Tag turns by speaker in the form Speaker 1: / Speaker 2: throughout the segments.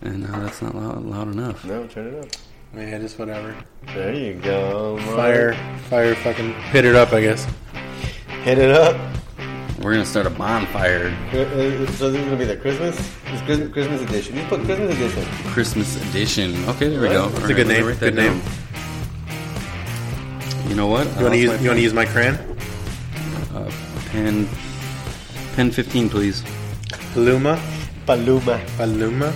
Speaker 1: And uh, that's not loud, loud enough.
Speaker 2: No, turn it up.
Speaker 1: Yeah, just whatever.
Speaker 2: There you go.
Speaker 1: Fire, fire, fucking pit it up, I guess.
Speaker 2: Hit it up. Uh,
Speaker 1: We're gonna start a bonfire
Speaker 2: So this is gonna be the Christmas, this Christmas, Christmas edition. You put Christmas edition.
Speaker 1: Christmas edition. Okay, there we go.
Speaker 2: That's
Speaker 1: All
Speaker 3: It's a good
Speaker 1: let me
Speaker 3: name.
Speaker 1: write that
Speaker 3: Good name.
Speaker 1: down. You know what?
Speaker 3: You want to use? You want to use my crayon?
Speaker 1: pen? Pen fifteen, please.
Speaker 3: Paluma.
Speaker 2: Paluma.
Speaker 3: Paluma.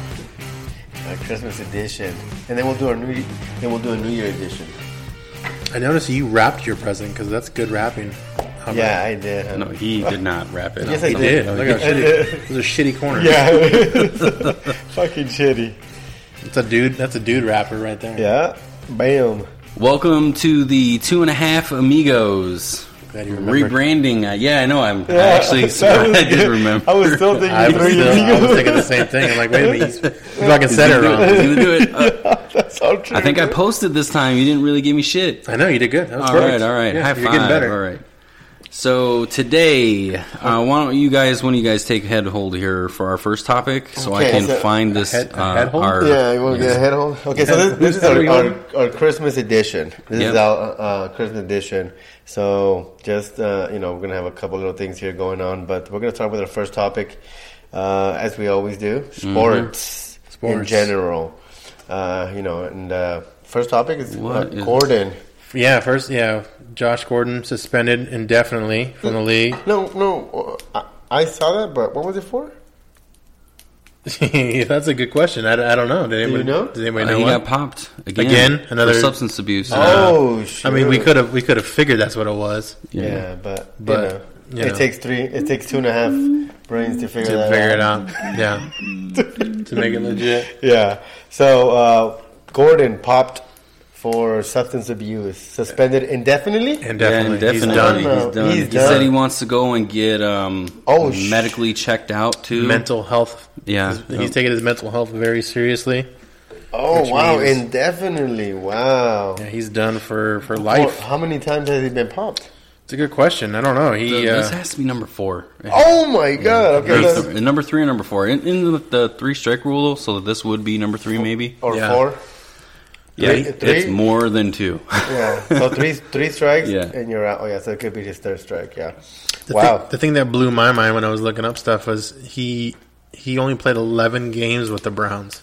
Speaker 2: A Christmas edition, and then we'll do our new, then we'll do a New Year edition.
Speaker 3: I noticed you wrapped your present because that's good wrapping. How
Speaker 2: Yeah, I did.
Speaker 1: No, he did not wrap it.
Speaker 2: Yes,
Speaker 1: up.
Speaker 2: I
Speaker 3: about- He did.
Speaker 1: No,
Speaker 3: Look
Speaker 1: he
Speaker 3: how shitty. It was a shitty corner.
Speaker 2: Yeah. Fucking shitty.
Speaker 3: It's a dude. That's a dude wrapper right there.
Speaker 2: Yeah. Bam.
Speaker 1: Welcome to the two and a half amigos.
Speaker 3: Glad you remembered.
Speaker 1: Rebranding. Uh, yeah, I know. I'm I actually.
Speaker 2: That was
Speaker 1: I did
Speaker 2: good.
Speaker 1: remember.
Speaker 2: I was still thinking
Speaker 3: I was,
Speaker 2: three
Speaker 3: still, I was
Speaker 2: amigos.
Speaker 3: thinking the same thing. I'm like, wait a minute, he's, he fucking said it
Speaker 1: I was
Speaker 3: wrong.
Speaker 1: gonna do it. Uh,
Speaker 2: That's all true.
Speaker 1: I think I posted this time. You didn't really give me shit.
Speaker 3: I know you did good. That was
Speaker 1: All
Speaker 3: perfect.
Speaker 1: right, all right.
Speaker 3: Yeah,
Speaker 1: High
Speaker 3: you're
Speaker 1: five.
Speaker 3: getting better.
Speaker 1: All right. So today, uh, why don't you guys? One of you guys take head hold here for our first topic, so I
Speaker 2: Okay,
Speaker 1: can
Speaker 2: so-
Speaker 1: find this.
Speaker 3: Head-
Speaker 1: uh,
Speaker 3: head hold?
Speaker 1: our-
Speaker 2: Yeah, you want to get a head home? Okay, so this, this is
Speaker 3: Who's
Speaker 2: our,
Speaker 3: head
Speaker 2: our,
Speaker 3: home?
Speaker 2: our Christmas edition. This
Speaker 1: Yep.
Speaker 2: is our uh, Christmas edition. So, just, uh, you know, we're going to have a couple little things here going on, but we're going to start with our first topic, uh, as we always do
Speaker 3: Mm-hmm.
Speaker 2: sports, in
Speaker 3: Sports.
Speaker 2: general. Uh, you know, and uh, first topic is uh,
Speaker 1: What is-
Speaker 2: Gordon.
Speaker 3: Yeah, first, yeah, Josh Gordon suspended indefinitely from the league.
Speaker 2: No, no, uh, I, I saw that, but what was it for?
Speaker 3: That's a good question. I, I don't know. Did anybody
Speaker 2: know?
Speaker 3: Did anybody
Speaker 1: Uh,
Speaker 3: know
Speaker 1: he
Speaker 3: what?
Speaker 1: got popped again.
Speaker 3: Again?
Speaker 1: for
Speaker 3: Another-
Speaker 1: substance abuse.
Speaker 2: oh, shit.
Speaker 3: Uh, I mean, we could have we could have figured that's what it was.
Speaker 2: Yeah, but,
Speaker 3: But,
Speaker 2: you know,
Speaker 3: you
Speaker 2: it
Speaker 3: know.
Speaker 2: takes three, it takes two and a half brains to figure
Speaker 3: To
Speaker 2: that
Speaker 3: figure
Speaker 2: out.
Speaker 3: it out, yeah, to make it legit.
Speaker 2: Yeah. So uh, Gordon popped for substance abuse, suspended indefinitely.
Speaker 3: And
Speaker 1: Yeah,
Speaker 3: definitely,
Speaker 1: definitely.
Speaker 3: he's
Speaker 2: I don't
Speaker 3: done.
Speaker 2: know.
Speaker 1: He's done.
Speaker 2: He's
Speaker 1: he
Speaker 2: done.
Speaker 1: said he wants to go and get um,
Speaker 2: Oh, sh-
Speaker 1: medically checked out too.
Speaker 3: Mental health.
Speaker 1: Yeah.
Speaker 3: he's, he's taking his mental health very seriously.
Speaker 2: Oh
Speaker 3: Which
Speaker 2: wow!
Speaker 3: means-
Speaker 2: Indefinitely. Wow.
Speaker 3: Yeah, he's done for for
Speaker 2: Well,
Speaker 3: life.
Speaker 2: how many times has he been popped?
Speaker 3: It's a good question. I don't know. He
Speaker 1: Th- This
Speaker 3: uh,
Speaker 1: has to be number four.
Speaker 2: Oh my god! Okay,
Speaker 1: Number
Speaker 2: that's-
Speaker 1: th- number three and number four in, in the, the three strike rule, so this would be number three, maybe.
Speaker 2: or
Speaker 3: Yeah.
Speaker 2: four.
Speaker 1: Yeah,
Speaker 2: Three-
Speaker 1: it's
Speaker 2: three?
Speaker 1: more than two.
Speaker 2: Yeah. So three, three strikes,
Speaker 1: Yeah.
Speaker 2: and you're out. Oh yeah. So it could be his third strike. Yeah.
Speaker 3: The
Speaker 2: wow.
Speaker 3: Thing, the thing that blew my mind when I was looking up stuff was he he only played 11 games with the Browns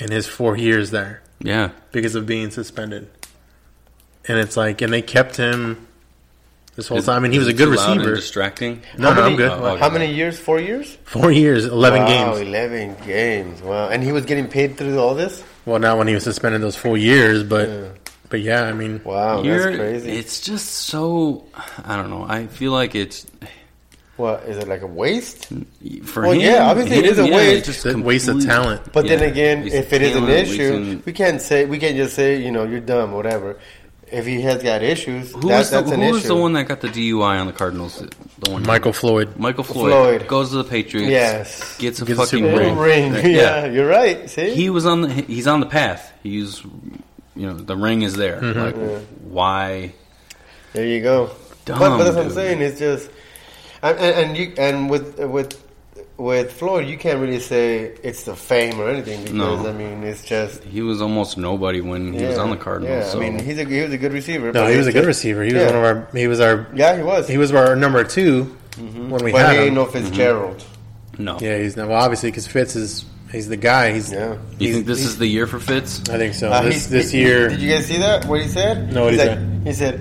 Speaker 3: in his four years there
Speaker 1: yeah,
Speaker 3: because of being suspended. And it's like, and they kept him this whole
Speaker 1: Is-
Speaker 3: time. I mean, he was a
Speaker 1: is it
Speaker 3: good
Speaker 1: too loud and
Speaker 3: receiver.
Speaker 1: distracting.
Speaker 3: No,
Speaker 2: How
Speaker 3: no,
Speaker 2: many-
Speaker 3: I'm good.
Speaker 1: Oh, okay.
Speaker 2: How many years? Four years.
Speaker 3: Four years, 11
Speaker 2: wow,
Speaker 3: games.
Speaker 2: eleven games. Wow. And he was getting paid through all this.
Speaker 3: Well, not when he was suspended those four years, but
Speaker 2: Yeah.
Speaker 3: but yeah, I mean,
Speaker 2: Wow,
Speaker 1: Uh, You're-
Speaker 2: that's crazy.
Speaker 1: Oh, It's just so I don't know. I feel like it's
Speaker 2: what is it like a waste?
Speaker 1: for
Speaker 2: Well,
Speaker 1: him.
Speaker 2: yeah, obviously it
Speaker 1: him,
Speaker 2: is a
Speaker 1: yeah,
Speaker 2: waste.
Speaker 1: it's just
Speaker 3: it's a waste of
Speaker 1: complete-
Speaker 3: talent.
Speaker 2: But
Speaker 1: Yeah,
Speaker 2: then again,
Speaker 1: we
Speaker 2: if it is
Speaker 1: can't-
Speaker 2: an
Speaker 1: we
Speaker 2: issue, we,
Speaker 1: can-
Speaker 2: can't say we can't just say you know you're dumb, whatever. If he has got issues,
Speaker 1: Who
Speaker 2: that,
Speaker 1: was the,
Speaker 2: that's an
Speaker 1: who was
Speaker 2: issue.
Speaker 1: the one that got the DUI on the Cardinals? The one
Speaker 3: Michael Floyd.
Speaker 1: Michael Floyd,
Speaker 2: Floyd.
Speaker 1: goes to the Patriots.
Speaker 2: Yes.
Speaker 1: gets a
Speaker 3: Gets a
Speaker 1: fucking
Speaker 3: Super
Speaker 1: ring.
Speaker 3: Bowl.
Speaker 2: ring? Yeah,
Speaker 1: Yeah.
Speaker 2: you're right. See,
Speaker 1: He was on the he's on the path. He's you know the ring is there.
Speaker 3: Mm-hmm.
Speaker 1: Like why?
Speaker 2: there you go.
Speaker 1: Dumb,
Speaker 2: but, but that's what I'm
Speaker 1: dude.
Speaker 2: saying. It's just and, and, and you and with with with Floyd, you can't really say it's the fame or anything because
Speaker 1: No.
Speaker 2: I mean it's just.
Speaker 1: He was almost nobody when he was
Speaker 2: yeah,
Speaker 1: on the Cardinals.
Speaker 2: Yeah,
Speaker 1: so.
Speaker 2: I mean he's a he was a good receiver.
Speaker 3: No,
Speaker 2: but
Speaker 3: he was a
Speaker 2: it's
Speaker 3: good
Speaker 2: just-
Speaker 3: receiver. He was
Speaker 2: Yeah.
Speaker 3: one of our. He was our.
Speaker 2: Yeah, he was.
Speaker 3: He was our number 2 when we
Speaker 2: but
Speaker 3: had
Speaker 2: he
Speaker 3: him.
Speaker 2: ain't no
Speaker 1: Mm-hmm.
Speaker 2: Fitzgerald.
Speaker 1: no.
Speaker 3: Yeah, he's not. Well, obviously, because Fitz is he's the guy. He's.
Speaker 2: Yeah.
Speaker 1: You think
Speaker 3: he's-
Speaker 1: this is the year for Fitz?
Speaker 3: I think so.
Speaker 2: Uh,
Speaker 3: this
Speaker 2: he-
Speaker 3: Oh, this
Speaker 2: he-
Speaker 3: year.
Speaker 2: Did you guys see that? What he said?
Speaker 3: No, what
Speaker 2: He's
Speaker 3: he
Speaker 2: like-
Speaker 3: said?
Speaker 2: He said,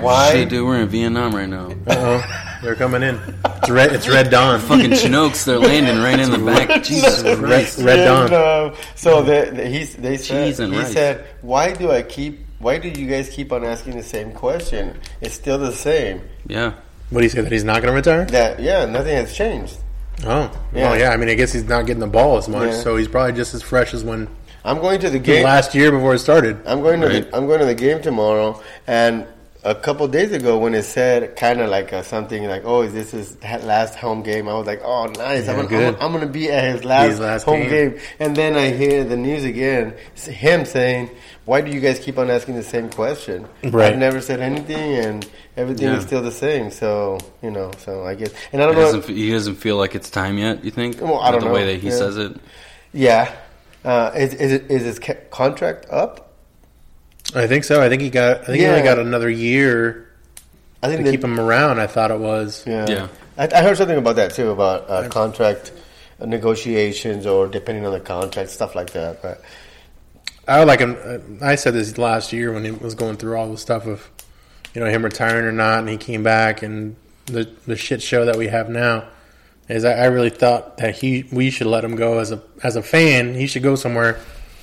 Speaker 2: "Why?"
Speaker 1: Shit, dude, we're in Vietnam right now.
Speaker 3: Uh-oh, uh-uh. they're coming in. It's red. It's red dawn.
Speaker 1: Fucking Chinooks, they're landing right in the back. Jesus
Speaker 3: Red-
Speaker 1: Christ.
Speaker 3: Red Dawn.
Speaker 2: And, um, so the, the, he's, they said,
Speaker 1: Cheese and
Speaker 2: he
Speaker 1: rice.
Speaker 2: said, "Why do I keep? Why do you guys keep on asking the same question? It's still the same.
Speaker 1: Yeah.
Speaker 3: What do you say that he's not going to retire?
Speaker 2: That yeah, nothing has changed.
Speaker 3: Oh,
Speaker 2: Yeah.
Speaker 3: well, yeah. I mean, I guess he's not getting the ball as much,
Speaker 2: Yeah.
Speaker 3: so he's probably just as fresh as when
Speaker 2: I'm going to the game.
Speaker 3: last year before it started.
Speaker 2: I'm going to
Speaker 1: Right.
Speaker 2: the, I'm going to the game tomorrow and." A couple days ago, when it said kind of like uh something like, "Oh, is this his ha- last home game?" I was like, "Oh, nice!
Speaker 3: Yeah,
Speaker 2: I'm, gonna, I'm,
Speaker 3: good.
Speaker 2: gonna, I'm gonna be at his last,
Speaker 3: His last
Speaker 2: home game.
Speaker 3: game.
Speaker 2: And then I hear the news again, s- him saying, "Why do you guys keep on asking the same question?
Speaker 3: Right.
Speaker 2: I've never said anything, and everything
Speaker 1: Yeah.
Speaker 2: is still the same." So you know, so I guess, and I
Speaker 1: He
Speaker 2: don't know.
Speaker 1: doesn't, he doesn't feel like it's time yet, you think?
Speaker 2: Well, I
Speaker 1: With
Speaker 2: don't
Speaker 1: the
Speaker 2: know.
Speaker 1: way that he
Speaker 2: Yeah.
Speaker 1: says it.
Speaker 2: yeah, Uh, is is it, is his ca- contract up?
Speaker 3: I think so. I think he got. I think he
Speaker 2: Yeah.
Speaker 3: only got another year
Speaker 2: I
Speaker 3: to
Speaker 2: they-
Speaker 3: keep him around. I thought it was.
Speaker 2: Yeah,
Speaker 1: Yeah.
Speaker 2: I, I heard something about that too about uh, contract negotiations or depending on the contract stuff like that. But
Speaker 3: I would like him. I said this last year when he was going through all the stuff of, you know, him retiring or not, and he came back, and the the shit show that we have now is. I, I really thought that he we should let him go as a as a fan. He should go somewhere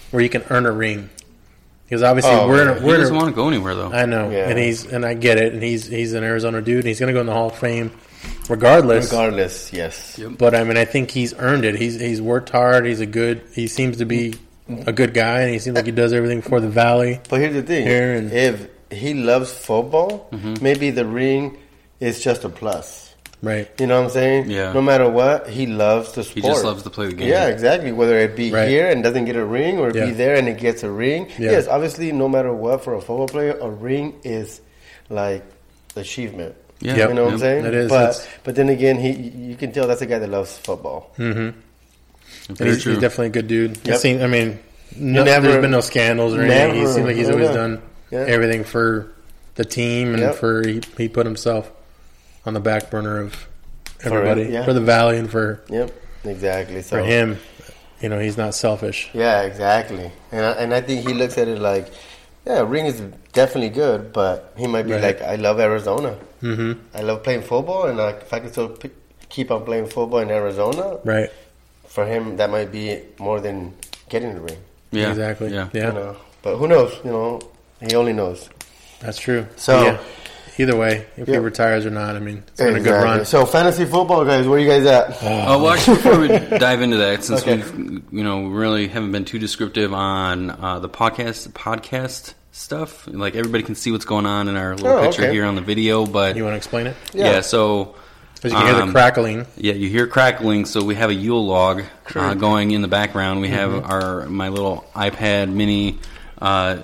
Speaker 3: where he can earn a ring, because obviously
Speaker 2: Oh,
Speaker 3: we're
Speaker 2: yeah.
Speaker 3: in a,
Speaker 2: He
Speaker 1: He
Speaker 3: we're in
Speaker 1: doesn't
Speaker 3: a,
Speaker 1: want to go anywhere though.
Speaker 3: I know,
Speaker 2: Yeah.
Speaker 3: and he's and I get it, and he's he's an Arizona dude, and he's going to go in the Hall of Fame, regardless.
Speaker 2: regardless, yes,
Speaker 1: Yep.
Speaker 3: But I mean, I think he's earned it. He's he's worked hard. He's a good. He seems to be a good guy, and he seems like he does everything for the Valley.
Speaker 2: But here's the thing:
Speaker 3: Aaron.
Speaker 2: if he loves football,
Speaker 1: Mm-hmm.
Speaker 2: maybe the ring is just a plus.
Speaker 3: Right.
Speaker 2: You know what I'm saying?
Speaker 1: Yeah.
Speaker 2: No matter what, he loves the sport.
Speaker 1: just loves to play the game.
Speaker 2: Yeah, exactly. Whether it be
Speaker 3: Right.
Speaker 2: here and doesn't get a ring, or it
Speaker 3: Yeah.
Speaker 2: be there and it gets a ring.
Speaker 3: Yeah.
Speaker 2: Yes, obviously, no matter what, for a football player, a ring is like achievement.
Speaker 1: Yeah.
Speaker 3: Yep.
Speaker 2: You know what I'm
Speaker 1: Yep.
Speaker 2: saying?
Speaker 3: It is. It's-
Speaker 2: But but then again, he you can tell that's a guy that loves football.
Speaker 3: Hmm. Mm-hmm. And
Speaker 1: Very
Speaker 3: he's,
Speaker 1: true.
Speaker 3: he's definitely a good dude. He
Speaker 2: Yep.
Speaker 3: seem- I mean, no,
Speaker 2: Never-
Speaker 3: there's been no scandals or anything. He
Speaker 2: Never.
Speaker 3: seems like he's
Speaker 2: Yeah.
Speaker 3: always done
Speaker 2: Yeah.
Speaker 3: everything for the team and
Speaker 2: Yep.
Speaker 3: for he, he put himself on the back burner of everybody for,
Speaker 2: yeah.
Speaker 3: the Valley and for
Speaker 2: Yep, exactly. So
Speaker 3: for him. You know, he's not selfish.
Speaker 2: Yeah, exactly. And I, and I think he looks at it like, yeah, ring is definitely good, but he might be
Speaker 3: Right.
Speaker 2: like, I love Arizona. Mm-hmm. I love playing football, and like, if I can still p- keep on playing football in Arizona,
Speaker 3: Right.
Speaker 2: for him that might be more than getting the ring.
Speaker 1: yeah.
Speaker 3: Exactly.
Speaker 1: Yeah.
Speaker 3: yeah.
Speaker 2: You know, but who knows? You know, he only knows.
Speaker 3: That's true.
Speaker 2: So-
Speaker 3: yeah. either way, if he
Speaker 2: Yeah.
Speaker 3: retires or not, I mean, it's been a good run. Oh,
Speaker 2: So fantasy football guys, where you guys at?
Speaker 1: Uh, well, actually, before we dive into that, since
Speaker 2: Okay.
Speaker 1: we, you know, really haven't been too descriptive on uh, the podcast podcast stuff. Like everybody can see what's going on in our little
Speaker 2: Oh,
Speaker 1: picture
Speaker 2: okay.
Speaker 1: here on the video, but
Speaker 3: You want to explain it?
Speaker 1: yeah.
Speaker 2: Yeah.
Speaker 1: so
Speaker 3: Because you can hear the
Speaker 1: um,
Speaker 3: crackling.
Speaker 1: Yeah, you hear crackling. So we have a Yule log uh, going in the background. We have
Speaker 2: Mm-hmm.
Speaker 1: our my little iPad Mini uh,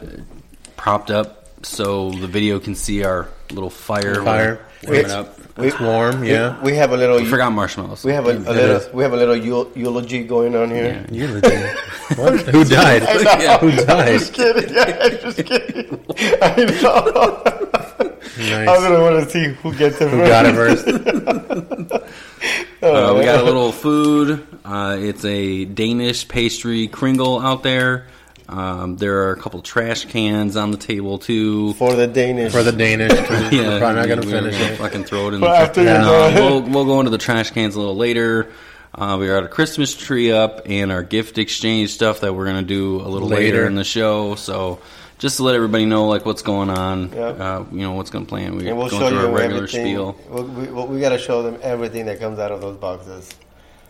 Speaker 1: propped up so the video can see our little fire,
Speaker 3: Fire.
Speaker 1: warming
Speaker 2: It's-
Speaker 1: up.
Speaker 3: It's warm, yeah.
Speaker 2: We, we have a little.
Speaker 1: We forgot marshmallows.
Speaker 2: We have a, a
Speaker 3: It
Speaker 2: little.
Speaker 3: is.
Speaker 2: We have a little eul- eulogy going on here.
Speaker 1: Yeah.
Speaker 3: What? Who died? Who
Speaker 2: I'm
Speaker 3: died?
Speaker 2: just kidding. I'm just kidding. I know. I'm
Speaker 3: Nice.
Speaker 2: gonna want to see who gets it. Oh,
Speaker 3: Who got it first?
Speaker 1: Uh, we got a little food. Uh, it's a Danish pastry kringle out there. Um, there are a couple trash cans on the table too.
Speaker 2: for the Danish.
Speaker 3: For the Danish. We're probably not going to
Speaker 1: we were
Speaker 3: finish
Speaker 1: gonna
Speaker 3: it.
Speaker 1: Fucking throw it in
Speaker 2: But
Speaker 1: the
Speaker 2: after you're
Speaker 1: trash. Uh,
Speaker 2: done-
Speaker 1: we'll, we'll go into the trash cans a little later. Uh, we got a Christmas tree up and our gift exchange stuff that we're gonna do a little later,
Speaker 3: Later.
Speaker 1: in the show. So just to let everybody know, like what's going on,
Speaker 2: Yep.
Speaker 1: uh, you know what's gonna plan. We're
Speaker 2: and we'll
Speaker 1: going
Speaker 2: show
Speaker 1: through
Speaker 2: you
Speaker 1: our regular
Speaker 2: everything.
Speaker 1: spiel.
Speaker 2: We, we, we gotta show them everything that comes out of those boxes.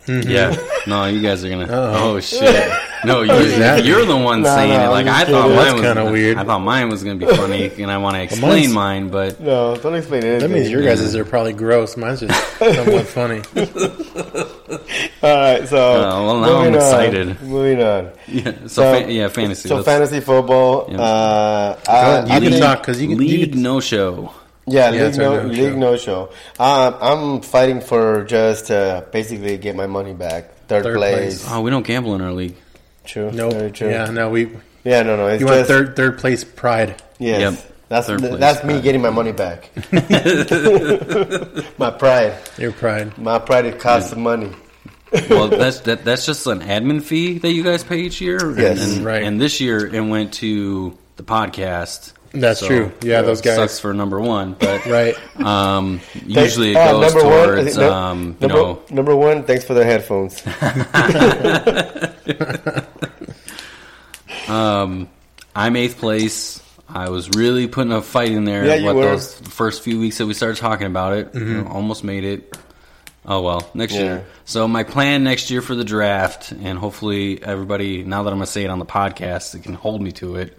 Speaker 1: Yeah, no, you guys are gonna.
Speaker 3: Uh-oh.
Speaker 1: Oh shit! No, you,
Speaker 3: happening?
Speaker 1: you're the one
Speaker 2: No,
Speaker 1: saying
Speaker 2: no,
Speaker 1: it.
Speaker 2: I'm
Speaker 1: Like
Speaker 2: just
Speaker 1: I thought
Speaker 2: kidding.
Speaker 1: mine
Speaker 3: That's
Speaker 1: was
Speaker 3: kinda weird.
Speaker 1: I thought mine was gonna be funny, and I want to explain mine, but
Speaker 2: No, don't explain anything.
Speaker 3: That means your guys' are probably gross. Mine's just somewhat funny.
Speaker 2: All right, so
Speaker 1: well, now I'm
Speaker 2: moving on,
Speaker 1: excited.
Speaker 2: Moving on.
Speaker 1: yeah. So, fa- yeah, fantasy.
Speaker 2: So
Speaker 1: let's-
Speaker 2: fantasy football.
Speaker 1: Yeah.
Speaker 2: Uh,
Speaker 3: ahead,
Speaker 2: I,
Speaker 3: you
Speaker 2: I
Speaker 3: can
Speaker 2: think-
Speaker 3: talk. 'cause you can- you
Speaker 1: league
Speaker 3: can-
Speaker 1: no show.
Speaker 2: Yeah,
Speaker 3: Yeah,
Speaker 2: league,
Speaker 3: it's our
Speaker 2: no,
Speaker 3: no
Speaker 2: league
Speaker 3: show.
Speaker 2: no show. Um, I'm fighting for just uh, basically get my money back. Third,
Speaker 3: Third
Speaker 2: place.
Speaker 1: Oh, we don't gamble in our league.
Speaker 2: True.
Speaker 3: Nope.
Speaker 2: Very true.
Speaker 3: Yeah,
Speaker 2: Yeah.
Speaker 3: no, we.
Speaker 2: No. No. It's
Speaker 3: You want
Speaker 2: just,
Speaker 3: third third place pride.
Speaker 2: Yes.
Speaker 1: Yep.
Speaker 2: That's
Speaker 1: Third
Speaker 2: th-
Speaker 1: place,
Speaker 2: that's me
Speaker 1: right.
Speaker 2: getting my money back. my pride.
Speaker 3: Your pride.
Speaker 2: My pride it costs money.
Speaker 1: Well, that's that, that's just an admin fee that you guys pay each year. And-
Speaker 2: Yes.
Speaker 1: and,
Speaker 3: Right.
Speaker 1: And this year it went to the podcast.
Speaker 3: That's
Speaker 1: So,
Speaker 3: true. Yeah, those guys.
Speaker 1: sucks for number one, but
Speaker 3: Right.
Speaker 1: Um, usually it
Speaker 3: uh,
Speaker 1: goes
Speaker 2: Thanks- uh, number one, I
Speaker 1: towards
Speaker 2: think num-
Speaker 1: um, you
Speaker 2: number,
Speaker 1: know.
Speaker 2: number one, thanks for the headphones.
Speaker 1: Um, I'm eighth place. I was really putting a fight in there.
Speaker 2: Yeah, you
Speaker 1: what,
Speaker 2: were. Mm-hmm.
Speaker 1: Those first few weeks that we started talking about it, almost made it. Oh well, next
Speaker 2: Yeah.
Speaker 1: year. So my plan next year for the draft, and hopefully everybody, now that I'm gonna say it on the podcast, it can hold me to it.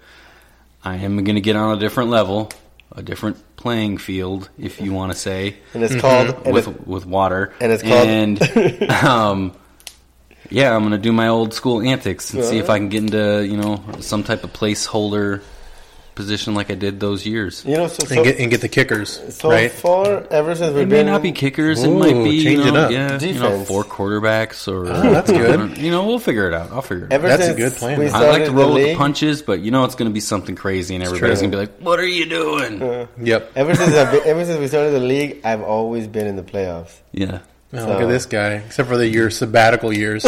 Speaker 1: I am gonna get on a different level, a different playing field, if you want to say.
Speaker 2: And it's called and
Speaker 1: Mm-hmm. with
Speaker 2: it-
Speaker 1: with water,
Speaker 2: and it's called-
Speaker 1: And, um, yeah, I'm gonna do my old school antics and see if I can get into you know some type of placeholder position like I did those years.
Speaker 2: You know, so so,
Speaker 3: and get and get the kickers
Speaker 2: so
Speaker 3: right.
Speaker 2: far ever since we've
Speaker 1: It may
Speaker 2: been
Speaker 1: not be kickers. it might
Speaker 3: Ooh,
Speaker 1: be you
Speaker 3: change it
Speaker 1: know,
Speaker 3: up. Ah,
Speaker 1: yeah, you know,
Speaker 2: Defense.
Speaker 1: four quarterbacks or
Speaker 3: that's good.
Speaker 1: You know, we'll figure it out. I'll figure it out.
Speaker 2: ever
Speaker 3: That's a
Speaker 2: since
Speaker 3: good plan.
Speaker 2: we
Speaker 3: I
Speaker 1: I like
Speaker 2: started
Speaker 1: to roll with the
Speaker 2: league-
Speaker 1: punches, but you know it's going to be something crazy, and everybody's
Speaker 2: true.
Speaker 1: going to be like, "What are you doing?"
Speaker 3: Yep.
Speaker 2: Ever since I've been, ever since we started the league, I've always been in the playoffs.
Speaker 1: yeah,
Speaker 3: Oh, look
Speaker 2: So-
Speaker 3: at this guy. Except for the your sabbatical years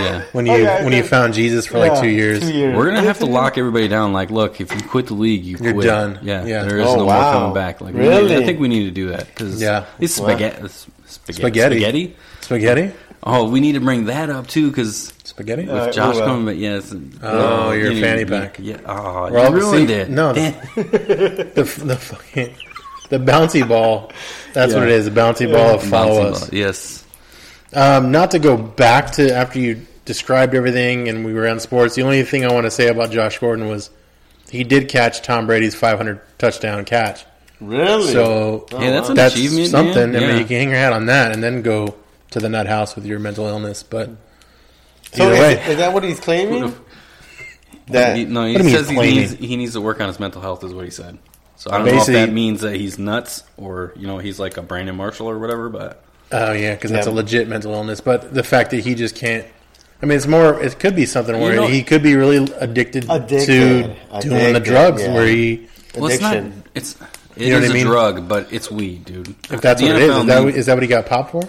Speaker 1: yeah.
Speaker 3: when you
Speaker 2: Oh, yeah, I
Speaker 3: when you
Speaker 2: did.
Speaker 3: found Jesus for like
Speaker 2: Yeah,
Speaker 3: two years.
Speaker 1: We're gonna have to lock everybody down. Like, look, if you quit the league, you
Speaker 3: You're
Speaker 1: quit.
Speaker 3: done.
Speaker 1: Yeah,
Speaker 3: Yeah.
Speaker 1: there is
Speaker 2: Oh,
Speaker 1: no more
Speaker 2: wow.
Speaker 1: coming back. Like, we
Speaker 2: Really?
Speaker 1: need- I think we need to do that because
Speaker 3: Yeah.
Speaker 1: it's
Speaker 2: Wow.
Speaker 1: spaghetti, it's spaghetti,
Speaker 3: Spaghetti.
Speaker 1: spaghetti.
Speaker 3: Spaghetti,
Speaker 1: Oh, we need to bring that up too because
Speaker 3: spaghetti.
Speaker 1: with
Speaker 2: Uh,
Speaker 1: Josh
Speaker 2: oh, well.
Speaker 1: coming, but yes.
Speaker 3: Oh, your
Speaker 1: you-
Speaker 3: fanny
Speaker 1: you-
Speaker 3: pack.
Speaker 1: Yeah. Oh,
Speaker 3: Well,
Speaker 1: you ruined
Speaker 3: see,
Speaker 1: it.
Speaker 3: no, the-
Speaker 1: Damn.
Speaker 3: the the fucking the bouncy ball. That's what it is. The bouncy ball of follow
Speaker 1: Bouncy
Speaker 3: us.
Speaker 1: ball. Yes.
Speaker 3: Um, not to go back to after you described everything and we were on sports. The only thing I want to say about Josh Gordon was he did catch Tom Brady's 500 touchdown catch.
Speaker 2: Really?
Speaker 3: So
Speaker 1: Hey, that's an
Speaker 3: that's
Speaker 1: achievement. man.
Speaker 3: something. I
Speaker 1: Yeah.
Speaker 3: mean, you can hang your hat on that and then go to the nut house with your mental illness. But
Speaker 2: So
Speaker 3: either
Speaker 2: is,
Speaker 3: way,
Speaker 2: is that what he's claiming?
Speaker 1: He-
Speaker 2: That
Speaker 1: no, he
Speaker 3: What do you mean
Speaker 1: says he
Speaker 3: claiming?
Speaker 1: needs, he needs to work on his mental health, is what he said. So I don't know if that
Speaker 3: Basically-
Speaker 1: means that he's nuts or you know he's like a Brandon Marshall or whatever. But
Speaker 3: oh yeah, because that's
Speaker 2: Yeah.
Speaker 3: a legit mental illness. But the fact that he just can't. I mean, it's more. It could be something where
Speaker 1: know-
Speaker 3: he could be really addicted, to
Speaker 2: Addicted.
Speaker 3: doing the
Speaker 2: Addicted,
Speaker 3: drugs.
Speaker 2: yeah.
Speaker 3: Where he,
Speaker 1: well, it's not.
Speaker 2: addiction.
Speaker 1: It's it
Speaker 3: know what
Speaker 1: is
Speaker 3: I mean?
Speaker 1: a drug, but it's weed, dude.
Speaker 3: if that's
Speaker 1: The
Speaker 3: what it is,
Speaker 1: NFL
Speaker 3: is that,
Speaker 1: needs-
Speaker 3: is that what he got popped for?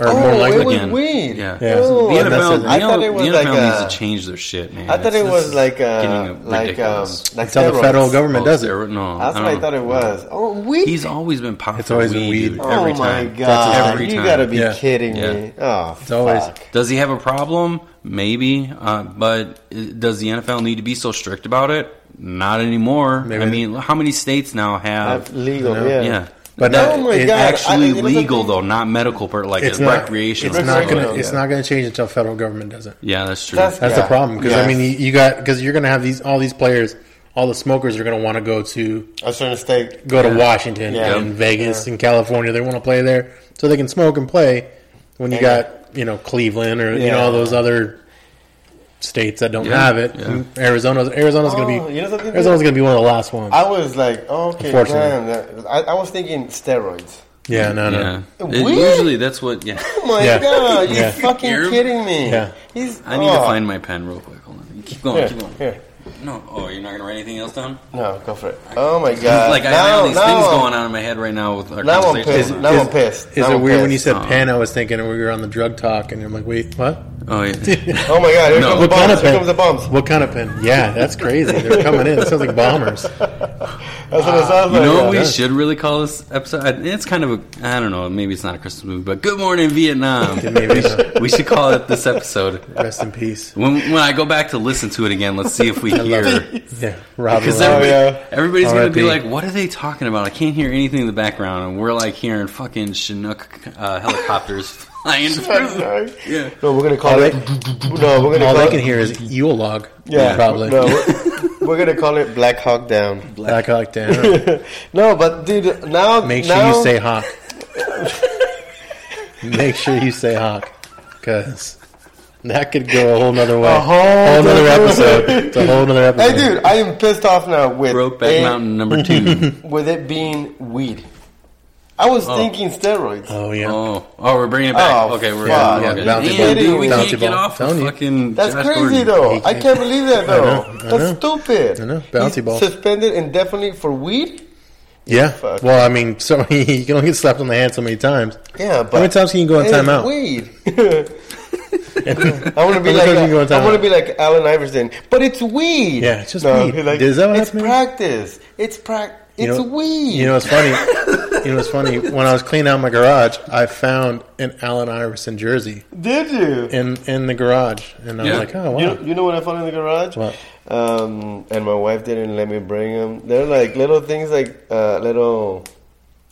Speaker 3: Or
Speaker 2: Oh, it was
Speaker 1: Again.
Speaker 2: weed.
Speaker 1: Yeah.
Speaker 3: Yeah.
Speaker 2: Oh,
Speaker 1: the
Speaker 2: that's
Speaker 1: NFL,
Speaker 2: it. I
Speaker 1: the
Speaker 2: thought
Speaker 1: N-
Speaker 2: it was
Speaker 1: the
Speaker 2: like
Speaker 1: NFL
Speaker 2: a,
Speaker 1: needs to change their shit, man.
Speaker 2: I thought
Speaker 1: It's-
Speaker 2: it
Speaker 1: this
Speaker 2: was
Speaker 1: is
Speaker 2: like a
Speaker 1: getting
Speaker 2: like um
Speaker 1: ridiculous.
Speaker 2: like
Speaker 3: It's how the
Speaker 2: steroids.
Speaker 3: federal government
Speaker 1: Oh,
Speaker 3: does it.
Speaker 1: steroid- No,
Speaker 2: That's
Speaker 1: don't
Speaker 2: what I
Speaker 1: know.
Speaker 2: thought it was. Oh, weed.
Speaker 1: He's always been popped.
Speaker 3: It's
Speaker 1: for
Speaker 3: always been
Speaker 1: weed.
Speaker 3: weed.
Speaker 1: dude,
Speaker 2: oh
Speaker 1: every
Speaker 2: my
Speaker 1: time.
Speaker 2: god!
Speaker 1: every
Speaker 2: you
Speaker 1: time.
Speaker 2: gotta be
Speaker 3: Yeah.
Speaker 2: kidding
Speaker 1: Yeah.
Speaker 2: me. Oh, it's
Speaker 3: always-
Speaker 2: fuck.
Speaker 1: Does he have a problem? Maybe, uh, but does the NFL need to be so strict about it? Not anymore.
Speaker 3: Maybe
Speaker 1: I
Speaker 3: they-
Speaker 1: mean, how many states now have?
Speaker 2: That's legal.
Speaker 3: No.
Speaker 2: Yeah.
Speaker 1: yeah,
Speaker 3: But
Speaker 1: That-
Speaker 3: no,
Speaker 2: Oh my
Speaker 3: it-
Speaker 2: God.
Speaker 1: actually
Speaker 2: I- you know
Speaker 1: legal
Speaker 2: something?
Speaker 1: though, not medical, but like it's
Speaker 3: it's not
Speaker 1: recreational.
Speaker 3: It's not
Speaker 1: stuff.
Speaker 3: going
Speaker 2: Recreational,
Speaker 3: to. It's
Speaker 2: yeah.
Speaker 3: not going to change until federal government does it.
Speaker 1: Yeah, that's true.
Speaker 2: That's-
Speaker 3: That's
Speaker 2: Yeah.
Speaker 3: the problem. Because I
Speaker 2: Yes.
Speaker 3: mean, you, you got because you're going to have these all these players, all the smokers are going to want to go to
Speaker 2: A certain state.
Speaker 3: go to Washington
Speaker 2: Yeah.
Speaker 3: and Vegas and California. They want to play there so they can smoke and play. When you
Speaker 2: Yeah.
Speaker 3: got you know Cleveland or you
Speaker 2: Yeah.
Speaker 3: know all those other states that don't
Speaker 1: Yeah,
Speaker 3: have it,
Speaker 1: yeah.
Speaker 3: Arizona's Arizona's going
Speaker 2: Oh,
Speaker 3: to be
Speaker 2: you know something?
Speaker 3: Arizona's going to be one of the last ones.
Speaker 2: I was like, okay,
Speaker 3: Unfortunately.
Speaker 2: damn. That, I, I was thinking steroids.
Speaker 3: yeah, no, no.
Speaker 1: yeah. It-
Speaker 2: Weed?
Speaker 1: usually that's what. Yeah,
Speaker 2: Oh my
Speaker 3: Yeah.
Speaker 2: god! You're
Speaker 3: Yeah.
Speaker 2: fucking
Speaker 1: You're-
Speaker 2: kidding me.
Speaker 3: Yeah.
Speaker 2: He's.
Speaker 1: I need
Speaker 2: oh.
Speaker 1: to find my pen real quick. Hold on. Keep going.
Speaker 2: Here,
Speaker 1: Keep going.
Speaker 2: here.
Speaker 1: No. Oh, you're not gonna write anything else down.
Speaker 2: No, go for it. Oh my god!
Speaker 1: like I have
Speaker 2: now,
Speaker 1: all these
Speaker 2: now
Speaker 1: things
Speaker 2: I'm-
Speaker 1: going on in my head right now with our
Speaker 2: Now I'm
Speaker 1: conversation.
Speaker 2: pissed.
Speaker 1: going on.
Speaker 2: Now I'm pissed.
Speaker 3: Is
Speaker 2: Now
Speaker 3: it
Speaker 2: I'm
Speaker 3: weird when you
Speaker 2: pissed.
Speaker 3: said pen? I was thinking we were on the drug talk, and I'm like, wait, what?
Speaker 1: Oh yeah.
Speaker 2: Oh my god!
Speaker 1: No.
Speaker 2: Here comes the
Speaker 1: What
Speaker 2: bombs.
Speaker 3: kind of
Speaker 2: here
Speaker 3: pen?
Speaker 2: comes the bombs.
Speaker 3: What kind of pen? Yeah, that's crazy. They're coming in. It sounds like bombers.
Speaker 2: That's what it sounds
Speaker 1: Uh, You
Speaker 2: like.
Speaker 1: know
Speaker 2: yeah.
Speaker 1: what we should really call this episode? I- It's kind of a I don't know. Maybe it's not a Christmas movie, but Good Morning Vietnam.
Speaker 3: Maybe uh,
Speaker 1: we should call it this episode.
Speaker 3: rest in peace.
Speaker 1: When, when I go back to listen to it again, let's see if we hear.
Speaker 3: Yeah, Rob.
Speaker 1: Because
Speaker 3: Lowe.
Speaker 2: Oh,
Speaker 1: everybody,
Speaker 2: yeah.
Speaker 1: everybody's going to be
Speaker 3: RIP.
Speaker 1: like, what are they talking about? I can't hear anything in the background. And we're like hearing fucking Chinook uh, helicopters flying
Speaker 2: That's
Speaker 1: through.
Speaker 2: right.
Speaker 1: Yeah.
Speaker 2: No, we're gonna call it. No, we're gonna
Speaker 3: all
Speaker 2: call
Speaker 3: they
Speaker 2: it.
Speaker 3: can hear is Yule log.
Speaker 2: yeah,
Speaker 3: probably.
Speaker 2: No, we're, we're gonna call it Black Hawk Down.
Speaker 3: Black Hawk down.
Speaker 2: no, but dude, now
Speaker 3: Make sure
Speaker 2: now-
Speaker 3: you say Hawk. Make sure you say Hawk, because that could go a whole nother way.
Speaker 2: A whole
Speaker 3: nother
Speaker 2: nother
Speaker 3: episode.
Speaker 2: way.
Speaker 3: It's a whole nother
Speaker 2: Hey,
Speaker 3: episode.
Speaker 2: dude, I am pissed off now with
Speaker 1: Brokeback
Speaker 2: it-
Speaker 1: Mountain number two.
Speaker 2: with it being weed. I was thinking steroids.
Speaker 3: Oh yeah.
Speaker 1: Oh, oh, we're bringing it back.
Speaker 2: Oh,
Speaker 1: okay, we're
Speaker 2: fuck.
Speaker 1: okay.
Speaker 3: Yeah, bouncy
Speaker 1: Damn,
Speaker 2: ball.
Speaker 1: dude, we
Speaker 3: Bouncy
Speaker 1: can't get
Speaker 3: ball.
Speaker 1: off of
Speaker 3: Telling you.
Speaker 1: fucking.
Speaker 2: That's
Speaker 1: Josh
Speaker 2: crazy
Speaker 1: Gordon.
Speaker 2: though.
Speaker 3: He
Speaker 2: I
Speaker 3: can't-
Speaker 2: can't believe that
Speaker 3: I
Speaker 2: though.
Speaker 3: know, I know.
Speaker 2: That's stupid.
Speaker 3: I know, bouncy
Speaker 2: He's
Speaker 3: ball.
Speaker 2: Suspended indefinitely for weed?
Speaker 3: Yeah.
Speaker 2: Fuck.
Speaker 3: Well, I mean, so you can only get slapped on the hand so many times.
Speaker 2: Yeah, but
Speaker 3: How many times can you go on
Speaker 2: it's
Speaker 3: timeout?
Speaker 2: Weed. I want to be
Speaker 3: How many
Speaker 2: like
Speaker 3: times you go on
Speaker 2: I want to
Speaker 3: timeout?
Speaker 2: be like Allen Iverson, but it's weed.
Speaker 3: Yeah, it's just weed.
Speaker 2: he's
Speaker 3: Is that what
Speaker 2: it's
Speaker 3: happened?
Speaker 2: practice. It's practice. It's
Speaker 3: know-
Speaker 2: weed.
Speaker 3: You know, it's funny. you know, it's funny. When I was cleaning out my garage, I found an Allen Iverson jersey
Speaker 2: did you?
Speaker 3: in in the garage, and I
Speaker 1: Yeah.
Speaker 3: was like, "Oh wow,
Speaker 2: You know, you know what I found in the garage?
Speaker 3: What?
Speaker 2: Um, and my wife didn't let me bring them. They're like little things, like uh, little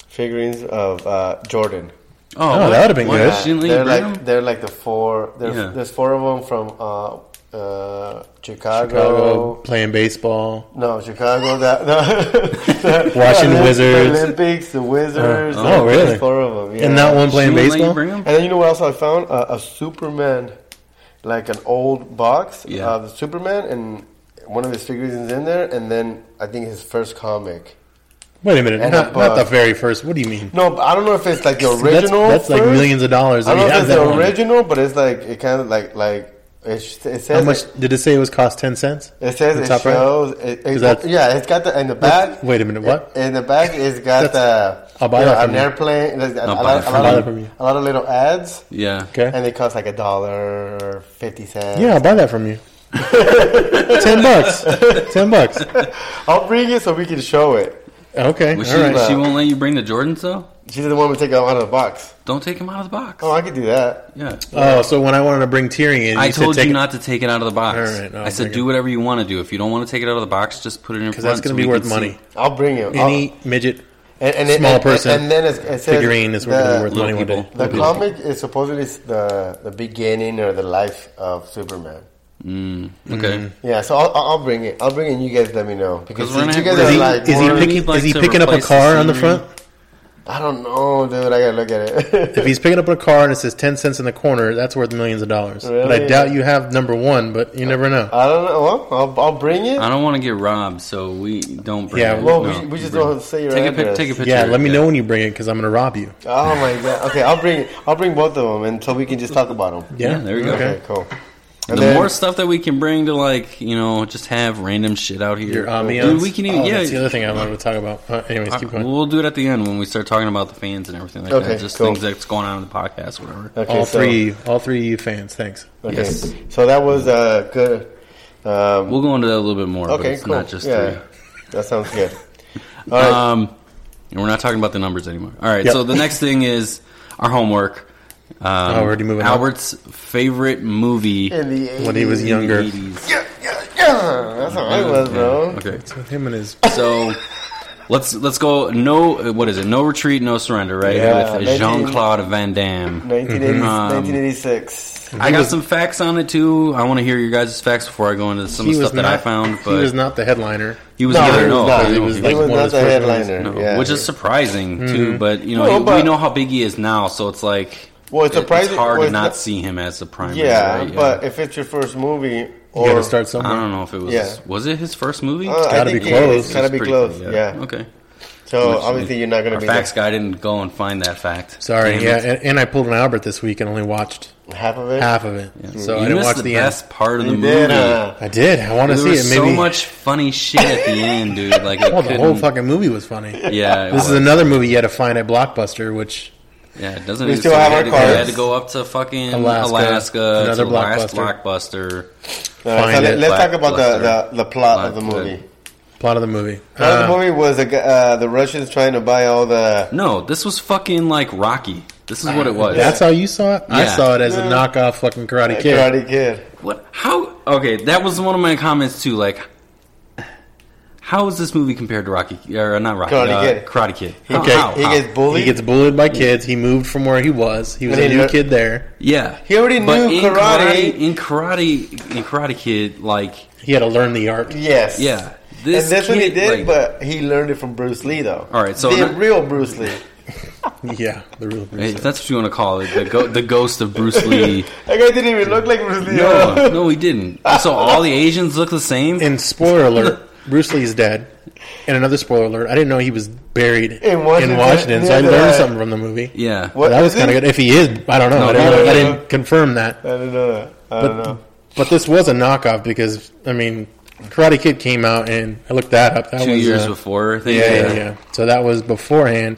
Speaker 2: figurines of uh, Jordan.
Speaker 1: Oh,
Speaker 3: that
Speaker 1: what?
Speaker 3: would've been
Speaker 1: Why
Speaker 3: good.
Speaker 1: didn't you
Speaker 2: they're
Speaker 1: bring
Speaker 2: like
Speaker 1: him?
Speaker 2: they're like the four. There's,
Speaker 1: Yeah.
Speaker 2: there's four of them from uh, uh, Chicago.
Speaker 3: Chicago playing baseball."
Speaker 2: No, Chicago. That no.
Speaker 3: Washington
Speaker 2: The
Speaker 3: Wizards.
Speaker 2: Olympics, the Wizards.
Speaker 3: Oh,
Speaker 2: like,
Speaker 3: really?
Speaker 2: there's Four of them. Yeah.
Speaker 3: And not one playing
Speaker 1: She wouldn't let you
Speaker 3: baseball.
Speaker 1: bring him?
Speaker 2: And then you know what else I found? Uh, a Superman, like an old box
Speaker 1: Yeah.
Speaker 2: of Superman, and one of his figurines in there, and then I think his first comic.
Speaker 3: Wait a minute,
Speaker 2: And
Speaker 3: not,
Speaker 2: a
Speaker 3: not the
Speaker 2: bug.
Speaker 3: very first. What do you mean?
Speaker 2: No, but I don't know if it's like the
Speaker 3: That's-
Speaker 2: original.
Speaker 3: That's, like
Speaker 2: first.
Speaker 3: millions of dollars.
Speaker 2: I
Speaker 3: that
Speaker 2: don't know
Speaker 3: we
Speaker 2: if
Speaker 3: have
Speaker 2: it's
Speaker 3: that
Speaker 2: the
Speaker 3: one.
Speaker 2: original, but it's like it kind of like like it, sh- it says
Speaker 3: How much did it say it was cost? Ten cents.
Speaker 2: It says
Speaker 3: The
Speaker 2: it
Speaker 3: top right?
Speaker 2: shows. It, it-
Speaker 3: Is that-
Speaker 2: yeah, it's got the in the back.
Speaker 3: wait a minute, what?
Speaker 2: In the back, it's got the
Speaker 3: I'll buy
Speaker 2: you know,
Speaker 3: that from
Speaker 2: an
Speaker 3: you.
Speaker 2: airplane. there's A, a,
Speaker 1: I'll buy
Speaker 2: lot,
Speaker 1: that
Speaker 2: a,
Speaker 1: from
Speaker 2: lot of,
Speaker 3: you. I'll buy that from you.
Speaker 2: a lot of little ads,
Speaker 1: Yeah.
Speaker 3: Okay,
Speaker 2: and it costs like a dollar fifty cents.
Speaker 3: yeah, I'll buy that from you. Ten bucks. Ten bucks.
Speaker 2: I'll bring it so we can show it.
Speaker 3: Okay,
Speaker 1: Well,
Speaker 3: all
Speaker 1: she,
Speaker 2: uh,
Speaker 3: right.
Speaker 1: she won't let you bring the Jordans though.
Speaker 2: She didn't want me to take it out of the box.
Speaker 1: Don't take them out of the box.
Speaker 2: Oh, I could do that.
Speaker 1: Yeah.
Speaker 3: Oh, so when I wanted to bring Tyrion,
Speaker 1: I
Speaker 3: you said
Speaker 1: told
Speaker 3: take
Speaker 1: you
Speaker 3: it-
Speaker 1: not to take it out of the box.
Speaker 3: All right, no,
Speaker 1: I said
Speaker 3: bring
Speaker 1: do
Speaker 3: it.
Speaker 1: whatever you want to do. If you don't want to take it out of the box, just put it in front.
Speaker 3: because that's going
Speaker 1: so
Speaker 3: to be
Speaker 1: we
Speaker 3: worth
Speaker 1: can
Speaker 3: money.
Speaker 1: see.
Speaker 2: I'll bring it. I'll-
Speaker 3: Any midget
Speaker 2: and, and it-
Speaker 3: small
Speaker 2: and-
Speaker 3: person
Speaker 2: And then it's, it says
Speaker 3: figurine is going to be worth
Speaker 1: Little
Speaker 3: money one day.
Speaker 1: people.
Speaker 2: The
Speaker 1: Okay.
Speaker 2: comic is supposedly s- the the beginning or the life of Superman.
Speaker 1: Mm, okay.
Speaker 3: Mm-hmm.
Speaker 2: Yeah, so I'll, I'll I'll bring it. I'll bring it. and You guys, let me know because
Speaker 1: we're gonna
Speaker 2: you
Speaker 1: have-
Speaker 2: guys
Speaker 1: Is
Speaker 2: are
Speaker 3: Is he,
Speaker 2: like,
Speaker 3: is he
Speaker 1: Or-
Speaker 3: picking,
Speaker 1: like
Speaker 3: is he
Speaker 1: to
Speaker 3: picking up a
Speaker 1: replace the
Speaker 3: car on the
Speaker 1: scenery.
Speaker 3: front?
Speaker 2: I don't know, dude. I gotta look at
Speaker 3: If
Speaker 2: it.
Speaker 3: he's picking up a car and it says ten cents in the corner, that's worth millions of dollars. But I
Speaker 2: Really? Uh,
Speaker 3: doubt you have number one, but you never know.
Speaker 2: I don't know. Well, I'll, I'll bring it.
Speaker 1: I don't want to get robbed, so we don't bring.
Speaker 3: Yeah,
Speaker 1: it.
Speaker 2: well, we
Speaker 1: Uh, No,
Speaker 2: ju- we just
Speaker 1: bring
Speaker 2: don't
Speaker 1: it.
Speaker 2: say your
Speaker 1: take a pic-
Speaker 2: address.
Speaker 1: take a picture.
Speaker 3: yeah, let me
Speaker 1: of it.
Speaker 3: know when you bring it because I'm going to rob you.
Speaker 2: Oh my god. Okay, I'll bring it. I'll bring both of them, and so we can just talk about them.
Speaker 1: Yeah, there you go.
Speaker 2: Okay,
Speaker 3: Okay.
Speaker 2: cool.
Speaker 1: The
Speaker 2: And then-
Speaker 1: more stuff that we can bring to, like, you know, just have random shit out here.
Speaker 3: Your ambiance.
Speaker 1: Dude, we can even,
Speaker 3: oh,
Speaker 1: yeah.
Speaker 3: That's the other thing I wanted to talk about. Uh, anyways, keep going.
Speaker 1: We'll do it at the end when we start talking about the fans and everything like
Speaker 2: Okay,
Speaker 1: that. Just
Speaker 2: cool.
Speaker 1: things that's going on in the podcast, whatever.
Speaker 2: okay,
Speaker 3: all
Speaker 2: so-
Speaker 3: three, all three you fans. Thanks.
Speaker 2: Okay,
Speaker 1: Yes.
Speaker 2: so that was uh, good. Um,
Speaker 1: We'll go into that a little bit more, but
Speaker 2: okay,
Speaker 1: it's
Speaker 2: cool.
Speaker 1: not just
Speaker 2: yeah,
Speaker 1: three.
Speaker 2: that sounds good. All right.
Speaker 1: Um, and we're not talking about the numbers anymore. All right.
Speaker 3: Yep.
Speaker 1: So the next thing is our homework. Um,
Speaker 3: Oh, we're already moving on.
Speaker 1: Albert's favorite movie
Speaker 2: in the 80s.
Speaker 3: When he was
Speaker 1: in the
Speaker 3: younger,
Speaker 1: 80s.
Speaker 2: Yeah, yeah, yeah. That's how I was,
Speaker 1: Yeah,
Speaker 2: bro.
Speaker 1: Okay.
Speaker 3: it's with him and his.
Speaker 1: So let's let's go. No, what is it? No retreat, no surrender. Right
Speaker 2: Yeah,
Speaker 1: with
Speaker 2: nineteen-
Speaker 1: Jean Claude Van Damme.
Speaker 2: 1980,
Speaker 1: Um,
Speaker 2: 1986.
Speaker 1: I got some facts on it too. I want to hear your guys' facts before I go into some of
Speaker 3: He
Speaker 1: the
Speaker 3: was
Speaker 1: stuff
Speaker 3: not.
Speaker 1: that I found. But
Speaker 3: he was not the
Speaker 2: No,
Speaker 3: headliner.
Speaker 1: not.
Speaker 2: he was
Speaker 1: no,
Speaker 2: not.
Speaker 1: no,
Speaker 2: He
Speaker 3: was
Speaker 1: he
Speaker 3: like Mm-hmm.
Speaker 2: He was
Speaker 3: one of
Speaker 2: not
Speaker 3: his
Speaker 2: the
Speaker 3: first ones.
Speaker 2: headliner.
Speaker 1: no,
Speaker 2: yeah.
Speaker 1: which is surprising too. But you know,
Speaker 2: No,
Speaker 1: he-
Speaker 2: but-
Speaker 1: we know how big he is now, so it's like
Speaker 2: Well, it's
Speaker 1: it-
Speaker 2: surprising-
Speaker 1: hard to
Speaker 2: well, it's
Speaker 1: not
Speaker 2: not-
Speaker 1: see him as the primary.
Speaker 2: yeah,
Speaker 1: right?
Speaker 2: but if it's your first movie,
Speaker 3: You
Speaker 2: or
Speaker 3: got to start somewhere.
Speaker 1: I don't know if it was.
Speaker 2: Yeah.
Speaker 1: Was it his first movie?
Speaker 2: Uh, I
Speaker 3: Gotta
Speaker 2: think
Speaker 3: be
Speaker 2: it is.
Speaker 3: close.
Speaker 2: Gotta
Speaker 1: It's
Speaker 2: be
Speaker 1: pretty
Speaker 2: close.
Speaker 1: good,
Speaker 2: Yeah.
Speaker 1: Okay.
Speaker 2: So
Speaker 1: Which
Speaker 2: obviously you're not gonna
Speaker 1: our
Speaker 2: be
Speaker 1: facts
Speaker 2: there.
Speaker 1: guy didn't go and find that fact.
Speaker 3: Sorry.
Speaker 1: Damn
Speaker 3: yeah,
Speaker 1: it.
Speaker 3: and, and I pulled an Albert this week and only watched
Speaker 2: half of it.
Speaker 3: half of it, so
Speaker 1: Oh. you
Speaker 3: I didn't
Speaker 1: missed
Speaker 3: watch
Speaker 1: the,
Speaker 3: the, end.
Speaker 1: best part of the
Speaker 2: You
Speaker 1: movie.
Speaker 2: did, uh,
Speaker 3: I did. I want to
Speaker 1: there
Speaker 3: see it.
Speaker 1: was
Speaker 3: Maybe
Speaker 1: so much funny shit at the end, dude. Like I
Speaker 3: Well, the whole
Speaker 1: couldn't-
Speaker 3: fucking movie was funny.
Speaker 1: Yeah, it
Speaker 3: This is
Speaker 1: was.
Speaker 3: another movie you had to find at Blockbuster, which
Speaker 1: Yeah, it doesn't.
Speaker 2: We
Speaker 1: even-
Speaker 2: still
Speaker 1: so
Speaker 2: have
Speaker 1: they had
Speaker 2: our
Speaker 1: to- they had
Speaker 2: cards.
Speaker 1: to go up to fucking
Speaker 3: Alaska.
Speaker 1: Alaska, to the
Speaker 3: Another
Speaker 1: last blockbuster.
Speaker 2: All right, so let,
Speaker 3: find it.
Speaker 2: us talk about
Speaker 1: Blockbuster.
Speaker 2: the, the, the plot of the
Speaker 1: Blockbuster.
Speaker 2: movie.
Speaker 3: plot of the movie.
Speaker 2: Plot of
Speaker 3: Uh,
Speaker 2: the movie was the gu- uh, the Russians trying to buy all the.
Speaker 1: No, this was fucking like Rocky. This is what it was.
Speaker 3: That's how you saw it. I
Speaker 1: Yeah.
Speaker 3: saw it as a
Speaker 2: Yeah.
Speaker 3: knockoff fucking Karate Kid.
Speaker 2: Karate Kid.
Speaker 1: what? How? Okay, that was one of my comments too. Like, how is this movie compared to Rocky or not Rocky?
Speaker 2: Karate
Speaker 1: uh,
Speaker 2: Kid.
Speaker 1: Karate Kid. How-
Speaker 3: Okay,
Speaker 1: how-
Speaker 2: He
Speaker 1: how?
Speaker 2: gets bullied.
Speaker 3: He gets bullied by kids. He moved from where he was. He was
Speaker 2: And
Speaker 3: a
Speaker 2: he
Speaker 3: new
Speaker 2: lear-
Speaker 3: kid there.
Speaker 1: yeah,
Speaker 2: He already
Speaker 1: But
Speaker 2: knew
Speaker 1: in
Speaker 2: karate.
Speaker 1: In karate, in Karate Kid, like,
Speaker 3: He had to learn the art.
Speaker 2: yes.
Speaker 1: yeah,
Speaker 2: And that's what he
Speaker 1: kid,
Speaker 2: did,
Speaker 1: like-
Speaker 2: but he learned it from Bruce Lee, though.
Speaker 1: All right, so
Speaker 2: the
Speaker 1: not-
Speaker 2: real Bruce Lee.
Speaker 3: Yeah, the real. Bruce
Speaker 1: if that's what you want to call it, the, go- the ghost of Bruce Lee.
Speaker 2: That guy didn't even look like Bruce Lee.
Speaker 1: No, no, he didn't. So all the Asians look the same.
Speaker 3: Lee. And spoiler alert: Bruce Lee is dead. And another spoiler alert: I didn't know he was buried in
Speaker 2: Washington.
Speaker 3: Washington. so I
Speaker 2: Yeah,
Speaker 3: learned
Speaker 2: yeah.
Speaker 3: something from the movie.
Speaker 1: yeah,
Speaker 2: What
Speaker 3: that was
Speaker 2: is
Speaker 3: kind of
Speaker 2: it?
Speaker 3: good. If he is, I don't know.
Speaker 1: No,
Speaker 3: I, didn't,
Speaker 1: no,
Speaker 3: I
Speaker 2: no,
Speaker 3: didn't
Speaker 2: no.
Speaker 3: confirm that.
Speaker 2: I don't know that. I don't know.
Speaker 3: But this was a knockoff because I mean, Karate Kid came out, and I looked that up. That
Speaker 1: two
Speaker 3: was
Speaker 1: years
Speaker 3: uh,
Speaker 1: before. I think.
Speaker 3: Yeah, yeah, yeah. So that was beforehand.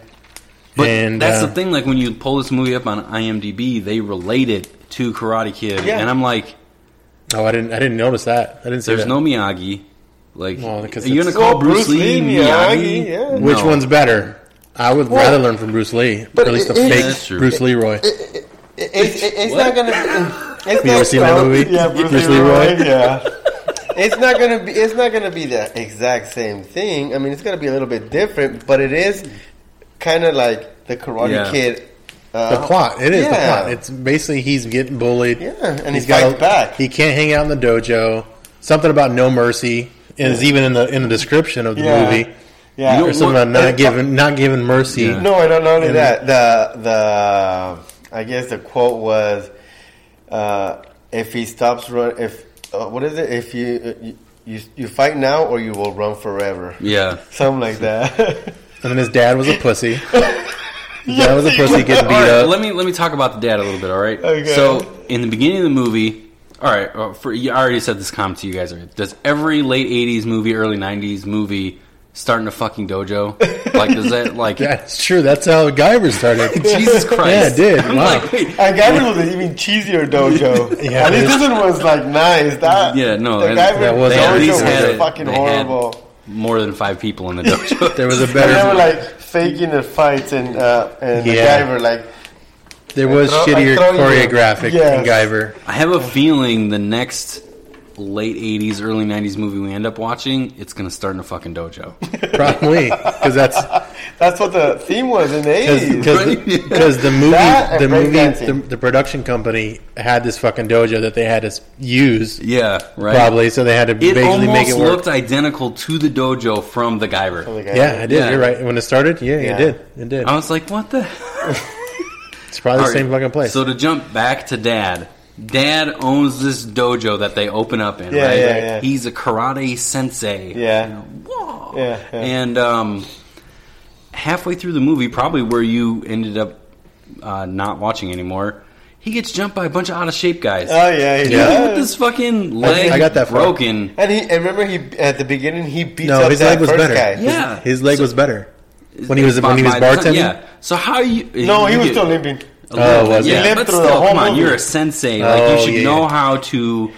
Speaker 1: But
Speaker 3: and
Speaker 1: that's
Speaker 3: uh,
Speaker 1: the thing. Like when you pull this movie up on IMDb, they relate it to Karate Kid,
Speaker 2: Yeah.
Speaker 1: and I'm like,
Speaker 3: Oh, I didn't. I didn't notice that. I didn't see
Speaker 1: there's
Speaker 3: that.
Speaker 1: no Miyagi. Like,
Speaker 3: Well, 'cause
Speaker 1: are you gonna
Speaker 3: it's-
Speaker 1: call
Speaker 2: Well,
Speaker 1: Bruce, Lee Miyagi?
Speaker 2: yeah.
Speaker 3: Which
Speaker 1: No.
Speaker 3: one's better? I would rather learn from Bruce Lee,
Speaker 2: but
Speaker 3: or at least a
Speaker 2: it- it-
Speaker 3: fake
Speaker 1: That's true.
Speaker 3: Bruce Leroy.
Speaker 2: It, it, it- it's not
Speaker 1: What?
Speaker 2: gonna. Be, it's
Speaker 3: You
Speaker 2: not
Speaker 3: ever seen that
Speaker 2: gonna-
Speaker 3: movie?
Speaker 2: Yeah, Bruce,
Speaker 3: Bruce
Speaker 2: Leroy.
Speaker 3: Leroy?
Speaker 2: Yeah. it's not gonna be. It's not gonna be the exact same thing. I mean, it's gonna be a little bit different, but it is kind of like the Karate
Speaker 1: Yeah.
Speaker 2: Kid. Uh,
Speaker 3: the plot. It is
Speaker 2: yeah.
Speaker 3: the plot. It's basically he's getting bullied.
Speaker 2: Yeah, and
Speaker 3: he's
Speaker 2: he fights
Speaker 3: a-
Speaker 2: back.
Speaker 3: He can't hang out in the dojo. Something about no mercy is even in the in the description of the
Speaker 2: Yeah.
Speaker 3: movie.
Speaker 2: yeah.
Speaker 1: You
Speaker 3: There's something
Speaker 1: Well,
Speaker 3: about not
Speaker 2: it's-
Speaker 3: giving not giving mercy.
Speaker 1: Yeah.
Speaker 2: No, and not only that, the the I guess the quote was, uh, "If he stops run, if uh, what is it? If you, you you fight now or you will run forever.
Speaker 1: Yeah.
Speaker 2: Something like that.
Speaker 3: And then his dad was a pussy. His dad was a pussy getting beat
Speaker 1: All right,
Speaker 3: up.
Speaker 1: let me let me talk about the dad a little bit. All right.
Speaker 2: Okay.
Speaker 1: So in the beginning of the movie, all right. uh, For I already said this comment to you guys. already. Does every late '80s movie, early '90s movie start in a fucking dojo? Like, does that like
Speaker 3: That's true. That's how Guyver started.
Speaker 1: Jesus Christ?
Speaker 3: Yeah, it did.
Speaker 1: I'm
Speaker 3: Wow.
Speaker 1: like, wait,
Speaker 2: I got it was an even cheesier dojo.
Speaker 3: Yeah,
Speaker 2: At least
Speaker 3: it is.
Speaker 2: this one was like nice. That
Speaker 1: Yeah, no,
Speaker 2: the
Speaker 1: that-
Speaker 2: guy
Speaker 3: that
Speaker 2: was
Speaker 3: was-
Speaker 1: they
Speaker 3: dojo
Speaker 1: at least
Speaker 2: was
Speaker 1: had it.
Speaker 2: fucking
Speaker 1: they had
Speaker 2: horrible.
Speaker 1: more than five people in the dojo.
Speaker 3: There was a
Speaker 2: And they were
Speaker 3: better.
Speaker 2: like faking the fights, and uh, and
Speaker 3: Yeah.
Speaker 2: the guy were like,
Speaker 3: There was
Speaker 2: I throw- I
Speaker 3: shittier
Speaker 2: throw you.
Speaker 3: choreographic
Speaker 2: Yes.
Speaker 3: in Guyver.
Speaker 1: I have a feeling the next late '80s, early '90s movie we end up watching, it's gonna start in a fucking dojo.
Speaker 3: Probably because that's
Speaker 2: that's what the theme was in the eighties.
Speaker 3: because
Speaker 1: Right?
Speaker 3: because the movie
Speaker 2: That and
Speaker 3: the movie
Speaker 2: breakdancing.
Speaker 3: the, the production company had this fucking dojo that they had to s- use
Speaker 1: Yeah, right.
Speaker 3: probably so they had to
Speaker 1: It
Speaker 3: basically
Speaker 1: almost
Speaker 3: make it work.
Speaker 1: looked identical to the dojo from the Guyver.
Speaker 3: yeah, I did.
Speaker 1: Yeah.
Speaker 3: You're right. When it started, yeah,
Speaker 2: Yeah.
Speaker 3: it did. It did.
Speaker 1: I was like, what the?
Speaker 3: It's probably the same fucking place.
Speaker 1: So to jump back to dad, dad owns this dojo that they open up in.
Speaker 2: Yeah,
Speaker 1: right?
Speaker 2: yeah, yeah.
Speaker 1: He's a karate sensei.
Speaker 2: Yeah.
Speaker 1: You know, whoa.
Speaker 2: Yeah, yeah.
Speaker 1: And um, halfway through the movie, probably where you ended up uh, not watching anymore, he gets jumped by a bunch of out of shape guys.
Speaker 2: Oh yeah, he
Speaker 1: Even
Speaker 2: does.
Speaker 1: with this fucking leg
Speaker 3: I got that far.
Speaker 1: broken.
Speaker 2: And he, and remember he at the beginning he beats
Speaker 3: no,
Speaker 2: up
Speaker 3: his
Speaker 2: that
Speaker 3: leg was
Speaker 2: first
Speaker 3: better.
Speaker 2: guy.
Speaker 3: His-
Speaker 1: Yeah.
Speaker 3: his, leg was better when he was when he was
Speaker 1: By the time-
Speaker 3: bartending.
Speaker 1: Yeah. So how you?
Speaker 2: No, he
Speaker 1: you
Speaker 2: was
Speaker 1: get-
Speaker 2: still limping.
Speaker 3: Oh, was
Speaker 1: yeah,
Speaker 3: he?
Speaker 2: lived
Speaker 1: but
Speaker 2: through
Speaker 1: still,
Speaker 2: the whole
Speaker 1: come on,
Speaker 2: movie.
Speaker 1: you're a sensei. Like
Speaker 3: Oh,
Speaker 1: you should
Speaker 3: yeah,
Speaker 1: know
Speaker 3: yeah.
Speaker 1: how to.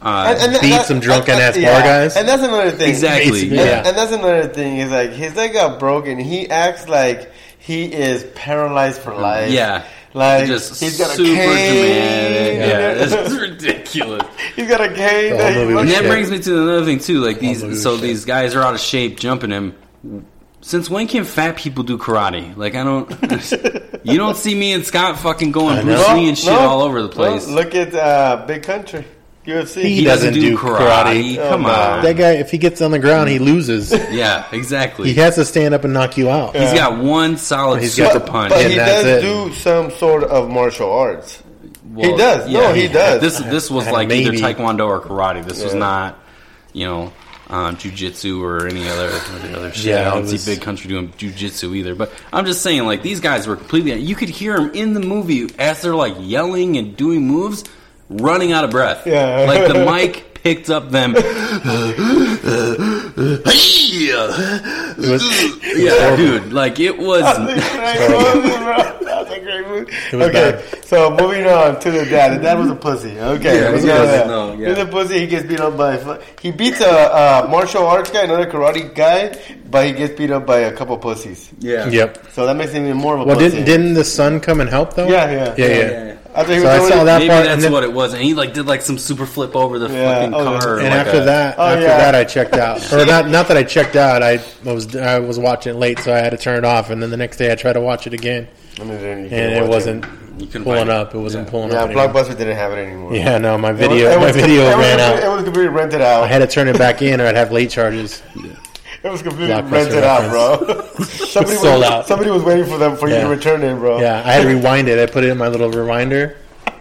Speaker 1: Uh,
Speaker 2: And- and that-
Speaker 3: Beat
Speaker 2: that-
Speaker 3: some drunken
Speaker 2: and-
Speaker 3: ass
Speaker 2: yeah.
Speaker 3: bar guys.
Speaker 2: And that's another thing.
Speaker 1: Exactly.
Speaker 2: And,
Speaker 3: Basically, yeah.
Speaker 2: and that's another thing is like his leg got broken. He acts like he is paralyzed for life.
Speaker 1: yeah,
Speaker 2: Like
Speaker 1: just
Speaker 2: he's got a
Speaker 1: super
Speaker 2: cane.
Speaker 1: dramatic. Yeah,
Speaker 2: you know?
Speaker 1: this is ridiculous.
Speaker 2: he's got a cane.
Speaker 3: The whole
Speaker 2: that he
Speaker 3: movie
Speaker 2: looks-
Speaker 1: And that
Speaker 3: Shit.
Speaker 1: brings me to another thing too. Like
Speaker 3: Oh,
Speaker 1: these,
Speaker 3: look at
Speaker 1: so
Speaker 3: this
Speaker 1: these guys are out of shape, jumping him. Since when can fat people do karate? Like I don't, you don't see me and Scott fucking going Bruce
Speaker 2: No,
Speaker 1: Lee and shit
Speaker 2: no,
Speaker 1: all over the place.
Speaker 2: no, look at uh, Big Country UFC.
Speaker 3: He
Speaker 1: he doesn't,
Speaker 3: doesn't
Speaker 1: do
Speaker 3: do
Speaker 1: karate.
Speaker 3: karate.
Speaker 1: Come
Speaker 2: Oh, no.
Speaker 1: on,
Speaker 3: That guy, if he gets on the ground, he loses.
Speaker 1: yeah, exactly.
Speaker 3: he has to stand up and knock you out.
Speaker 1: He's got one solid
Speaker 3: He's got
Speaker 1: super
Speaker 2: but,
Speaker 1: punch.
Speaker 2: but
Speaker 3: And
Speaker 2: he does
Speaker 3: that's it.
Speaker 2: do some sort of martial arts.
Speaker 1: Well,
Speaker 2: He does. No, he does.
Speaker 1: This this was
Speaker 3: And
Speaker 1: like either
Speaker 3: maybe-
Speaker 1: taekwondo or karate. This was
Speaker 2: Yeah.
Speaker 1: not, you know, um, jujitsu or any other or the other shit. I
Speaker 3: Yeah,
Speaker 1: don't
Speaker 3: it was-
Speaker 1: see Big Country doing jujitsu either. But I'm just saying, like these guys were completely. You could hear them in the movie as they're like yelling and doing moves, running out of breath.
Speaker 2: Yeah.
Speaker 1: like the mic picked up them.
Speaker 3: It was-
Speaker 1: yeah, dude, like it was.
Speaker 2: That's a great movie.
Speaker 3: was
Speaker 2: Okay, so moving on to the dad. The dad was a pussy. Okay,
Speaker 1: Yeah, he was a
Speaker 2: we got
Speaker 1: pussy.
Speaker 2: that.
Speaker 1: No, yeah.
Speaker 2: he's a pussy. He gets beat up by. a fu- He beats a, a martial arts guy, another karate guy, but he gets beat up by a couple pussies.
Speaker 1: Yeah.
Speaker 3: yep.
Speaker 2: So that makes him even more of a
Speaker 3: Well,
Speaker 2: pussy.
Speaker 3: didn't didn't the son come and help though?
Speaker 2: Yeah, yeah.
Speaker 3: yeah,
Speaker 2: Yeah,
Speaker 3: yeah.
Speaker 1: yeah, yeah.
Speaker 2: After he
Speaker 3: So
Speaker 2: was
Speaker 3: I
Speaker 2: doing
Speaker 3: saw
Speaker 2: it-
Speaker 3: that
Speaker 1: Maybe
Speaker 3: part,
Speaker 1: that's
Speaker 3: and, then,
Speaker 1: what it was, and he like did like some super flip over the
Speaker 2: Yeah,
Speaker 1: fucking
Speaker 2: oh, yeah.
Speaker 1: car. or,
Speaker 3: and
Speaker 1: like,
Speaker 3: after
Speaker 1: a-
Speaker 3: that,
Speaker 2: Oh,
Speaker 3: after
Speaker 2: yeah.
Speaker 3: that, I checked out, or not not that I checked out. I was I was watching it late, so I had to turn it off, and then the next day I tried to watch it again,
Speaker 2: And then you
Speaker 3: and
Speaker 2: can
Speaker 3: it
Speaker 2: watch
Speaker 3: wasn't
Speaker 1: You couldn't find
Speaker 3: pulling
Speaker 1: it.
Speaker 3: up. It wasn't
Speaker 1: Yeah.
Speaker 3: pulling
Speaker 2: Yeah,
Speaker 3: up. anymore.
Speaker 2: Blockbuster didn't have it anymore.
Speaker 3: Yeah, no, my
Speaker 2: It was-
Speaker 3: video,
Speaker 2: it
Speaker 3: my
Speaker 2: was-
Speaker 3: video
Speaker 2: it was-
Speaker 3: ran
Speaker 2: It
Speaker 3: out.
Speaker 2: was completely rented
Speaker 3: I
Speaker 2: out.
Speaker 3: had to turn it back in, or I'd have late charges.
Speaker 2: It was completely
Speaker 3: Blockbuster
Speaker 2: rented out, bro. somebody
Speaker 3: Sold
Speaker 2: was,
Speaker 3: out.
Speaker 2: Somebody was waiting for them for you to
Speaker 3: Yeah.
Speaker 2: return it, bro.
Speaker 3: Yeah, I had to rewind it. I put it in my little rewinder,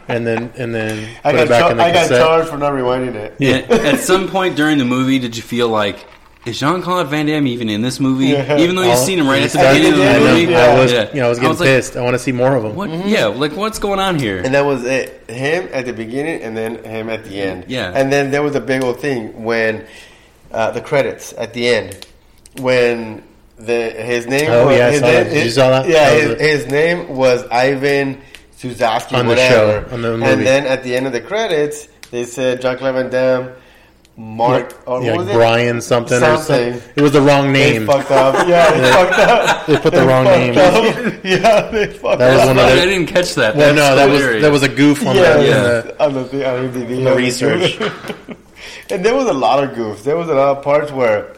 Speaker 3: and then and then
Speaker 2: I got,
Speaker 3: put it back
Speaker 2: char-
Speaker 3: in the
Speaker 2: I got
Speaker 3: cassette.
Speaker 2: charged for not rewinding it.
Speaker 1: And at some point during the movie, did you feel like is Jean Claude Van Damme even in this movie?
Speaker 2: Yeah.
Speaker 1: Even though you've
Speaker 3: All-
Speaker 1: seen him right at the
Speaker 3: I-
Speaker 2: started-
Speaker 1: beginning of
Speaker 2: yeah,
Speaker 1: the
Speaker 3: I,
Speaker 1: movie,
Speaker 3: know, I was,
Speaker 1: Yeah.
Speaker 3: you know, I was getting
Speaker 1: like,
Speaker 3: pissed. Mm-hmm. I want to see more of them.
Speaker 1: what? Yeah, like what's going on here?
Speaker 2: And that was it. Him at the beginning and then him at the end.
Speaker 1: Yeah.
Speaker 2: And then there was a big old thing when uh, the credits at the end. When the his name
Speaker 3: Oh,
Speaker 2: was
Speaker 3: yeah, I
Speaker 2: his
Speaker 3: saw
Speaker 2: name,
Speaker 3: that. Did you
Speaker 2: his-
Speaker 3: saw that?
Speaker 2: Yeah,
Speaker 3: That was
Speaker 2: his,
Speaker 3: it.
Speaker 2: his name was Ivan Suzaki
Speaker 3: On the
Speaker 2: whatever.
Speaker 3: show, on the movie.
Speaker 2: And then at the end of the credits they said John Claude Van Damme, Mark or what
Speaker 3: Yeah, like
Speaker 2: was it?
Speaker 3: Brian something, or
Speaker 2: Something.
Speaker 3: something. It was the wrong
Speaker 2: They
Speaker 3: name.
Speaker 2: fucked up. Yeah, they fucked up.
Speaker 3: They put the wrong
Speaker 2: fucked up.
Speaker 3: name.
Speaker 2: Yeah, they fucked
Speaker 3: That was
Speaker 2: up.
Speaker 3: one of
Speaker 1: Fuck,
Speaker 3: the-
Speaker 1: I didn't catch that.
Speaker 3: Well,
Speaker 1: That's
Speaker 3: no, that was
Speaker 1: hilarious.
Speaker 3: that was a goof on
Speaker 2: yeah,
Speaker 3: the,
Speaker 2: yeah. on
Speaker 3: on the-
Speaker 2: the thing, on the,
Speaker 3: the research.
Speaker 2: and there was a lot of goofs. There was a lot of parts where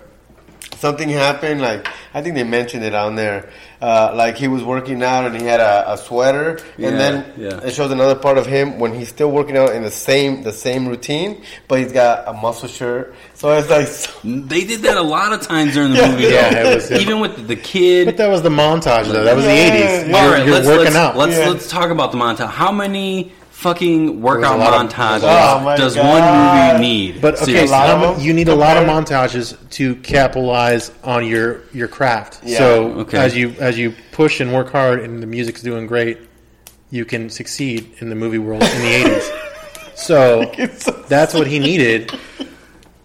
Speaker 2: something happened. Like I think they mentioned it on there. Uh, like he was working out and he had a, a sweater,
Speaker 1: Yeah,
Speaker 2: and then
Speaker 1: yeah.
Speaker 2: it shows another part of him when he's still working out in the same the same routine, but he's got a muscle shirt. So it's like so-
Speaker 1: They did that a lot of times during the
Speaker 2: Yeah.
Speaker 1: movie.
Speaker 3: Yeah,
Speaker 1: though.
Speaker 3: it was-
Speaker 1: even with the kid.
Speaker 3: But that was the montage though. That was the
Speaker 2: Yeah,
Speaker 3: eighties.
Speaker 2: yeah.
Speaker 1: All
Speaker 3: You're,
Speaker 1: right,
Speaker 3: you're
Speaker 1: let's,
Speaker 3: working
Speaker 1: let's,
Speaker 3: out.
Speaker 1: Let's
Speaker 2: Yeah.
Speaker 1: let's talk about the montage. How many fucking workout
Speaker 3: a lot of-
Speaker 1: montages
Speaker 2: Oh my
Speaker 1: does
Speaker 2: God.
Speaker 1: one movie need?
Speaker 3: But okay,
Speaker 1: Seriously.
Speaker 2: lot of
Speaker 3: how mu-
Speaker 2: them?
Speaker 3: you need a lot of
Speaker 2: Okay.
Speaker 3: montages to capitalize on your your craft.
Speaker 2: Yeah.
Speaker 3: So
Speaker 1: Okay.
Speaker 3: as you as you push and work hard, and the music's doing great, you can succeed in the movie world in the eighties. So that's what he needed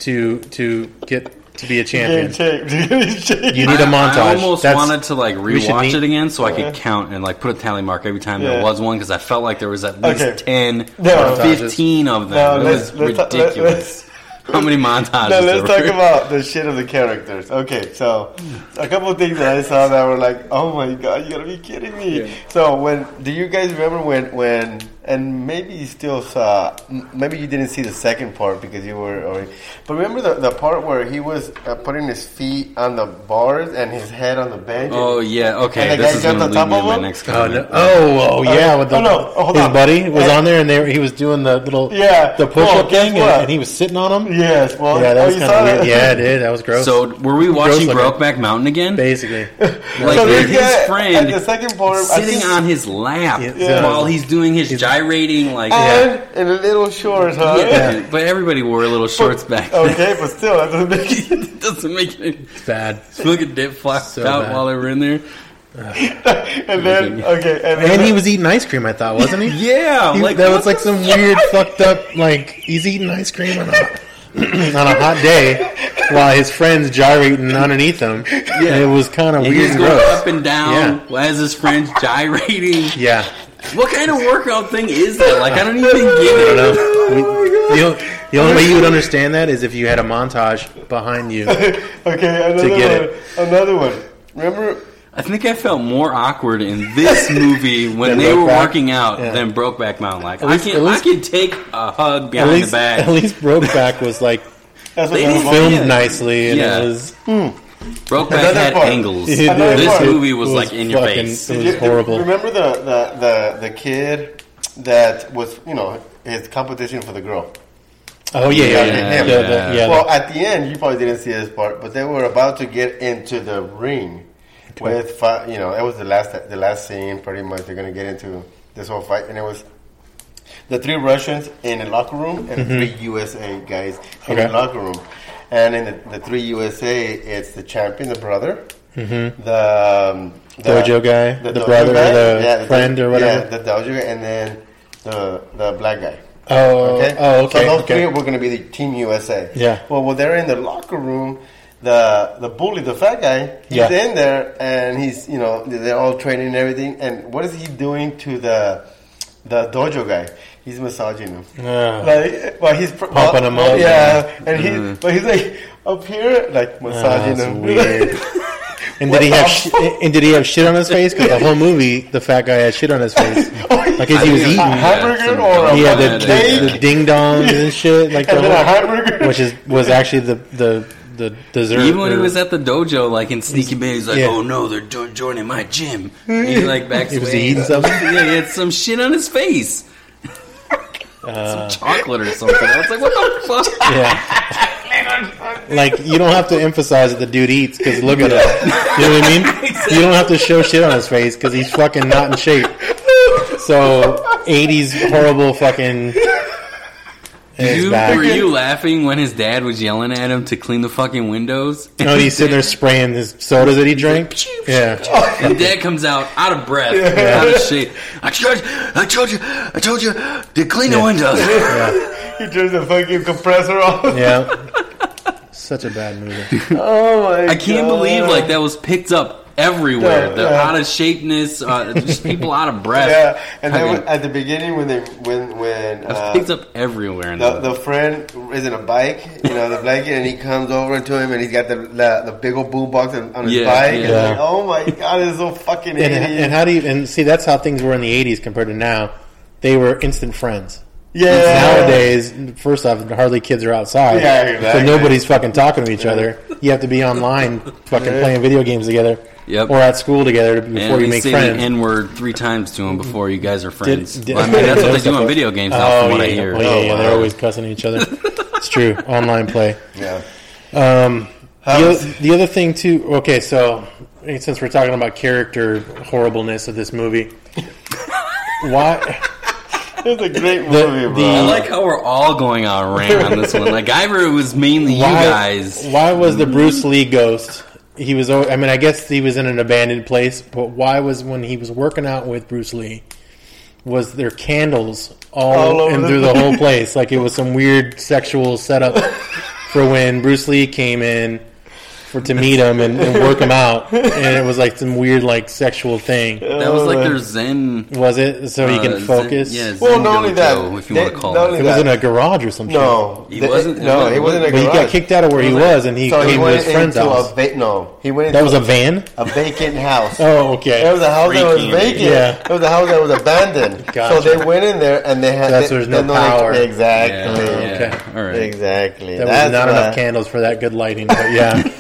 Speaker 3: to to get to be a
Speaker 2: Getting
Speaker 3: champion.
Speaker 2: shaped. Getting shaped.
Speaker 3: You need a montage.
Speaker 1: I almost
Speaker 3: That's-
Speaker 1: wanted to like
Speaker 3: we should
Speaker 1: rewatch
Speaker 3: need-
Speaker 1: it again so I could
Speaker 2: Yeah.
Speaker 1: count and like put a tally mark every time
Speaker 2: Yeah.
Speaker 1: there was one because I felt like there was at least
Speaker 2: Okay.
Speaker 1: ten
Speaker 2: No.
Speaker 1: or fifteen of
Speaker 2: No,
Speaker 1: them. it
Speaker 2: let's-
Speaker 1: was
Speaker 2: let's- let's-
Speaker 1: ridiculous. How many montages?
Speaker 2: No, let's
Speaker 1: there
Speaker 2: talk
Speaker 1: were.
Speaker 2: about the shit of the characters. Okay, so a couple of things that I saw that were like, "Oh my god, you gotta be kidding me!"
Speaker 1: Yeah.
Speaker 2: So when do you guys remember when when and maybe you still saw m- maybe you didn't see the second part because you were already, but remember the, the part where he was uh, putting his feet on the bars and his head on the bench.
Speaker 1: Oh yeah,
Speaker 2: And
Speaker 1: okay.
Speaker 2: the
Speaker 1: This
Speaker 2: guy
Speaker 1: is going to
Speaker 2: jumped
Speaker 1: lead me
Speaker 2: on
Speaker 1: to
Speaker 2: top
Speaker 1: my
Speaker 2: of him?
Speaker 1: next
Speaker 3: Oh,
Speaker 1: comment.
Speaker 3: no. oh, oh, yeah! With the,
Speaker 2: Oh, no. Oh, hold
Speaker 3: his
Speaker 2: on.
Speaker 3: buddy was
Speaker 2: Hey.
Speaker 3: on there, and they, were- he was doing the little
Speaker 2: Yeah.
Speaker 3: the push
Speaker 2: Oh,
Speaker 3: up
Speaker 2: guess
Speaker 3: thing, and,
Speaker 2: what?
Speaker 3: and he was sitting on him.
Speaker 2: Yes, well,
Speaker 3: Yeah,
Speaker 2: oh,
Speaker 3: that was
Speaker 2: you
Speaker 3: kind
Speaker 2: saw
Speaker 3: of weird.
Speaker 2: that?
Speaker 3: Yeah, dude, that was gross.
Speaker 1: So were we watching
Speaker 3: Gross looking.
Speaker 1: Brokeback Mountain again?
Speaker 3: basically,
Speaker 1: Like
Speaker 2: So
Speaker 1: with
Speaker 2: this guy,
Speaker 1: his
Speaker 2: at the
Speaker 1: friend
Speaker 2: second part, I
Speaker 1: sitting
Speaker 2: think-
Speaker 1: on his lap
Speaker 3: Yeah.
Speaker 1: while he's doing his gyrating like.
Speaker 2: and in a little shorts, huh?
Speaker 1: Yeah, but everybody wore little shorts back then.
Speaker 2: Okay, but still, that doesn't make it.
Speaker 1: it doesn't make any
Speaker 3: bad.
Speaker 1: Look at Dip flopped
Speaker 3: So
Speaker 1: out
Speaker 3: bad.
Speaker 1: while they were in there.
Speaker 2: And then okay, and then
Speaker 3: And he was eating ice cream. I thought, wasn't he?
Speaker 1: Yeah,
Speaker 3: He-
Speaker 1: like
Speaker 3: that
Speaker 1: what
Speaker 3: was like
Speaker 1: the
Speaker 3: some weird fucked up like he's eating ice cream on a, on a hot day while his friends gyrating underneath him. Yeah. It was kind of
Speaker 1: f-
Speaker 3: weird
Speaker 1: He's
Speaker 3: and
Speaker 1: going
Speaker 3: gross.
Speaker 1: up and down as his friend's gyrating.
Speaker 3: Yeah.
Speaker 1: What kind of workout thing is that? Like I don't even get it.
Speaker 3: No, we- the, o- the only way you would understand that is if you had a montage behind you.
Speaker 2: okay, another one.
Speaker 3: get it.
Speaker 2: Another one. Remember?
Speaker 1: I think I felt more awkward in this movie when
Speaker 3: Than
Speaker 1: they were
Speaker 3: Brokeback?
Speaker 1: working out
Speaker 3: Yeah.
Speaker 1: than Brokeback Mountain. Like
Speaker 3: least-
Speaker 1: I
Speaker 3: at
Speaker 1: can I
Speaker 3: least-
Speaker 1: can take a hug
Speaker 3: At
Speaker 1: behind
Speaker 3: least,
Speaker 1: the back.
Speaker 3: at least Brokeback was like
Speaker 2: That's what
Speaker 1: They
Speaker 2: that
Speaker 1: didn't
Speaker 2: was.
Speaker 3: filmed
Speaker 1: Yeah.
Speaker 3: nicely and
Speaker 1: Yeah.
Speaker 3: it was.
Speaker 1: Brokeback
Speaker 2: Another
Speaker 1: had
Speaker 2: part.
Speaker 1: angles.
Speaker 3: It did.
Speaker 2: Another
Speaker 1: This
Speaker 2: part.
Speaker 1: movie was,
Speaker 3: It
Speaker 1: like in your
Speaker 3: fucking-
Speaker 1: face.
Speaker 3: It
Speaker 2: You-
Speaker 3: was horrible.
Speaker 2: Remember the, the the the kid that was you know his competition for the girl.
Speaker 3: Oh yeah, yeah, yeah.
Speaker 2: Yeah,
Speaker 3: The- the- yeah,
Speaker 2: Well, at the end, you probably didn't see this part, but they were about to get into the ring with fi- you know that was the last the last scene. Pretty much, they're gonna get into this whole fight, and it was the three Russians in a locker room and three USA guys in a
Speaker 3: Mm-hmm. Okay.
Speaker 2: locker room. And in the, the three USA, it's the champion, the brother, the, um, the
Speaker 3: Mm-hmm. Dojo guy, the
Speaker 2: dojo
Speaker 3: brother, the friend or whatever.
Speaker 2: yeah, the dojo guy, and then the the black guy.
Speaker 3: oh,
Speaker 2: Okay.
Speaker 3: oh, okay.
Speaker 2: So those
Speaker 3: okay.
Speaker 2: three were going to be the Team USA.
Speaker 3: Yeah.
Speaker 2: Well, when they're in the locker room, the the bully, the fat guy, he's
Speaker 3: Yeah.
Speaker 2: in there and he's you know they're all training and everything. And what is he doing to the the dojo guy? He's massaging him.
Speaker 3: Ah.
Speaker 2: Like, well, he's pr-
Speaker 3: Pumping
Speaker 2: well,
Speaker 3: him up.
Speaker 2: Yeah,
Speaker 3: Mm-hmm.
Speaker 2: and he, but he's like up here, like massaging
Speaker 3: That's
Speaker 2: him.
Speaker 3: weird. And
Speaker 2: What
Speaker 3: did he
Speaker 2: the
Speaker 3: have sh- and did he have shit on his face? Because the whole movie, the fat guy had shit on his face. Like as he was
Speaker 1: I
Speaker 3: eating,
Speaker 1: think
Speaker 2: oh, a hamburger or a
Speaker 3: he had
Speaker 1: Yeah,
Speaker 3: the, the, the ding dongs and shit. Like the
Speaker 2: and then a
Speaker 3: whole,
Speaker 2: hamburger.
Speaker 3: which is was actually the the the dessert.
Speaker 1: Even when he
Speaker 3: or-
Speaker 1: was at the dojo, like in Sneaky Bay, he's like,
Speaker 3: yeah.
Speaker 1: "Oh no, they're jo- joining my gym." And he like backs
Speaker 3: He was
Speaker 1: away.
Speaker 3: eating something?
Speaker 1: Yeah, he had some shit on his face,
Speaker 3: uh,
Speaker 1: chocolate or something. I was like, "What the fuck?"
Speaker 3: yeah. Like you don't have to emphasize that the dude eats because look at him. You know what I mean? You don't have to show shit on his face because he's fucking not in shape. So '80s horrible fucking.
Speaker 1: Did
Speaker 3: is
Speaker 1: you,
Speaker 3: back.
Speaker 1: were you laughing when his dad was yelling at him to clean the fucking windows?
Speaker 3: You know, Oh, he's sitting there spraying his sodas that he drank. Yeah.
Speaker 1: And dad comes out out of breath, out of shape. I told, I told you, I told you to clean the
Speaker 3: Yeah.
Speaker 1: windows.
Speaker 2: he turns the fucking compressor off.
Speaker 3: Yeah. Such a bad movie.
Speaker 2: Oh my!
Speaker 1: I can't
Speaker 2: God.
Speaker 1: believe like that was picked up everywhere.
Speaker 2: Yeah,
Speaker 1: the
Speaker 2: yeah.
Speaker 1: out of shapeness, uh, just people out of breath.
Speaker 2: Yeah, and
Speaker 1: I
Speaker 2: then
Speaker 1: mean-
Speaker 2: when- at the beginning when they when when
Speaker 1: It was
Speaker 2: uh,
Speaker 1: picked up everywhere. In
Speaker 2: the,
Speaker 1: the,
Speaker 2: the friend is in a bike, you know, the blanket, and he comes over to him, and he's got the the, the big old boom box on, on his
Speaker 1: Yeah,
Speaker 2: bike. And
Speaker 1: yeah.
Speaker 2: like, oh my god, it's so fucking
Speaker 3: And,
Speaker 2: eighties.
Speaker 3: and how do you and see that's how things were in the '80s compared to now. They were instant friends.
Speaker 2: yeah,
Speaker 3: Nowadays, first off, hardly kids are outside,
Speaker 2: Yeah, exactly.
Speaker 3: so nobody's fucking talking to each other. You have to be online, fucking playing video games together,
Speaker 1: Yep.
Speaker 3: or at school together before
Speaker 1: and
Speaker 3: you
Speaker 1: you
Speaker 3: make
Speaker 1: say
Speaker 3: friends.
Speaker 1: the N word three times to him before you guys are friends.
Speaker 3: did-
Speaker 1: Well, I mean, that's what they do on
Speaker 3: Oh,
Speaker 1: video games now,
Speaker 3: oh
Speaker 1: from what
Speaker 3: yeah,
Speaker 1: I hear.
Speaker 3: oh, yeah, yeah, they're
Speaker 2: wow.
Speaker 3: always cussing each other. it's true. Online play.
Speaker 2: yeah.
Speaker 3: Um,
Speaker 2: How
Speaker 3: the,
Speaker 2: was-
Speaker 3: oth- the other thing too. Okay, so eh, since we're talking about character horribleness of this movie, why?
Speaker 2: It's a great movie,
Speaker 3: The-
Speaker 2: bro.
Speaker 3: the-
Speaker 1: I like how we're all going on a rant on this one. Like I remember it was mainly you guys.
Speaker 3: Why was the Bruce Lee ghost? He was. al- I mean, I guess he was in an abandoned place, but why was when he was working out with Bruce Lee? Was there candles all,
Speaker 2: All over
Speaker 3: and
Speaker 2: the
Speaker 3: through the
Speaker 2: place.
Speaker 3: whole place? Like it was some weird sexual setup for when Bruce Lee came in for to meet him and, and work him out, and it was like some weird like sexual thing.
Speaker 1: That was like their Zen.
Speaker 3: Was it so he
Speaker 1: uh,
Speaker 3: can
Speaker 1: Zen-
Speaker 3: focus?
Speaker 1: yeah, Zen
Speaker 2: Well, not only
Speaker 1: dojo,
Speaker 2: that,
Speaker 1: if you
Speaker 2: they-
Speaker 1: want to call
Speaker 2: not
Speaker 1: it.
Speaker 2: only
Speaker 3: It was
Speaker 2: that-
Speaker 3: in a garage or some
Speaker 2: No,
Speaker 1: He
Speaker 2: They-
Speaker 1: wasn't-
Speaker 2: No, he wasn't.
Speaker 3: shit. But he got kicked out of where he was, and he
Speaker 2: so he
Speaker 3: came to
Speaker 2: went
Speaker 3: his friend's
Speaker 2: into
Speaker 3: house.
Speaker 2: a va- no. He went into
Speaker 3: that was a van.
Speaker 2: a vacant house.
Speaker 3: Oh, okay.
Speaker 2: It was a house that was
Speaker 1: Freaky.
Speaker 2: vacant.
Speaker 3: Yeah.
Speaker 2: It was a house that was abandoned.
Speaker 3: Gotcha.
Speaker 2: So they went in there and they had.
Speaker 3: That's
Speaker 2: they,
Speaker 3: where there's no
Speaker 2: they know, like,
Speaker 3: power.
Speaker 2: exactly.
Speaker 1: Yeah,
Speaker 3: uh, okay.
Speaker 1: yeah. All right.
Speaker 2: Exactly.
Speaker 3: That
Speaker 2: That's
Speaker 3: was not
Speaker 2: why-
Speaker 3: enough candles for that good lighting, but yeah,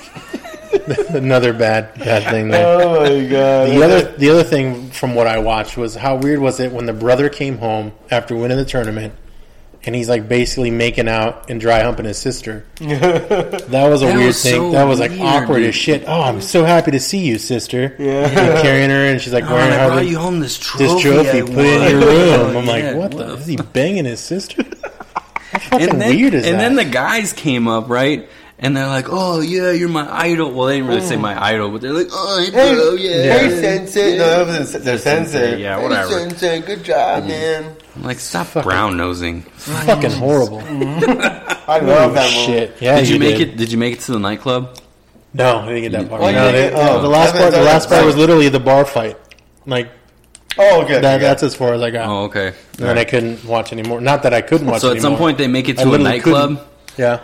Speaker 3: another bad bad thing there.
Speaker 2: Oh my god.
Speaker 3: The other the other thing from what I watched was how weird was it when the brother came home after winning the tournament, and he's like basically making out and dry humping his sister. That was a
Speaker 1: That
Speaker 3: weird
Speaker 1: was
Speaker 3: thing.
Speaker 1: so
Speaker 3: that was like
Speaker 1: weird,
Speaker 3: awkward
Speaker 1: dude.
Speaker 3: as shit. Oh, I'm so happy to see you, sister.
Speaker 2: Yeah.
Speaker 3: And carrying her, and she's like
Speaker 1: Oh,
Speaker 3: wearing
Speaker 1: I
Speaker 3: her
Speaker 1: brought you home this trophy.
Speaker 3: this trophy,
Speaker 1: I
Speaker 3: put it
Speaker 1: won.
Speaker 3: in your room. I'm
Speaker 1: Yeah,
Speaker 3: like, what the? Is he banging his sister? How fucking
Speaker 1: and then,
Speaker 3: weird is
Speaker 1: and
Speaker 3: that?
Speaker 1: then the guys came up, right? And they're like, "Oh yeah, you're my idol." Well, they didn't really
Speaker 3: Mm.
Speaker 1: say my idol, but they're like, "Oh, hey,
Speaker 2: Hey,
Speaker 1: bro, yeah."
Speaker 2: hey, sensei. No, that was their sensei.
Speaker 1: sensei, yeah,
Speaker 2: Hey,
Speaker 1: whatever.
Speaker 2: sensei, good job,
Speaker 3: Mm.
Speaker 2: man.
Speaker 1: I'm like, stop brown nosing.
Speaker 3: fucking horrible.
Speaker 2: I love that movie.
Speaker 3: Shit. Yeah,
Speaker 1: did you
Speaker 3: he
Speaker 1: make it? Did you make it to the nightclub?
Speaker 3: No, I didn't get that part.
Speaker 2: Oh, you
Speaker 3: no,
Speaker 2: didn't
Speaker 3: they-
Speaker 2: get- oh.
Speaker 3: the last
Speaker 2: I
Speaker 3: part. The
Speaker 2: thought-
Speaker 3: last part was literally the bar fight. Like
Speaker 2: Oh, okay.
Speaker 3: that,
Speaker 2: okay.
Speaker 3: that's as far as I got.
Speaker 1: Oh, okay.
Speaker 3: And then I couldn't watch anymore. Not that I couldn't watch.
Speaker 1: So at some
Speaker 3: anymore.
Speaker 1: point they make it
Speaker 3: I
Speaker 1: to a
Speaker 3: literally
Speaker 1: nightclub.
Speaker 3: couldn't. yeah.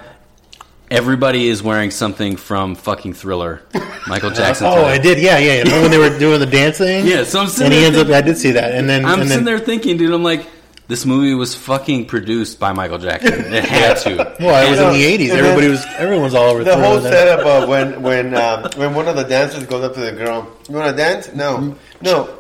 Speaker 1: Everybody is wearing something from fucking Thriller, Michael Jackson.
Speaker 3: Oh,
Speaker 1: Thriller.
Speaker 3: I did. Yeah, yeah. yeah. Remember when they were doing the dance thing?
Speaker 1: Yeah, so I'm sitting
Speaker 3: And he
Speaker 1: there
Speaker 3: ends up. I did see that. And then
Speaker 1: I'm
Speaker 3: and
Speaker 1: sitting
Speaker 3: then,
Speaker 1: there thinking, dude. I'm like, this movie was fucking produced by Michael Jackson. It had to.
Speaker 3: Well, it was in the
Speaker 2: Yeah.
Speaker 3: '80s.
Speaker 2: And then-
Speaker 3: Everybody was. Everyone's all over
Speaker 2: The
Speaker 3: Thriller
Speaker 2: whole
Speaker 3: then.
Speaker 2: setup of when when um, when one of the dancers goes up to the girl, you want to dance?
Speaker 3: Mm-hmm.
Speaker 2: No, no,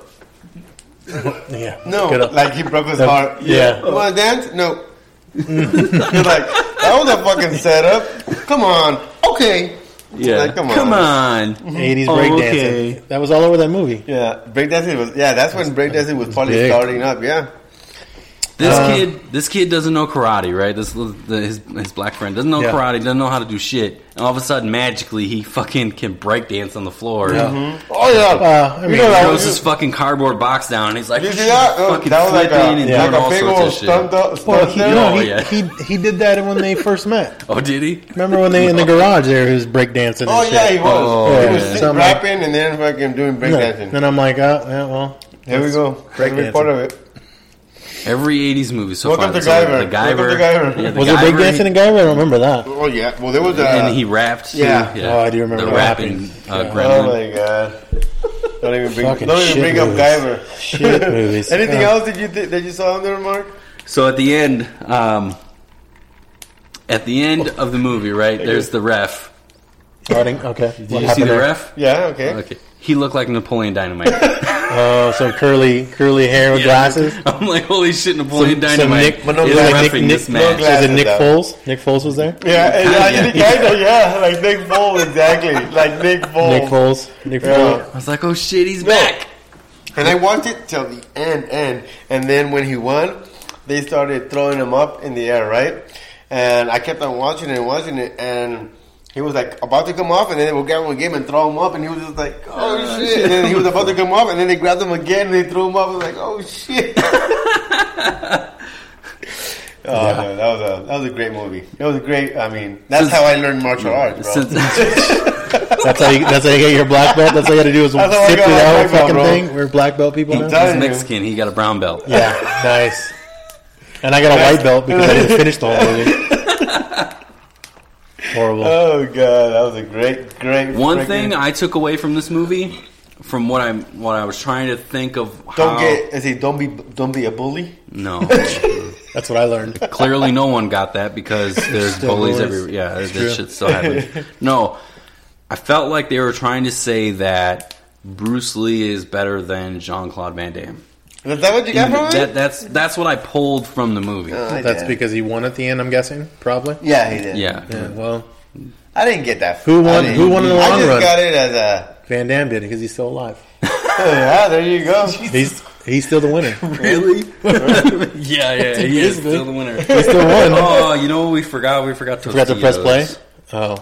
Speaker 3: Yeah.
Speaker 2: no.
Speaker 3: Good up.
Speaker 2: Like he broke his
Speaker 3: The-
Speaker 2: heart.
Speaker 3: yeah.
Speaker 2: You
Speaker 1: Oh.
Speaker 2: want to dance? No. You're like that was a fucking setup. Come on. Okay.
Speaker 1: Yeah,
Speaker 2: Like, come on.
Speaker 1: Come on.
Speaker 3: '80s
Speaker 1: Oh,
Speaker 3: breakdancing.
Speaker 1: okay.
Speaker 3: That was all over that movie.
Speaker 2: Yeah, breakdancing was yeah. That's when breakdancing was probably
Speaker 3: big.
Speaker 2: starting up. Yeah.
Speaker 1: This
Speaker 3: Uh,
Speaker 1: kid, this kid doesn't know karate, right? This li- the, his his black friend doesn't know
Speaker 3: Yeah.
Speaker 1: karate, doesn't know how to do shit, and all of a sudden, magically, he fucking can breakdance on the floor.
Speaker 3: Yeah.
Speaker 2: Oh yeah.
Speaker 3: Uh, I
Speaker 2: You
Speaker 3: mean,
Speaker 2: know that
Speaker 1: Throws
Speaker 2: was-
Speaker 1: his fucking cardboard box down, and he's like,
Speaker 2: You see that?
Speaker 3: uh,
Speaker 2: Oh,
Speaker 1: fucking
Speaker 2: that was like
Speaker 1: flipping and
Speaker 2: a,
Speaker 1: doing
Speaker 2: like
Speaker 1: all
Speaker 2: a big
Speaker 1: sorts
Speaker 2: old
Speaker 1: of shit.
Speaker 2: stunt. up-
Speaker 3: Well,
Speaker 2: stunt
Speaker 3: he,
Speaker 2: there.
Speaker 3: no,
Speaker 1: Oh,
Speaker 3: he,
Speaker 1: yeah.
Speaker 3: he he did that when they first met.
Speaker 1: Oh, did he?
Speaker 3: Remember when they in the garage there, he was breakdancing. and
Speaker 2: Oh
Speaker 3: shit.
Speaker 2: yeah, he was.
Speaker 1: Oh,
Speaker 2: he was
Speaker 3: yeah.
Speaker 2: sitting
Speaker 3: Something like-
Speaker 2: rapping and then fucking doing breakdancing.
Speaker 3: Then I'm like, oh, yeah, well,
Speaker 2: Here we go. Every
Speaker 3: Breakdancing.
Speaker 2: part of it.
Speaker 1: Every '80s movie so
Speaker 2: Welcome
Speaker 1: far.
Speaker 2: to
Speaker 1: So, like,
Speaker 2: Guyver.
Speaker 1: The
Speaker 2: Welcome to
Speaker 1: Guyver.
Speaker 2: Guyver.
Speaker 1: Yeah, the
Speaker 3: was there
Speaker 1: Guyver,
Speaker 3: breakdancing in Guyver? I don't remember that.
Speaker 2: Oh yeah. Well, there was a.
Speaker 1: and he rapped. Too.
Speaker 2: Yeah.
Speaker 3: Oh, I do remember
Speaker 1: the
Speaker 3: rapping.
Speaker 1: rapping. Uh,
Speaker 3: Yeah.
Speaker 2: oh
Speaker 1: Gremlin.
Speaker 2: my god. Don't even bring.
Speaker 3: Fucking
Speaker 2: don't
Speaker 3: shit
Speaker 2: even bring up
Speaker 3: movies.
Speaker 2: Guyver.
Speaker 3: Shit movies.
Speaker 2: Anything
Speaker 3: Yeah.
Speaker 2: else that you th- that you saw on there, Mark?
Speaker 1: So at the end, um, at the end of the movie, right? There's the ref.
Speaker 3: Starting. Okay. Did
Speaker 1: Did you see the ref?
Speaker 2: Yeah. Okay.
Speaker 1: Okay. He looked like Napoleon Dynamite.
Speaker 3: Oh, some curly curly hair with
Speaker 1: Yeah.
Speaker 3: glasses.
Speaker 1: I'm like, holy shit, Napoleon
Speaker 3: Some- some
Speaker 1: Dynamite
Speaker 3: Nick-
Speaker 1: is
Speaker 3: but no gla-
Speaker 1: refing
Speaker 3: Nick-
Speaker 1: this
Speaker 3: Nick-
Speaker 1: match.
Speaker 2: no gla-
Speaker 3: Is it
Speaker 2: Glasses,
Speaker 3: Nick
Speaker 2: though.
Speaker 3: Foles? Nick Foles was there.
Speaker 2: Yeah, and,
Speaker 1: Yeah.
Speaker 2: I did kinda, yeah, like Nick Foles, exactly, like Nick Foles.
Speaker 3: Nick Foles. Nick
Speaker 2: Yeah.
Speaker 3: Foles.
Speaker 1: I was like, oh shit, he's
Speaker 2: No.
Speaker 1: back.
Speaker 2: And I watched it till the end, end, and then when he won, they started throwing him up in the air, right? And I kept on watching it and watching it, and he was like about to come off, and then they would grab him again and throw him up, and he was just like, "Oh shit!" And then he was about to come off, and then they grabbed him again and they threw him up. I was like, "Oh shit!" oh, man, Oh, that was a that was a great movie. That was a great. I mean, that's
Speaker 1: Since-
Speaker 2: how I learned martial arts, bro.
Speaker 1: Since,
Speaker 3: That's how you. That's how you get your black belt. That's all you got to do is
Speaker 2: That's how I
Speaker 3: sit
Speaker 2: got
Speaker 3: through
Speaker 2: my
Speaker 3: that whole
Speaker 2: black belt,
Speaker 3: fucking
Speaker 2: bro.
Speaker 3: thing. We're black belt people now.
Speaker 2: done.
Speaker 1: he's Mexican, he got a brown belt.
Speaker 3: Yeah, nice. And I got a white belt because I didn't finish the whole movie. Horrible.
Speaker 2: Oh god, that was a great, great.
Speaker 1: One
Speaker 2: freaking-
Speaker 1: thing I took away from this movie, from what I'm, what I was trying to think of,
Speaker 2: Don't
Speaker 1: how,
Speaker 2: get. I say don't be don't be a bully.
Speaker 1: no.
Speaker 3: That's what I learned.
Speaker 1: Clearly, no one got that because there's
Speaker 3: Still
Speaker 1: bullies
Speaker 3: bullies.
Speaker 1: everywhere. Yeah, this
Speaker 3: true.
Speaker 1: shit still happens. No, I felt like they were trying to say that Bruce Lee is better than Jean Claude Van Damme.
Speaker 2: Is that what you got
Speaker 3: Uh-huh.
Speaker 2: from
Speaker 1: That,
Speaker 2: it?
Speaker 1: that's that's what I pulled from the movie.
Speaker 2: Uh,
Speaker 3: That's
Speaker 2: yeah.
Speaker 3: because he won at the end. I'm guessing, probably.
Speaker 2: Yeah, he did.
Speaker 1: yeah.
Speaker 3: Yeah. Well,
Speaker 2: I didn't get that.
Speaker 3: Who won-
Speaker 2: I didn't-
Speaker 3: who won in the
Speaker 2: I
Speaker 3: long
Speaker 2: just
Speaker 3: run?
Speaker 2: got it as a.
Speaker 3: Van Damme did it because he's still alive.
Speaker 2: Oh, yeah, there you go.
Speaker 3: He's He's still the winner.
Speaker 1: Really? yeah, yeah, he is
Speaker 3: Basically.
Speaker 1: still the winner.
Speaker 3: He still won.
Speaker 1: oh, you know what we forgot? We forgot to
Speaker 3: Forgot to press play. Oh,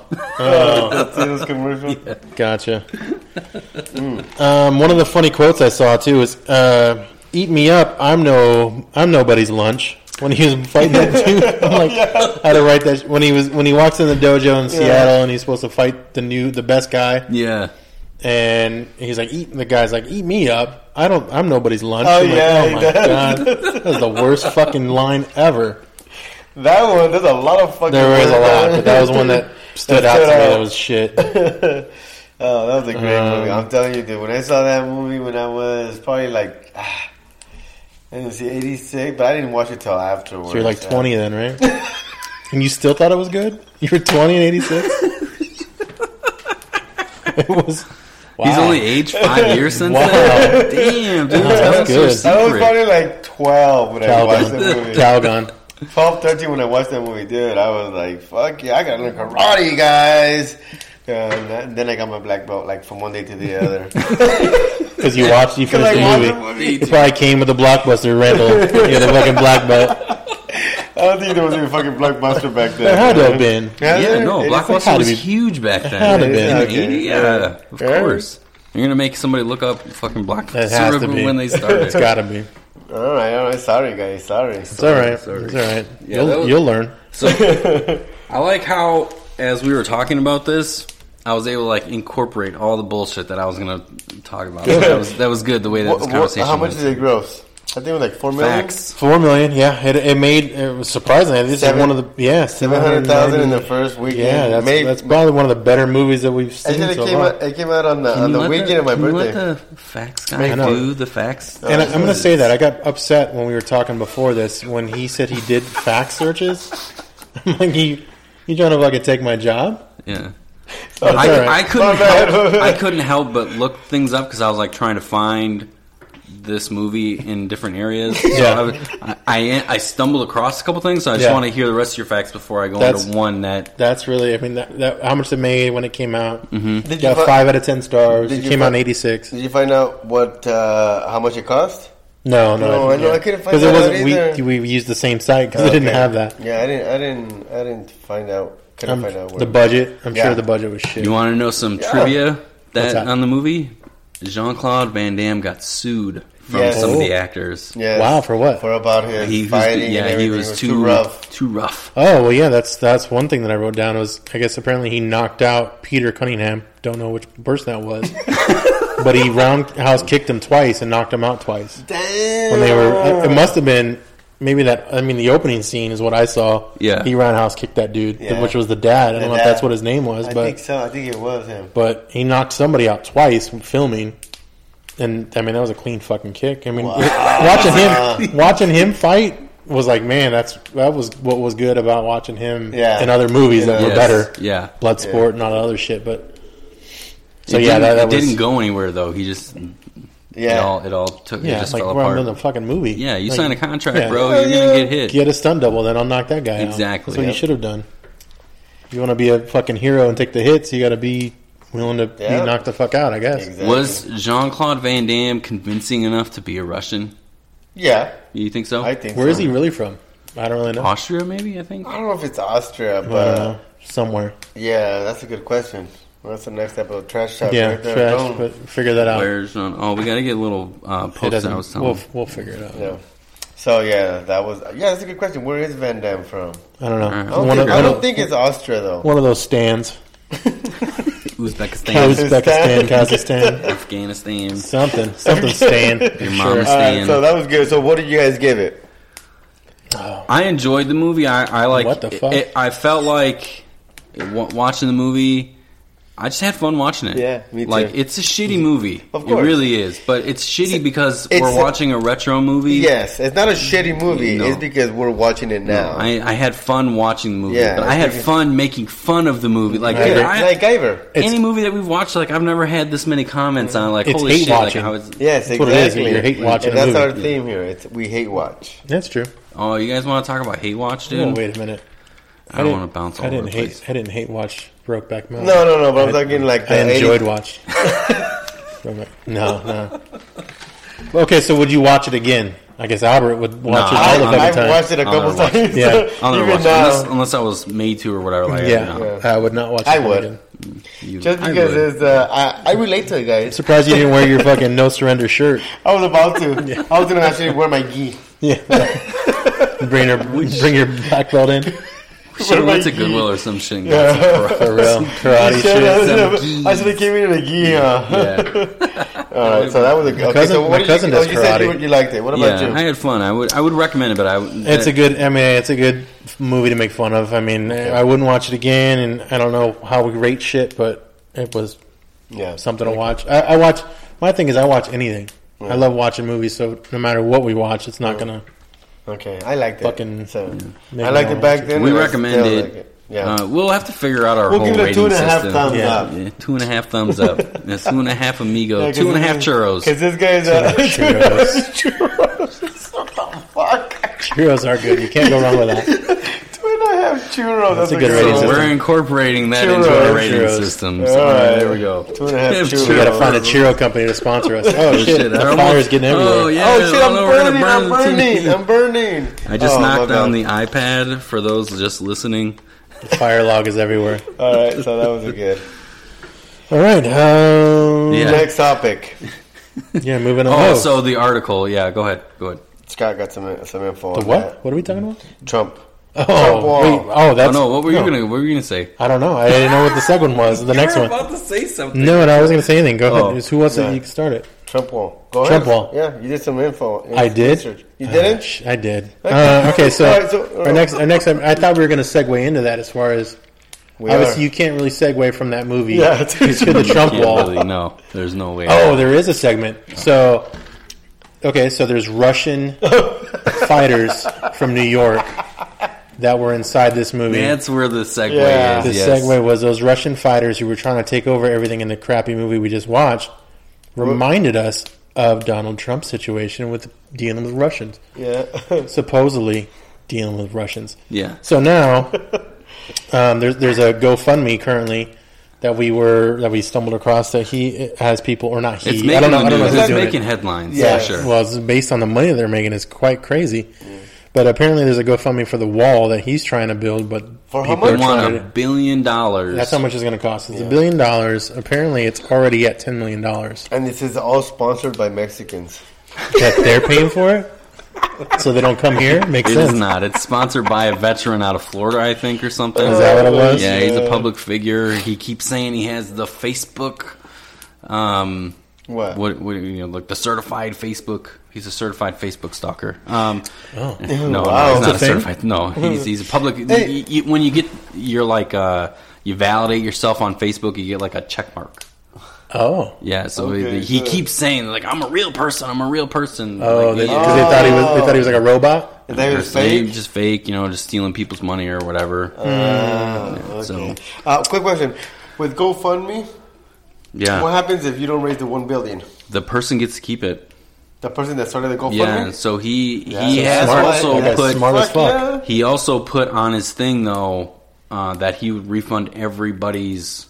Speaker 2: Tito's commercial.
Speaker 3: gotcha. Um, one of the funny quotes I saw too is, uh, "Eat me up. I'm no. I'm nobody's lunch." When he was fighting that dude, I'm like, I had to write that. When he was when he walks in the dojo in Seattle and he's supposed to fight the new the best guy,
Speaker 1: Yeah.
Speaker 3: and he's like, "Eat." The guy's like, "Eat me up. I don't. I'm nobody's lunch."
Speaker 2: Oh,
Speaker 3: I'm like,
Speaker 2: yeah,
Speaker 3: oh
Speaker 2: he
Speaker 3: my
Speaker 2: does.
Speaker 3: god, that was the worst fucking line ever.
Speaker 2: That one, there's a lot of fucking.
Speaker 3: There was a lot, but that was one that stood out to me.
Speaker 2: out.
Speaker 3: That was shit.
Speaker 2: oh, that was a great
Speaker 3: Um,
Speaker 2: movie. I'm telling you, dude. When I saw that movie, when I was probably like, ah, I didn't see '86, but I didn't watch it till afterwards.
Speaker 3: So you're like 20 then, right? and you still thought it was good? You were 20 and 86? it was. Wow.
Speaker 1: He's only aged five years since
Speaker 3: Ah. Wow.
Speaker 1: that. Damn, dude,
Speaker 3: that's
Speaker 1: that's
Speaker 3: good.
Speaker 1: good.
Speaker 2: I was probably like 12 when I watched that
Speaker 3: Calgon.
Speaker 2: movie.
Speaker 3: Calgon.
Speaker 2: 12, 13 when I watched that movie, dude. I was like, fuck yeah, I gotta learn karate, guys. And that- then I got my black belt like from one day to the other.
Speaker 3: Because you watched, you
Speaker 2: Cause
Speaker 3: finished
Speaker 2: I watched
Speaker 3: the
Speaker 2: the
Speaker 3: movie.
Speaker 2: movie.
Speaker 3: It probably came with a blockbuster rental. You had a fucking black belt.
Speaker 2: I don't think there was any fucking blockbuster back then.
Speaker 3: There had to have been.
Speaker 1: Yeah, no,
Speaker 2: It-
Speaker 1: Blockbuster
Speaker 3: had to
Speaker 1: was
Speaker 3: be-
Speaker 1: huge back then.
Speaker 3: had to be.
Speaker 1: In the
Speaker 2: Okay.
Speaker 1: 80s? Yeah, of
Speaker 2: Yeah.
Speaker 1: course. You're gonna make somebody look up fucking
Speaker 3: It has to
Speaker 1: Blockbuster
Speaker 3: be.
Speaker 1: when they started.
Speaker 3: It's got to be. It's
Speaker 2: All right, all right. Sorry, guys. Sorry.
Speaker 3: all right.
Speaker 1: Sorry.
Speaker 3: It's all right.
Speaker 1: Yeah,
Speaker 3: you'll,
Speaker 1: that was-
Speaker 3: you'll learn.
Speaker 1: So I like how, as we were talking about this, I was able to like incorporate all the bullshit that I was gonna talk about. So that was that was good. The way that
Speaker 2: What-
Speaker 1: this
Speaker 2: what-
Speaker 1: conversation
Speaker 2: how much
Speaker 1: went.
Speaker 2: did it gross? I think it was like four million.
Speaker 1: facts.
Speaker 3: Four million, yeah. It, it made it was surprising. This
Speaker 2: Seven-
Speaker 3: is one of the yeah
Speaker 2: Seven hundred thousand in the first weekend.
Speaker 3: yeah. That's,
Speaker 2: May-
Speaker 3: that's probably one of the better movies that we've seen.
Speaker 2: Actually,
Speaker 3: so
Speaker 2: it came
Speaker 3: far.
Speaker 2: out. It came out on the
Speaker 1: Can
Speaker 2: on
Speaker 1: you
Speaker 2: the
Speaker 1: let
Speaker 2: weekend of my
Speaker 1: can
Speaker 2: birthday.
Speaker 1: You let the facts guy
Speaker 3: I know.
Speaker 1: do the facts.
Speaker 3: And I, I'm going to say that I got upset when we were talking before this when he said he did fact searches. I'm like, you, you trying to fucking take my job?
Speaker 1: Yeah.
Speaker 2: Oh,
Speaker 3: That's
Speaker 1: I,
Speaker 3: all right.
Speaker 1: I couldn't
Speaker 2: My bad.
Speaker 1: help, I couldn't help but look things up because I was like trying to find this movie in different areas. So
Speaker 3: Yeah.
Speaker 1: I was- I, I I stumbled across a couple things, so I just
Speaker 3: Yeah.
Speaker 1: want to hear the rest of your facts before I go
Speaker 3: That's-
Speaker 1: into one that
Speaker 3: That's really, I mean, that, that how much it made when it came out. Mm-hmm.
Speaker 2: Did you
Speaker 3: Got
Speaker 2: fi-
Speaker 3: five out of ten stars.
Speaker 2: Did
Speaker 3: It
Speaker 2: you
Speaker 3: came
Speaker 2: fi-
Speaker 3: out in '86.
Speaker 2: Did you find out what uh, how much it cost?
Speaker 3: No, no,
Speaker 2: No, I know, I couldn't find
Speaker 3: because it
Speaker 2: that out
Speaker 3: wasn't.
Speaker 2: either.
Speaker 3: We, we used the same site because
Speaker 2: Okay.
Speaker 3: it didn't have that.
Speaker 2: Yeah, I didn't. I didn't. I didn't find out. Couldn't
Speaker 3: Um,
Speaker 2: find out what
Speaker 3: the budget. I'm
Speaker 2: Yeah.
Speaker 3: sure the budget was shit.
Speaker 1: You want to know some
Speaker 2: Yeah.
Speaker 1: trivia
Speaker 3: What's
Speaker 1: that
Speaker 3: that?
Speaker 1: on the movie? Jean Claude Van Damme got sued from
Speaker 2: Yes.
Speaker 1: some of
Speaker 3: Oh.
Speaker 1: the actors.
Speaker 2: Yes.
Speaker 3: Wow, for what?
Speaker 2: For about his
Speaker 1: He was,
Speaker 2: fighting and
Speaker 1: yeah,
Speaker 2: everything
Speaker 1: he was, too,
Speaker 2: rough.
Speaker 1: Too rough.
Speaker 3: Oh well, yeah. That's that's one thing that I wrote down was I guess apparently he knocked out Peter Cunningham. Don't know which person that was, but he roundhouse kicked him twice and knocked him out twice
Speaker 2: Damn.
Speaker 3: when they were. It must have been maybe that. I mean, the opening scene is what I saw.
Speaker 1: Yeah.
Speaker 3: he roundhouse kicked that dude,
Speaker 2: Yeah.
Speaker 3: which was the dad.
Speaker 2: The
Speaker 3: I don't know if that's
Speaker 2: dad.
Speaker 3: what his name was,
Speaker 2: I
Speaker 3: but
Speaker 2: think so. I think it was him.
Speaker 3: but he knocked somebody out twice from filming. And I mean that was a clean fucking kick. I mean, watching him watching him fight was like, man, that's that was what was good about watching him
Speaker 2: Yeah.
Speaker 3: in other movies that
Speaker 2: Yeah.
Speaker 3: were better,
Speaker 1: Yeah.
Speaker 3: Bloodsport and all that other shit. But so
Speaker 1: it
Speaker 3: yeah,
Speaker 1: didn't,
Speaker 3: that, that
Speaker 1: it
Speaker 3: was
Speaker 1: didn't go anywhere though. He just it
Speaker 2: Yeah.
Speaker 1: all it all took. it
Speaker 3: yeah,
Speaker 1: just
Speaker 3: like
Speaker 1: fell
Speaker 3: we're
Speaker 1: apart.
Speaker 3: in the fucking movie.
Speaker 1: yeah, you
Speaker 3: Like,
Speaker 1: signed a contract,
Speaker 3: yeah.
Speaker 1: bro.
Speaker 2: Oh,
Speaker 1: You're gonna
Speaker 2: yeah.
Speaker 1: get hit.
Speaker 3: Get a stun double, then I'll knock that guy out.
Speaker 1: Exactly.
Speaker 3: That's what
Speaker 1: Yep.
Speaker 3: you should have done. If you want to be a fucking hero and take the hits, you got to be willing to
Speaker 2: Yeah.
Speaker 3: be knocked the fuck out. I guess.
Speaker 2: Exactly.
Speaker 1: Was Jean Claude Van Damme convincing enough to be a Russian?
Speaker 2: Yeah.
Speaker 1: You think so?
Speaker 2: I Uh, think.
Speaker 3: Where
Speaker 2: so.
Speaker 3: is he really from? I don't really know.
Speaker 1: Austria, maybe. I think.
Speaker 2: I don't know if it's Austria, but uh,
Speaker 3: I don't know. Somewhere.
Speaker 2: yeah, that's a good question. Well, that's the next step of trash talk.
Speaker 3: Yeah,
Speaker 2: right there.
Speaker 3: trash.
Speaker 2: Boom.
Speaker 3: But figure that out.
Speaker 1: Where's Jean? Oh, we gotta get a little uh,
Speaker 3: It
Speaker 1: post.
Speaker 3: doesn't.
Speaker 1: I was telling.
Speaker 3: We'll, we'll figure it out.
Speaker 2: Yeah. So yeah, that was yeah. That's a good question. Where is Van Damme from?
Speaker 3: I don't know.
Speaker 1: I
Speaker 2: I don't,
Speaker 3: one,
Speaker 2: think,
Speaker 3: of,
Speaker 2: I
Speaker 3: one,
Speaker 2: don't
Speaker 3: of,
Speaker 2: think it's Austria though.
Speaker 3: one of those stands.
Speaker 1: Uzbekistan,
Speaker 3: Uzbekistan, Kazakhstan,
Speaker 1: Afghanistan.
Speaker 3: something, something stand.
Speaker 1: Your
Speaker 3: Sure.
Speaker 1: mama's
Speaker 2: All right,
Speaker 1: Stan.
Speaker 2: so that was good. So what did you guys give it?
Speaker 1: I enjoyed the movie. I, I like.
Speaker 3: What the fuck?
Speaker 1: It, I felt like wa- watching the movie. I just had fun watching it.
Speaker 2: Yeah, me too.
Speaker 1: Like it's a shitty movie.
Speaker 2: Of
Speaker 1: it
Speaker 2: course.
Speaker 1: really is. But it's shitty because
Speaker 2: it's
Speaker 1: we're
Speaker 2: a-
Speaker 1: watching a retro movie.
Speaker 2: Yes, it's not a shitty movie.
Speaker 1: No.
Speaker 2: It's because we're watching it now.
Speaker 1: I, I had fun watching the movie,
Speaker 2: Yeah,
Speaker 1: but
Speaker 2: I
Speaker 1: I had
Speaker 2: think-
Speaker 1: fun making fun of the movie. Like,
Speaker 2: yeah,
Speaker 1: dude, I-
Speaker 2: like Guyver.
Speaker 3: It's-
Speaker 1: any movie that we've watched, like I've never had this many comments on. Like,
Speaker 3: It's
Speaker 1: holy
Speaker 3: hate
Speaker 1: shit! Like,
Speaker 3: watching.
Speaker 1: I was,
Speaker 2: Yes,
Speaker 3: That's what it is,
Speaker 2: exactly.
Speaker 3: you hate watching
Speaker 2: And
Speaker 3: a
Speaker 2: that's our
Speaker 3: movie.
Speaker 2: theme here. It's we hate watch.
Speaker 3: That's true.
Speaker 1: oh, you guys want to talk about hate watch, dude?
Speaker 3: Oh, wait a minute.
Speaker 1: I don't
Speaker 3: didn't-
Speaker 1: want to bounce. All
Speaker 3: I didn't
Speaker 1: over the
Speaker 3: hate.
Speaker 1: place.
Speaker 3: I didn't hate watch Brokeback Mountain.
Speaker 2: No, no, no. But I'm talking like
Speaker 3: I
Speaker 2: the
Speaker 3: enjoyed
Speaker 2: 80s
Speaker 3: watch. Brokeback- no, no. Okay, so would you watch it again? I guess Albert would watch
Speaker 1: No,
Speaker 3: it all
Speaker 2: I,
Speaker 3: the
Speaker 1: I'll
Speaker 3: fucking
Speaker 2: I've
Speaker 3: time.
Speaker 2: watched it a
Speaker 1: I'll never
Speaker 2: couple
Speaker 1: watch
Speaker 2: times.
Speaker 3: Yeah.
Speaker 1: I'll never
Speaker 2: even
Speaker 1: watch it
Speaker 2: now.
Speaker 1: unless, unless I was made to or whatever. Like,
Speaker 3: yeah,
Speaker 1: no.
Speaker 3: I would not watch.
Speaker 2: I
Speaker 3: it
Speaker 2: would.
Speaker 3: Again.
Speaker 1: You-
Speaker 2: Just
Speaker 1: I
Speaker 2: because
Speaker 1: would.
Speaker 2: it's, uh, I, I relate to it, guys.
Speaker 3: Surprised you didn't wear your fucking no surrender shirt.
Speaker 2: I was about to. I was gonna actually wear my gi.
Speaker 3: Yeah. bring your bring your black belt in
Speaker 1: We should have
Speaker 2: What
Speaker 1: went to
Speaker 2: about you?
Speaker 1: Goodwill or some shit. and got
Speaker 2: Yeah.
Speaker 3: for real karate
Speaker 2: Shit, I
Speaker 1: shit,
Speaker 3: shit.
Speaker 2: should've-
Speaker 1: some
Speaker 2: I should have came in in a gi. Huh?
Speaker 1: Yeah.
Speaker 2: All right, so that was a good. Okay,
Speaker 3: cousin-
Speaker 2: so what
Speaker 3: my
Speaker 2: did
Speaker 3: cousin
Speaker 2: you,
Speaker 3: does
Speaker 2: oh, you said you,
Speaker 3: karate.
Speaker 2: would- you liked it. What about
Speaker 1: yeah, I
Speaker 2: you?
Speaker 1: had fun. I would I would recommend it, but I
Speaker 3: It's a good. I mean, it's a good movie to make fun of. I mean, I wouldn't watch it again, and I don't know how we rate shit, but it was
Speaker 2: Yeah,
Speaker 3: something to watch. I, I watch. My thing is, I watch anything. I love watching movies, so no matter what we watch, it's not gonna.
Speaker 2: Okay, I liked it.
Speaker 3: Fucking-
Speaker 2: so,
Speaker 3: Make
Speaker 2: I liked
Speaker 3: me
Speaker 2: it back
Speaker 3: watch
Speaker 2: then.
Speaker 1: we
Speaker 2: and I
Speaker 1: recommend
Speaker 2: still
Speaker 1: it.
Speaker 2: like Yeah,
Speaker 1: Uh, we'll have to figure out our
Speaker 2: We'll
Speaker 1: whole
Speaker 2: give it a
Speaker 1: rating
Speaker 2: two and a half
Speaker 1: system.
Speaker 2: thumbs
Speaker 3: Yeah.
Speaker 2: up.
Speaker 1: Yeah, two and a half thumbs up. That's two and a half amigo.
Speaker 2: Yeah, 'cause
Speaker 1: two and a
Speaker 2: this
Speaker 1: half
Speaker 2: is-
Speaker 1: churros.
Speaker 2: Because this guy's uh,
Speaker 3: Two and a half
Speaker 2: churros. what the fuck?
Speaker 3: Heroes are good. You can't go wrong with that.
Speaker 2: Two and a half churros. That's,
Speaker 3: a good
Speaker 1: So
Speaker 3: rating system.
Speaker 1: we're incorporating that into our
Speaker 2: Churros.
Speaker 1: rating
Speaker 3: Churros.
Speaker 1: system.
Speaker 2: All
Speaker 1: So, all right,
Speaker 2: right.
Speaker 1: there we go.
Speaker 2: Two and a half churros.
Speaker 3: We gotta find a churro company to sponsor us. Oh
Speaker 1: Oh,
Speaker 3: shit!
Speaker 1: I
Speaker 3: The
Speaker 1: almost-
Speaker 3: fire's getting everywhere.
Speaker 1: Oh yeah!
Speaker 2: Oh shit!
Speaker 1: oh,
Speaker 2: I'm
Speaker 1: no, we're gonna
Speaker 2: burning! I'm
Speaker 1: burn the
Speaker 2: burning!
Speaker 1: TV.
Speaker 2: I'm burning!
Speaker 1: I just
Speaker 2: Oh, my
Speaker 1: knocked down the
Speaker 2: bad.
Speaker 1: iPad for those just listening.
Speaker 3: Fire log is everywhere.
Speaker 2: All right, so that was a good.
Speaker 3: All right. Um,
Speaker 1: Yeah.
Speaker 3: yeah.
Speaker 2: Next topic.
Speaker 3: Moving on.
Speaker 1: Oh,
Speaker 3: Oh,
Speaker 1: so the article. Yeah, go ahead. Go ahead.
Speaker 2: Scott got some some info.
Speaker 3: the
Speaker 2: on
Speaker 3: what? What are we talking about?
Speaker 2: that. Trump. Trump
Speaker 3: Oh,
Speaker 2: wall.
Speaker 3: wait, oh,
Speaker 1: Oh
Speaker 3: that's
Speaker 1: no! What were
Speaker 3: no.
Speaker 1: you gonna? What were you gonna say?
Speaker 3: I don't know. I didn't know what the second one was. The next one.
Speaker 1: to say something.
Speaker 3: No, no, I wasn't gonna say anything. Go
Speaker 1: Oh.
Speaker 3: ahead. Who wants
Speaker 2: Yeah.
Speaker 3: to you can start it?
Speaker 2: Trump wall. Go
Speaker 3: Trump
Speaker 2: ahead.
Speaker 3: wall.
Speaker 2: Yeah, you did some info.
Speaker 3: I did.
Speaker 2: Research. You didn't?
Speaker 3: Sh- I did. Uh, okay, so,
Speaker 2: All right, so-
Speaker 3: our next, our next, I thought we were gonna segue into that as far as
Speaker 2: We
Speaker 3: obviously
Speaker 2: are.
Speaker 3: you can't really segue from that movie
Speaker 2: Yeah.
Speaker 3: to the Trump
Speaker 1: Can't
Speaker 3: wall.
Speaker 1: really, no, there's no way.
Speaker 3: Oh, there is a segment. So, okay, so there's Russian fighters from New York that were inside this movie.
Speaker 1: that's where the segue
Speaker 2: Yeah.
Speaker 1: is.
Speaker 3: the
Speaker 1: yes.
Speaker 3: segue was those Russian fighters who were trying to take over everything in the crappy movie we just watched reminded us of Donald Trump's situation with dealing with Russians,
Speaker 2: Yeah.
Speaker 3: supposedly dealing with Russians.
Speaker 1: Yeah.
Speaker 3: So now um, there's there's a GoFundMe currently that we were that we stumbled across that he has people or not he
Speaker 1: It's making
Speaker 3: I don't know I
Speaker 1: the
Speaker 3: don't know
Speaker 1: news.
Speaker 3: who's
Speaker 1: It's
Speaker 3: doing it.
Speaker 1: making headlines.
Speaker 2: Yeah.
Speaker 1: Yeah, sure.
Speaker 3: Well, it's based on the money they're making, it's quite crazy. But apparently, there's a GoFundMe for the wall that he's trying to build. But
Speaker 2: For how
Speaker 3: people
Speaker 1: they
Speaker 3: are
Speaker 2: much?
Speaker 1: want
Speaker 3: trying
Speaker 1: a
Speaker 3: to-
Speaker 1: billion dollars.
Speaker 3: That's how much it's going to cost. It's a billion dollars. Apparently, it's already at ten million dollars
Speaker 2: and this is all sponsored by Mexicans.
Speaker 3: that they're paying for it, so they don't come here. Makes
Speaker 1: it
Speaker 3: sense.
Speaker 1: is not. It's sponsored by a veteran out of Florida, I think, or something.
Speaker 3: Is that what it was?
Speaker 1: Yeah, he's a
Speaker 2: Yeah.
Speaker 1: public figure. He keeps saying he has the Facebook. Um,
Speaker 3: Uh.
Speaker 2: What?
Speaker 1: what, what you know, like the certified Facebook. He's a certified Facebook stalker. Um,
Speaker 3: Oh.
Speaker 1: no, no,
Speaker 2: Wow.
Speaker 1: he's
Speaker 2: That's
Speaker 1: not
Speaker 3: a
Speaker 1: a
Speaker 3: thing?
Speaker 1: certified. No, he's he's a public.
Speaker 2: Hey.
Speaker 1: you- you- when you get, you're like uh, you validate yourself on Facebook. You get like a check mark.
Speaker 3: Oh,
Speaker 1: Yeah, so
Speaker 2: Okay,
Speaker 1: he, he
Speaker 2: good.
Speaker 1: keeps saying like I'm a real person. I'm a real person.
Speaker 3: oh,
Speaker 1: like,
Speaker 3: because they,
Speaker 1: he-
Speaker 3: 'cause they thought he was. They thought he was like a robot.
Speaker 2: Is that
Speaker 1: or
Speaker 2: your
Speaker 1: they
Speaker 2: fake?
Speaker 1: just fake, you know, just stealing people's money or whatever.
Speaker 2: Ah,
Speaker 1: so-
Speaker 2: okay. Uh, quick question: With GoFundMe,
Speaker 1: yeah,
Speaker 2: what happens if you don't raise the one billion?
Speaker 1: the person gets to keep it.
Speaker 2: The person that started the GoFundMe.
Speaker 1: Yeah, so he
Speaker 2: Yeah.
Speaker 1: he
Speaker 2: So
Speaker 1: has
Speaker 2: smart.
Speaker 1: also
Speaker 2: Yeah,
Speaker 1: put
Speaker 3: smart as fuck.
Speaker 2: yeah.
Speaker 1: he also put on his thing though uh, that he would refund everybody's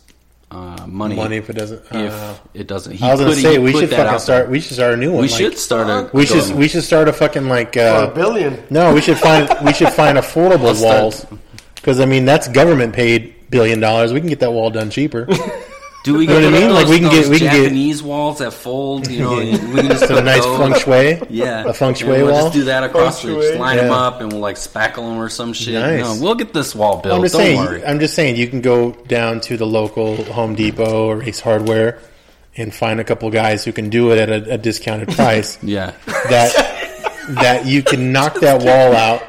Speaker 1: uh, money,
Speaker 3: Money if it doesn't.
Speaker 1: if
Speaker 3: uh,
Speaker 1: it doesn't. He
Speaker 3: I was going
Speaker 1: put-
Speaker 3: to
Speaker 1: he
Speaker 3: say we
Speaker 1: put
Speaker 3: should
Speaker 1: that
Speaker 3: fucking
Speaker 1: out
Speaker 3: start.
Speaker 1: there.
Speaker 3: We should start a new one.
Speaker 1: We
Speaker 3: like-
Speaker 1: should start a.
Speaker 3: We should.
Speaker 1: go-
Speaker 3: We should start a fucking like.
Speaker 2: For
Speaker 3: Uh,
Speaker 2: a billion.
Speaker 3: No, we should find we should find affordable
Speaker 1: Let's start-
Speaker 3: walls because I mean that's government paid billion dollars. We can get that wall done cheaper.
Speaker 1: do we get
Speaker 3: know what I
Speaker 1: one of
Speaker 3: mean? Like,
Speaker 1: those-
Speaker 3: we can get-
Speaker 1: those
Speaker 3: we can get-
Speaker 1: Japanese walls that fold. You know, and we can just
Speaker 3: So a
Speaker 1: put
Speaker 3: nice
Speaker 1: those-
Speaker 3: feng shui.
Speaker 1: Oh. Yeah,
Speaker 3: a feng
Speaker 1: And
Speaker 3: shui
Speaker 1: We'll
Speaker 3: wall.
Speaker 1: just do that across.
Speaker 2: Feng
Speaker 1: the just
Speaker 2: shui.
Speaker 1: line them
Speaker 3: Yeah.
Speaker 1: up and we'll like spackle them or some shit.
Speaker 3: Nice.
Speaker 1: No, we'll get this wall built.
Speaker 3: I'm just
Speaker 1: Don't
Speaker 3: saying.
Speaker 1: worry.
Speaker 3: I'm just saying you can go down to the local Home Depot or Ace Hardware and find a couple guys who can do it at a, a discounted price.
Speaker 1: yeah,
Speaker 3: that that you can knock that wall out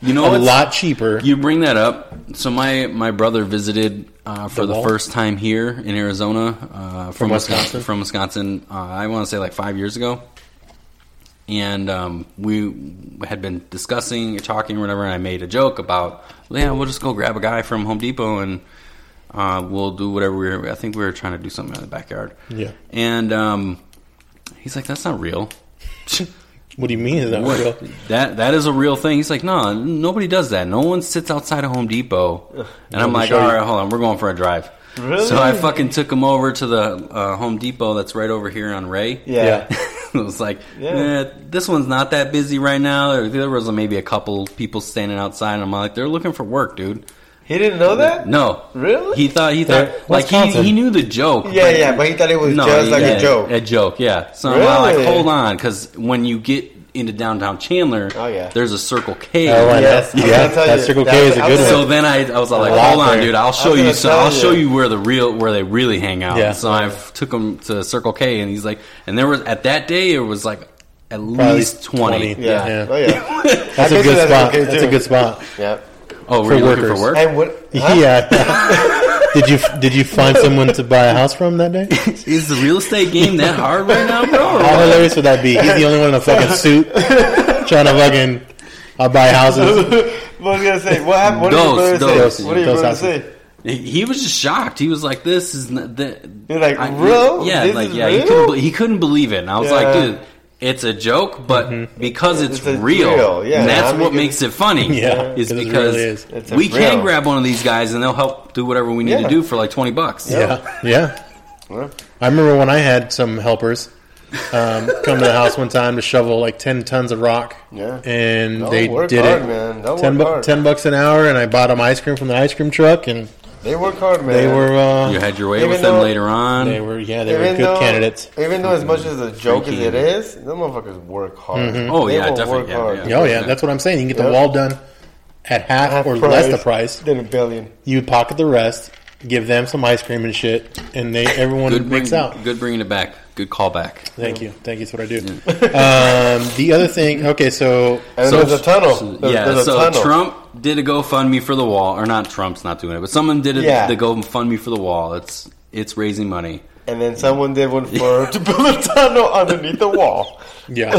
Speaker 1: you know
Speaker 3: a
Speaker 1: what's-
Speaker 3: lot cheaper.
Speaker 1: You bring that up. So my my brother visited uh, for
Speaker 3: The
Speaker 1: the,
Speaker 3: wall?
Speaker 1: first time here in Arizona uh, from
Speaker 3: Wisconsin?
Speaker 1: Wisconsin. From Wisconsin, uh, I want to say like five years ago, and um, we had been discussing, talking, or whatever. And I made a joke about, yeah, we'll just go grab a guy from Home Depot and uh, we'll do whatever we were. I think we were trying to do something in the backyard.
Speaker 3: Yeah.
Speaker 1: and um, he's like, that's not real.
Speaker 3: what do you mean? Is that
Speaker 1: What?
Speaker 3: real?
Speaker 1: That that is a real thing. He's like, no, nobody does that. No one sits outside of Home Depot. And I'm like,
Speaker 3: show
Speaker 1: all
Speaker 3: you.
Speaker 1: right, hold on, we're going for a drive.
Speaker 2: Really?
Speaker 1: So I fucking took him over to the uh, Home Depot that's right over here on Ray.
Speaker 2: Yeah.
Speaker 3: Yeah.
Speaker 1: it was like,
Speaker 2: Yeah.
Speaker 1: "Eh, this one's not that busy right now. There- There was maybe a couple people standing outside, and I'm like, they're looking for work, dude.
Speaker 2: He didn't know that.
Speaker 1: No,
Speaker 2: Really?
Speaker 1: He thought he thought
Speaker 3: They're-
Speaker 1: like he,
Speaker 3: Wisconsin.
Speaker 1: he knew the joke.
Speaker 2: Yeah, yeah, but he thought it was just like
Speaker 1: yeah,
Speaker 2: a joke.
Speaker 1: A joke, yeah. So I'm like,
Speaker 2: Really?
Speaker 1: hold on, because when you get into downtown Chandler,
Speaker 2: Oh, yeah.
Speaker 1: there's a Circle K.
Speaker 3: Oh, I know.
Speaker 2: Yes, I'm
Speaker 3: yeah,
Speaker 2: gonna tell
Speaker 3: that
Speaker 2: you,
Speaker 3: Circle K
Speaker 2: that's-
Speaker 3: is a
Speaker 2: I'm
Speaker 3: good
Speaker 2: gonna-
Speaker 1: So then I, I was like,
Speaker 3: lot
Speaker 1: hold on,
Speaker 3: there.
Speaker 1: dude. I'll show
Speaker 2: I'm
Speaker 1: you.
Speaker 2: gonna
Speaker 1: So
Speaker 2: tell
Speaker 1: I'll show
Speaker 2: you.
Speaker 1: you where the real where they really hang out.
Speaker 3: Yeah.
Speaker 1: So I took them to Circle K, and he's like, and there was at that day it was like at least twenty.
Speaker 3: 20.
Speaker 2: Yeah.
Speaker 3: Yeah.
Speaker 2: Oh yeah.
Speaker 3: That's
Speaker 2: I
Speaker 3: a
Speaker 2: bet you
Speaker 3: good
Speaker 2: that's
Speaker 3: spot.
Speaker 2: okay,
Speaker 3: That's
Speaker 2: too.
Speaker 3: a good spot.
Speaker 2: yeah.
Speaker 1: Oh, were
Speaker 3: For
Speaker 1: you looking for
Speaker 3: workers.
Speaker 1: work?
Speaker 2: And what? huh?
Speaker 3: Yeah. did you did you find someone to buy a house from that day?
Speaker 1: Is the real estate game that hard right now, bro? or
Speaker 3: How
Speaker 1: what?
Speaker 3: hilarious would that be? He's the only one in a fucking suit trying to fucking I'll buy houses.
Speaker 2: what was I gonna say? What happened? What
Speaker 1: Those,
Speaker 2: did your brother
Speaker 1: those,
Speaker 2: say? What did your
Speaker 3: those
Speaker 2: brother
Speaker 3: houses.
Speaker 2: say?
Speaker 1: He he was just shocked. He was like, "This is not the."
Speaker 2: You're like, "Real?
Speaker 1: Yeah,
Speaker 2: This
Speaker 1: like
Speaker 2: is
Speaker 1: yeah. He
Speaker 2: real?"
Speaker 1: couldn't, be- he couldn't believe it, and I was like,
Speaker 2: Yeah.
Speaker 1: "Dude, it's a joke, but
Speaker 3: Mm-hmm.
Speaker 1: because it's,
Speaker 2: It's a
Speaker 1: real,
Speaker 2: real, yeah.
Speaker 1: and that's
Speaker 2: I mean,
Speaker 1: what
Speaker 2: it-
Speaker 1: makes it funny.
Speaker 3: Yeah,
Speaker 1: is
Speaker 3: it really
Speaker 1: because
Speaker 3: is.
Speaker 2: It's a
Speaker 1: we can
Speaker 2: real.
Speaker 1: grab one of these guys and they'll help do whatever we need to
Speaker 2: Yeah.
Speaker 1: do for like twenty bucks.
Speaker 3: Yeah. Yeah.
Speaker 2: Well,
Speaker 3: I remember when I had some helpers um, come to the house one time to shovel like ten tons of rock.
Speaker 2: Yeah.
Speaker 3: and
Speaker 2: Don't
Speaker 3: they
Speaker 2: work
Speaker 3: did
Speaker 2: hard,
Speaker 3: it.
Speaker 2: man. Don't
Speaker 3: ten,
Speaker 2: work
Speaker 3: bu-
Speaker 2: hard.
Speaker 3: 10 bucks an hour, and I bought them ice cream from the ice cream truck, and
Speaker 2: They work hard, man.
Speaker 3: they were uh,
Speaker 1: You had your way
Speaker 2: Even
Speaker 1: with them
Speaker 2: though-
Speaker 1: later on.
Speaker 3: they were yeah they were
Speaker 2: Even
Speaker 3: good
Speaker 2: though-
Speaker 3: candidates.
Speaker 2: Even though as much as a joke as
Speaker 1: Freaky.
Speaker 2: it is, them motherfuckers work hard.
Speaker 3: Mm-hmm.
Speaker 1: Oh,
Speaker 2: They
Speaker 1: yeah,
Speaker 2: will
Speaker 1: definitely,
Speaker 2: work
Speaker 1: yeah,
Speaker 2: hard.
Speaker 1: yeah.
Speaker 3: Oh yeah, that's what I'm saying. You can get the
Speaker 2: Yep.
Speaker 3: wall done at half,
Speaker 2: Half
Speaker 3: or less the price.
Speaker 2: than a billion.
Speaker 3: You pocket the rest, give them some ice cream and shit, and they everyone
Speaker 1: Good,
Speaker 3: makes
Speaker 1: bring,
Speaker 3: out.
Speaker 1: good bringing it back. Good callback.
Speaker 3: Thank you, thank you. That's what I do. um, the other thing, okay, so
Speaker 2: And
Speaker 3: so
Speaker 2: there's a tunnel. There's,
Speaker 1: yeah,
Speaker 2: there's a
Speaker 1: so
Speaker 2: tunnel.
Speaker 1: Trump did a GoFundMe for the wall, or not? Trump's not doing it, but someone did a,
Speaker 2: Yeah.
Speaker 1: the GoFundMe for the wall. It's it's raising money.
Speaker 2: and then someone did one for to build a tunnel underneath the wall.
Speaker 3: yeah,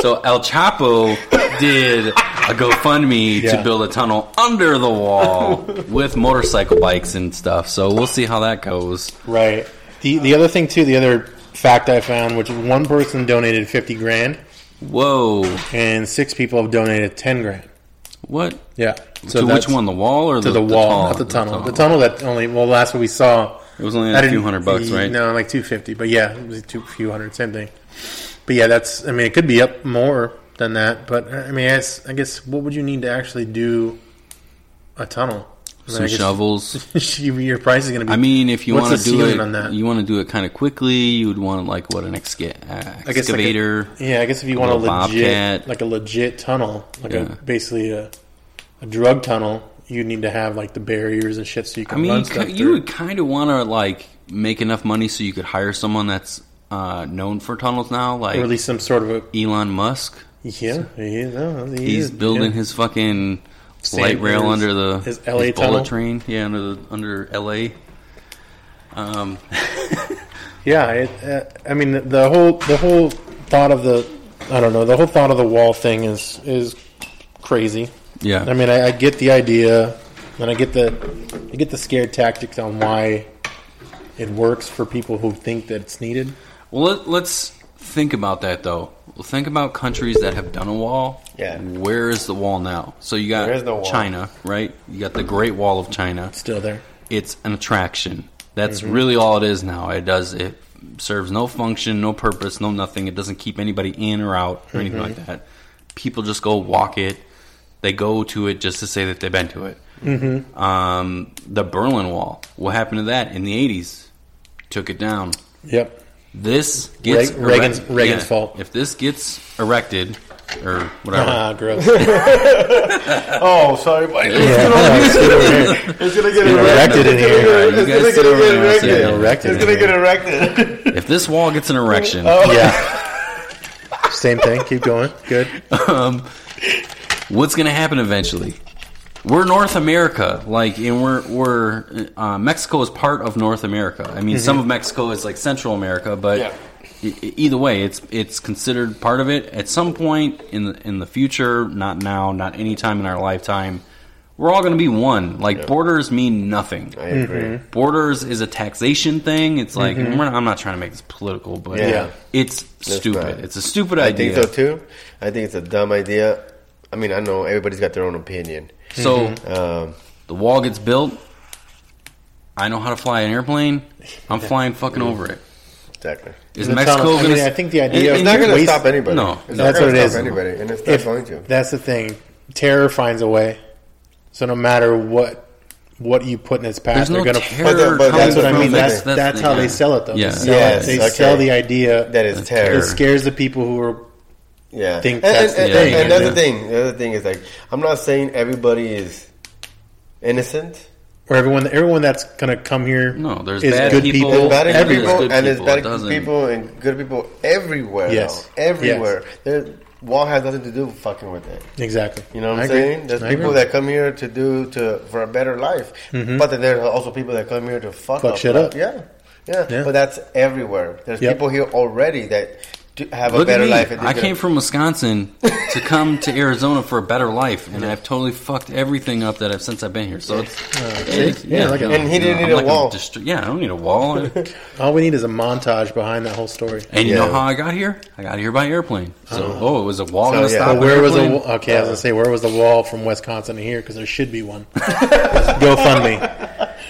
Speaker 1: So El Chapo did a GoFundMe
Speaker 3: Yeah.
Speaker 1: to build a tunnel under the wall with motorcycle bikes and stuff. So we'll see how that goes.
Speaker 3: right. The the other thing too, the other fact I found, which is one person donated fifty grand,
Speaker 1: Whoa,
Speaker 3: and six people have donated ten grand.
Speaker 1: what?
Speaker 3: Yeah. So
Speaker 1: to
Speaker 3: that's
Speaker 1: which one, the wall or
Speaker 3: To the, wall, not the tunnel. The tunnel that only well, last what we saw.
Speaker 1: It was only
Speaker 3: I
Speaker 1: a
Speaker 3: didn't-
Speaker 1: few hundred bucks, right?
Speaker 3: No, like two fifty. But yeah, it was two few hundred, same thing. But yeah, that's. I mean, it could be up more than that. But uh, I mean, it's, I guess what would you need to actually do a tunnel? I mean,
Speaker 1: Some
Speaker 3: I guess
Speaker 1: shovels.
Speaker 3: your price is going to be.
Speaker 1: I mean, if you
Speaker 3: What's
Speaker 1: want
Speaker 3: the
Speaker 1: to do
Speaker 3: ceiling
Speaker 1: it,
Speaker 3: on that?
Speaker 1: you want to do it kind of quickly. You would want like what an exca- uh,
Speaker 3: I guess like a-
Speaker 1: excavator.
Speaker 3: yeah, I guess if you
Speaker 1: a
Speaker 3: want a
Speaker 1: little
Speaker 3: legit,
Speaker 1: bobcat.
Speaker 3: like a legit tunnel, like
Speaker 1: Yeah.
Speaker 3: a, basically a, a drug tunnel, you need to have like the barriers and shit so you
Speaker 1: I
Speaker 3: can
Speaker 1: mean,
Speaker 3: run
Speaker 1: you,
Speaker 3: stuff
Speaker 1: ki- you
Speaker 3: through.
Speaker 1: would kind of want to like make enough money so you could hire someone that's uh, known for tunnels now, like
Speaker 3: or at least some sort of a
Speaker 1: Elon Musk.
Speaker 3: Yeah, he, no, he
Speaker 1: He's
Speaker 3: is,
Speaker 1: building
Speaker 3: yeah.
Speaker 1: his fucking
Speaker 3: Sand-
Speaker 1: light rail
Speaker 3: his-
Speaker 1: under the
Speaker 3: his LA tunnel.
Speaker 1: bullet train. Yeah, under the, under L.A. Um,
Speaker 3: Yeah, it, uh, I mean the, the whole the whole thought of the I don't know the whole thought of the wall thing is is crazy.
Speaker 1: yeah,
Speaker 3: I mean, I, I get the idea, and I get the I get the scared tactics on why it works for people who think that it's needed.
Speaker 1: Well, let, let's think about that though. Well, think about countries that have done a wall.
Speaker 2: Yeah.
Speaker 1: Where is the wall now? So you got
Speaker 2: There is no wall.
Speaker 1: China, right? You got the Great Wall of China.
Speaker 3: Still there.
Speaker 1: It's an attraction. That's
Speaker 3: Mm-hmm.
Speaker 1: really all it is now. It does it serves no function, no purpose, no nothing. It doesn't keep anybody in or out or anything
Speaker 3: Mm-hmm.
Speaker 1: like that. People just go walk it. They go to it just to say that they've been to it. Mm-hmm. Um, the Berlin Wall. What happened to that in the eighties? Took it down.
Speaker 3: Yep.
Speaker 1: This gets
Speaker 3: Reg- Reagan's-
Speaker 1: erect-
Speaker 3: Reagan's fault.
Speaker 1: If this gets erected or whatever,
Speaker 3: Ah, gross.
Speaker 2: Oh, sorry, buddy. It's gonna get erected.
Speaker 3: erected in here.
Speaker 1: Alright, you
Speaker 2: It's
Speaker 1: guys
Speaker 2: gonna
Speaker 1: sit
Speaker 2: get
Speaker 1: over there and I'll sit
Speaker 2: erected.
Speaker 1: down.
Speaker 3: Erected
Speaker 2: It's
Speaker 3: in
Speaker 2: gonna
Speaker 3: here.
Speaker 2: get erected.
Speaker 1: if this wall gets an erection,
Speaker 3: Oh, yeah. Same thing. Keep going. Good.
Speaker 1: um, what's going to happen eventually? We're North America, like, and we're we're uh, Mexico is part of North America. I mean, some of Mexico is like Central America, but
Speaker 2: Mm-hmm. Yeah.
Speaker 1: e- e- either way, it's it's considered part of it. At some point in the, in the future, not now, not any time in our lifetime, we're all going to be one. Like, borders mean nothing.
Speaker 2: I
Speaker 3: Mm-hmm.
Speaker 2: Mm-hmm. agree.
Speaker 1: borders is a taxation thing. It's like we're not, I'm not trying to make this political, but
Speaker 2: Mm-hmm. Yeah. Yeah.
Speaker 1: it's stupid.
Speaker 2: right.
Speaker 1: It's a stupid
Speaker 2: I
Speaker 1: idea.
Speaker 2: think so too. I think it's a dumb idea. I mean, I know everybody's got their own opinion.
Speaker 1: So
Speaker 2: Um,
Speaker 1: the wall gets built. I know how to fly an airplane. I'm flying fucking over it.
Speaker 2: Exactly.
Speaker 1: Is
Speaker 3: And it's
Speaker 1: Mexico
Speaker 3: not- I
Speaker 1: going
Speaker 3: mean, I think the idea
Speaker 2: It's not going to
Speaker 3: Waste-
Speaker 2: stop anybody.
Speaker 1: No.
Speaker 2: it's
Speaker 3: That's
Speaker 2: not going
Speaker 3: what
Speaker 2: to
Speaker 3: it
Speaker 2: stop
Speaker 3: is.
Speaker 2: anybody, and it's not
Speaker 3: If-
Speaker 2: going to.
Speaker 3: That's the thing. Terror finds a way. So no matter what what you put in its path,
Speaker 1: There's
Speaker 3: they're
Speaker 1: no
Speaker 3: going to.
Speaker 1: terror.
Speaker 2: But the- but
Speaker 1: coming
Speaker 3: That's what I
Speaker 1: from
Speaker 3: mean.
Speaker 1: this.
Speaker 3: That's, that's,
Speaker 1: the-
Speaker 3: how
Speaker 1: yeah.
Speaker 3: they sell it, though.
Speaker 1: Yeah.
Speaker 3: They sell,
Speaker 2: Yes,
Speaker 3: they
Speaker 2: okay.
Speaker 3: sell the idea.
Speaker 2: That is
Speaker 1: terror.
Speaker 2: terror.
Speaker 3: it scares the people who are.
Speaker 2: yeah.
Speaker 3: think
Speaker 2: and,
Speaker 3: that's the
Speaker 2: and, And,
Speaker 3: thing, yeah.
Speaker 2: another thing, the other thing is like, I'm not saying everybody is innocent.
Speaker 3: Or everyone, everyone that's going to come here.
Speaker 1: No, there's
Speaker 3: is
Speaker 1: bad
Speaker 3: good
Speaker 1: people.
Speaker 3: people.
Speaker 2: There's bad
Speaker 1: Everyone
Speaker 3: everywhere.
Speaker 1: is
Speaker 2: people,
Speaker 1: good
Speaker 2: and there's
Speaker 1: people. It
Speaker 2: bad
Speaker 1: doesn't-
Speaker 2: people and good people everywhere. now.
Speaker 3: Yes.
Speaker 2: everywhere. There, wall has nothing to do with fucking with it.
Speaker 3: Exactly.
Speaker 2: You know what
Speaker 3: I
Speaker 2: I'm
Speaker 3: agree.
Speaker 2: saying? There's
Speaker 3: I
Speaker 2: people
Speaker 3: agree. Mm-hmm.
Speaker 2: that come here to do to for a better life, but then there's also people that come here to fuck,
Speaker 3: Fuck
Speaker 2: up
Speaker 3: shit
Speaker 2: life.
Speaker 3: up.
Speaker 2: Yeah. yeah,
Speaker 3: Yeah.
Speaker 2: But that's everywhere. There's
Speaker 3: Yep.
Speaker 2: people here already that do have a
Speaker 1: Look at
Speaker 2: better
Speaker 1: me.
Speaker 2: life.
Speaker 1: I came from Wisconsin to come to Arizona for a better life, and I've totally fucked everything up that I've since I've been here. So it's
Speaker 3: see? Yeah, like a-
Speaker 1: no,
Speaker 2: And he didn't
Speaker 1: no,
Speaker 2: need
Speaker 1: I'm
Speaker 2: a
Speaker 1: not gonna
Speaker 2: wall.
Speaker 1: distri- yeah, I don't need a wall. and
Speaker 3: All we need is a montage behind that whole story.
Speaker 1: you know
Speaker 2: Yeah.
Speaker 1: how I got here? I got here by airplane. So oh, it was a wall. gonna
Speaker 2: yeah.
Speaker 1: stop
Speaker 3: Uh-huh. But where was the
Speaker 1: airplane?
Speaker 3: wa- okay? I was gonna say where was the wall from Wisconsin to here because there should be one. GoFundMe,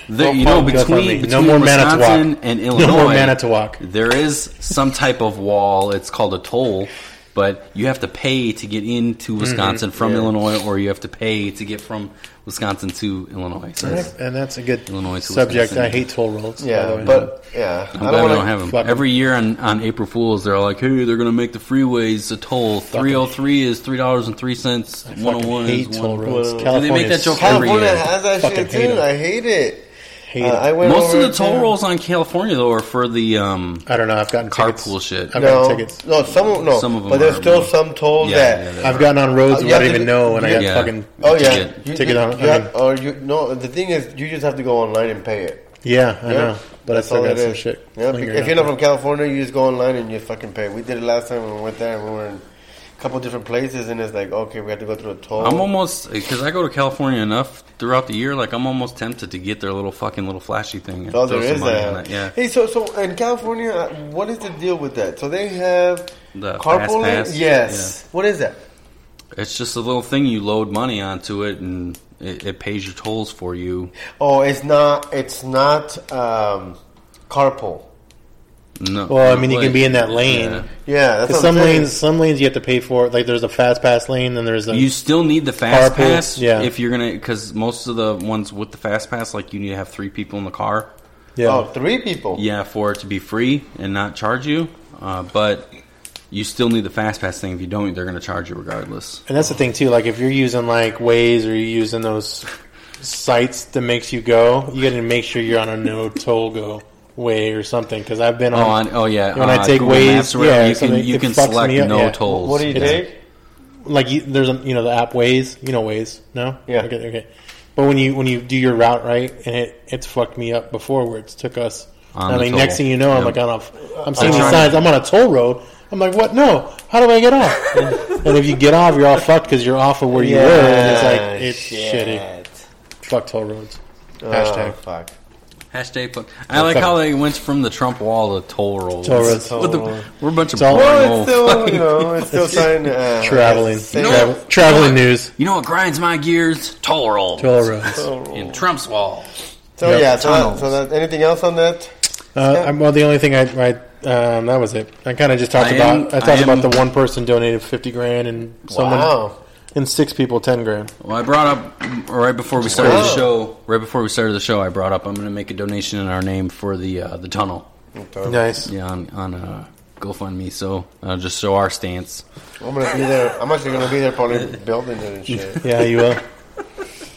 Speaker 1: The- you know,
Speaker 3: GoFundMe.
Speaker 1: between, between
Speaker 3: No more Manitowoc.
Speaker 1: Wisconsin and Illinois,
Speaker 3: no more Manitowoc.
Speaker 1: there is some type of wall. It's called a toll, but you have to pay to get
Speaker 3: Mm-hmm.
Speaker 1: into Wisconsin from Illinois, or you have to pay to get from Wisconsin to Illinois. So it's-
Speaker 3: And that's a good
Speaker 1: Illinois to
Speaker 3: subject.
Speaker 1: Wisconsin.
Speaker 3: I hate toll roads. by the
Speaker 2: yeah,
Speaker 3: way.
Speaker 2: but yeah,
Speaker 1: I'm glad we
Speaker 2: wanna-
Speaker 1: don't have them.
Speaker 3: fuck 'em.
Speaker 1: Every year on, on April Fools, they're like, hey, they're going to make the freeways a toll. 303 is $3.03.
Speaker 3: fucking
Speaker 1: 101 is
Speaker 3: hate
Speaker 1: 1
Speaker 3: toll roads.
Speaker 2: Whoa.
Speaker 1: Do they make that
Speaker 3: California's
Speaker 1: joke every
Speaker 2: California
Speaker 1: year?
Speaker 2: has that
Speaker 3: Fucking
Speaker 2: shit
Speaker 3: hate
Speaker 2: too.
Speaker 3: 'em.
Speaker 2: I hate it.
Speaker 3: Hate
Speaker 2: Uh,
Speaker 3: 'em.
Speaker 2: I went
Speaker 1: Most of
Speaker 2: over
Speaker 1: the toll
Speaker 2: to-
Speaker 1: rolls on California, though, are for the. Um,
Speaker 3: I don't know. I've gotten tickets.
Speaker 1: Carpool shit.
Speaker 3: I've
Speaker 2: No,
Speaker 3: gotten tickets.
Speaker 2: no, some no,
Speaker 1: Some of 'em
Speaker 2: but there's
Speaker 1: are-
Speaker 2: still some tolls
Speaker 1: Yeah,
Speaker 2: that.
Speaker 1: yeah, they
Speaker 3: I've gotten on roads
Speaker 2: Uh,
Speaker 3: where I
Speaker 2: you
Speaker 3: didn't
Speaker 2: have
Speaker 3: even
Speaker 2: to-
Speaker 3: know, and I got
Speaker 1: yeah.
Speaker 3: fucking
Speaker 2: Oh yeah,
Speaker 1: Ticket.
Speaker 2: You-
Speaker 3: Ticket
Speaker 2: you-
Speaker 3: on-
Speaker 2: you
Speaker 3: I
Speaker 2: have-
Speaker 3: mean-
Speaker 2: or you no. The thing is, you just have to go online and pay it.
Speaker 3: yeah, I
Speaker 2: Yeah.
Speaker 3: know. But I still
Speaker 2: all
Speaker 3: got
Speaker 2: it
Speaker 3: some
Speaker 2: is.
Speaker 3: shit.
Speaker 2: Yeah, if
Speaker 3: lingering
Speaker 2: if you're
Speaker 3: out
Speaker 2: not from California, you just go online and you fucking pay. We did it last time when we went there and we were in a couple different places and it's like, okay, we have to go through a toll.
Speaker 1: I'm almost. Because I go to California enough throughout the year, like, I'm almost tempted to get their little fucking little flashy thing. And
Speaker 2: oh,
Speaker 1: throw
Speaker 2: there
Speaker 1: some
Speaker 2: is
Speaker 1: money
Speaker 2: that.
Speaker 1: on it. Yeah.
Speaker 2: Hey, so so in California, uh, what is the deal with that? So they have
Speaker 1: The Fast
Speaker 2: carpooling.
Speaker 1: Pass?
Speaker 2: Yes. What is that?
Speaker 1: It's just a little thing you load money onto it, and it, it pays your tolls for you.
Speaker 2: Oh, it's not. It's not um, carpool.
Speaker 1: No,
Speaker 3: Well, I mean, you
Speaker 1: Like,
Speaker 3: can be in that lane.
Speaker 1: yeah.
Speaker 2: Yeah, that's
Speaker 3: 'Cause
Speaker 2: what
Speaker 3: some
Speaker 2: I'm saying.
Speaker 3: lanes, some lanes you have to pay for. Like there's a fast pass lane, and there's a
Speaker 1: You still need the fast
Speaker 3: Carpool,
Speaker 1: pass
Speaker 3: yeah.
Speaker 1: if you're gonna because most of the ones with the fast pass, like you need to have three people in the car.
Speaker 3: yeah.
Speaker 2: Oh, three people.
Speaker 1: Yeah, for it to be free and not charge you, uh, but you still need the fast pass thing. If you don't, they're gonna charge you regardless.
Speaker 3: And that's the thing too. Like if you're using like Waze or you're using those sites that makes you go, you got to make sure you're on a no toll go way or something. Because I've been
Speaker 1: Oh,
Speaker 3: on,
Speaker 1: and, oh yeah.
Speaker 3: When I take
Speaker 1: Google Maps
Speaker 3: Waze,
Speaker 1: or whatever,
Speaker 3: yeah,
Speaker 1: you can
Speaker 3: something-
Speaker 1: you
Speaker 3: it
Speaker 1: can
Speaker 3: fucks
Speaker 1: select
Speaker 3: me up,
Speaker 1: no
Speaker 3: yeah.
Speaker 1: tolls.
Speaker 2: What do you
Speaker 1: Yeah.
Speaker 2: take?
Speaker 3: like you, there's a you know the app Waze. You know Waze, no?
Speaker 2: Yeah.
Speaker 3: Okay, okay. But when you when you do your route right, and it it's fucked me up before where it's took us.
Speaker 1: On
Speaker 3: I
Speaker 1: the
Speaker 3: mean,
Speaker 1: toll.
Speaker 3: next thing you know, I'm
Speaker 1: Yep.
Speaker 3: like on a, I'm seeing these
Speaker 1: trying-
Speaker 3: signs. I'm on a toll road. I'm like, what? No, how do I get off? and if you get off, you're all fucked because you're off of where you were. And it's like it's shitty. Fuck toll roads. Hashtag.
Speaker 2: Oh, fuck.
Speaker 1: Hashtag. fuck- I like how they went from the Trump wall to toll rolls.
Speaker 3: Toll roads.
Speaker 1: What the-
Speaker 2: Toll roll.
Speaker 1: we're a bunch of
Speaker 3: It's all-
Speaker 1: boring
Speaker 2: Well,
Speaker 1: old
Speaker 2: it's still,
Speaker 1: fucking-
Speaker 2: you know, it's still trying to uh,
Speaker 3: Traveling.
Speaker 2: say-
Speaker 1: No.
Speaker 3: Travel, traveling news.
Speaker 1: You know what grinds my gears? Toll rolls.
Speaker 3: Toll roads.
Speaker 1: In Trump's wall.
Speaker 2: So
Speaker 3: Yep.
Speaker 2: yeah, so, that,
Speaker 1: Tunnels.
Speaker 2: so that, anything else on that?
Speaker 3: Uh, I'm- well, the only thing I, I um, that was it. I kind of just talked
Speaker 1: I am-
Speaker 3: about. I
Speaker 1: I
Speaker 3: talked
Speaker 1: am-
Speaker 3: about the one person donated fifty grand and someone
Speaker 2: Wow.
Speaker 3: and six people ten grand.
Speaker 1: Well, I brought up right before we started the
Speaker 2: Wow.
Speaker 1: show. Right before we started the show, I brought up I'm going to make a donation in our name for the uh, the tunnel.
Speaker 3: Nice.
Speaker 1: Yeah, on on uh, GoFundMe. So uh, just show our stance.
Speaker 2: I'm gonna be there. I'm actually gonna be there, probably building it and shit.
Speaker 3: Yeah, you will.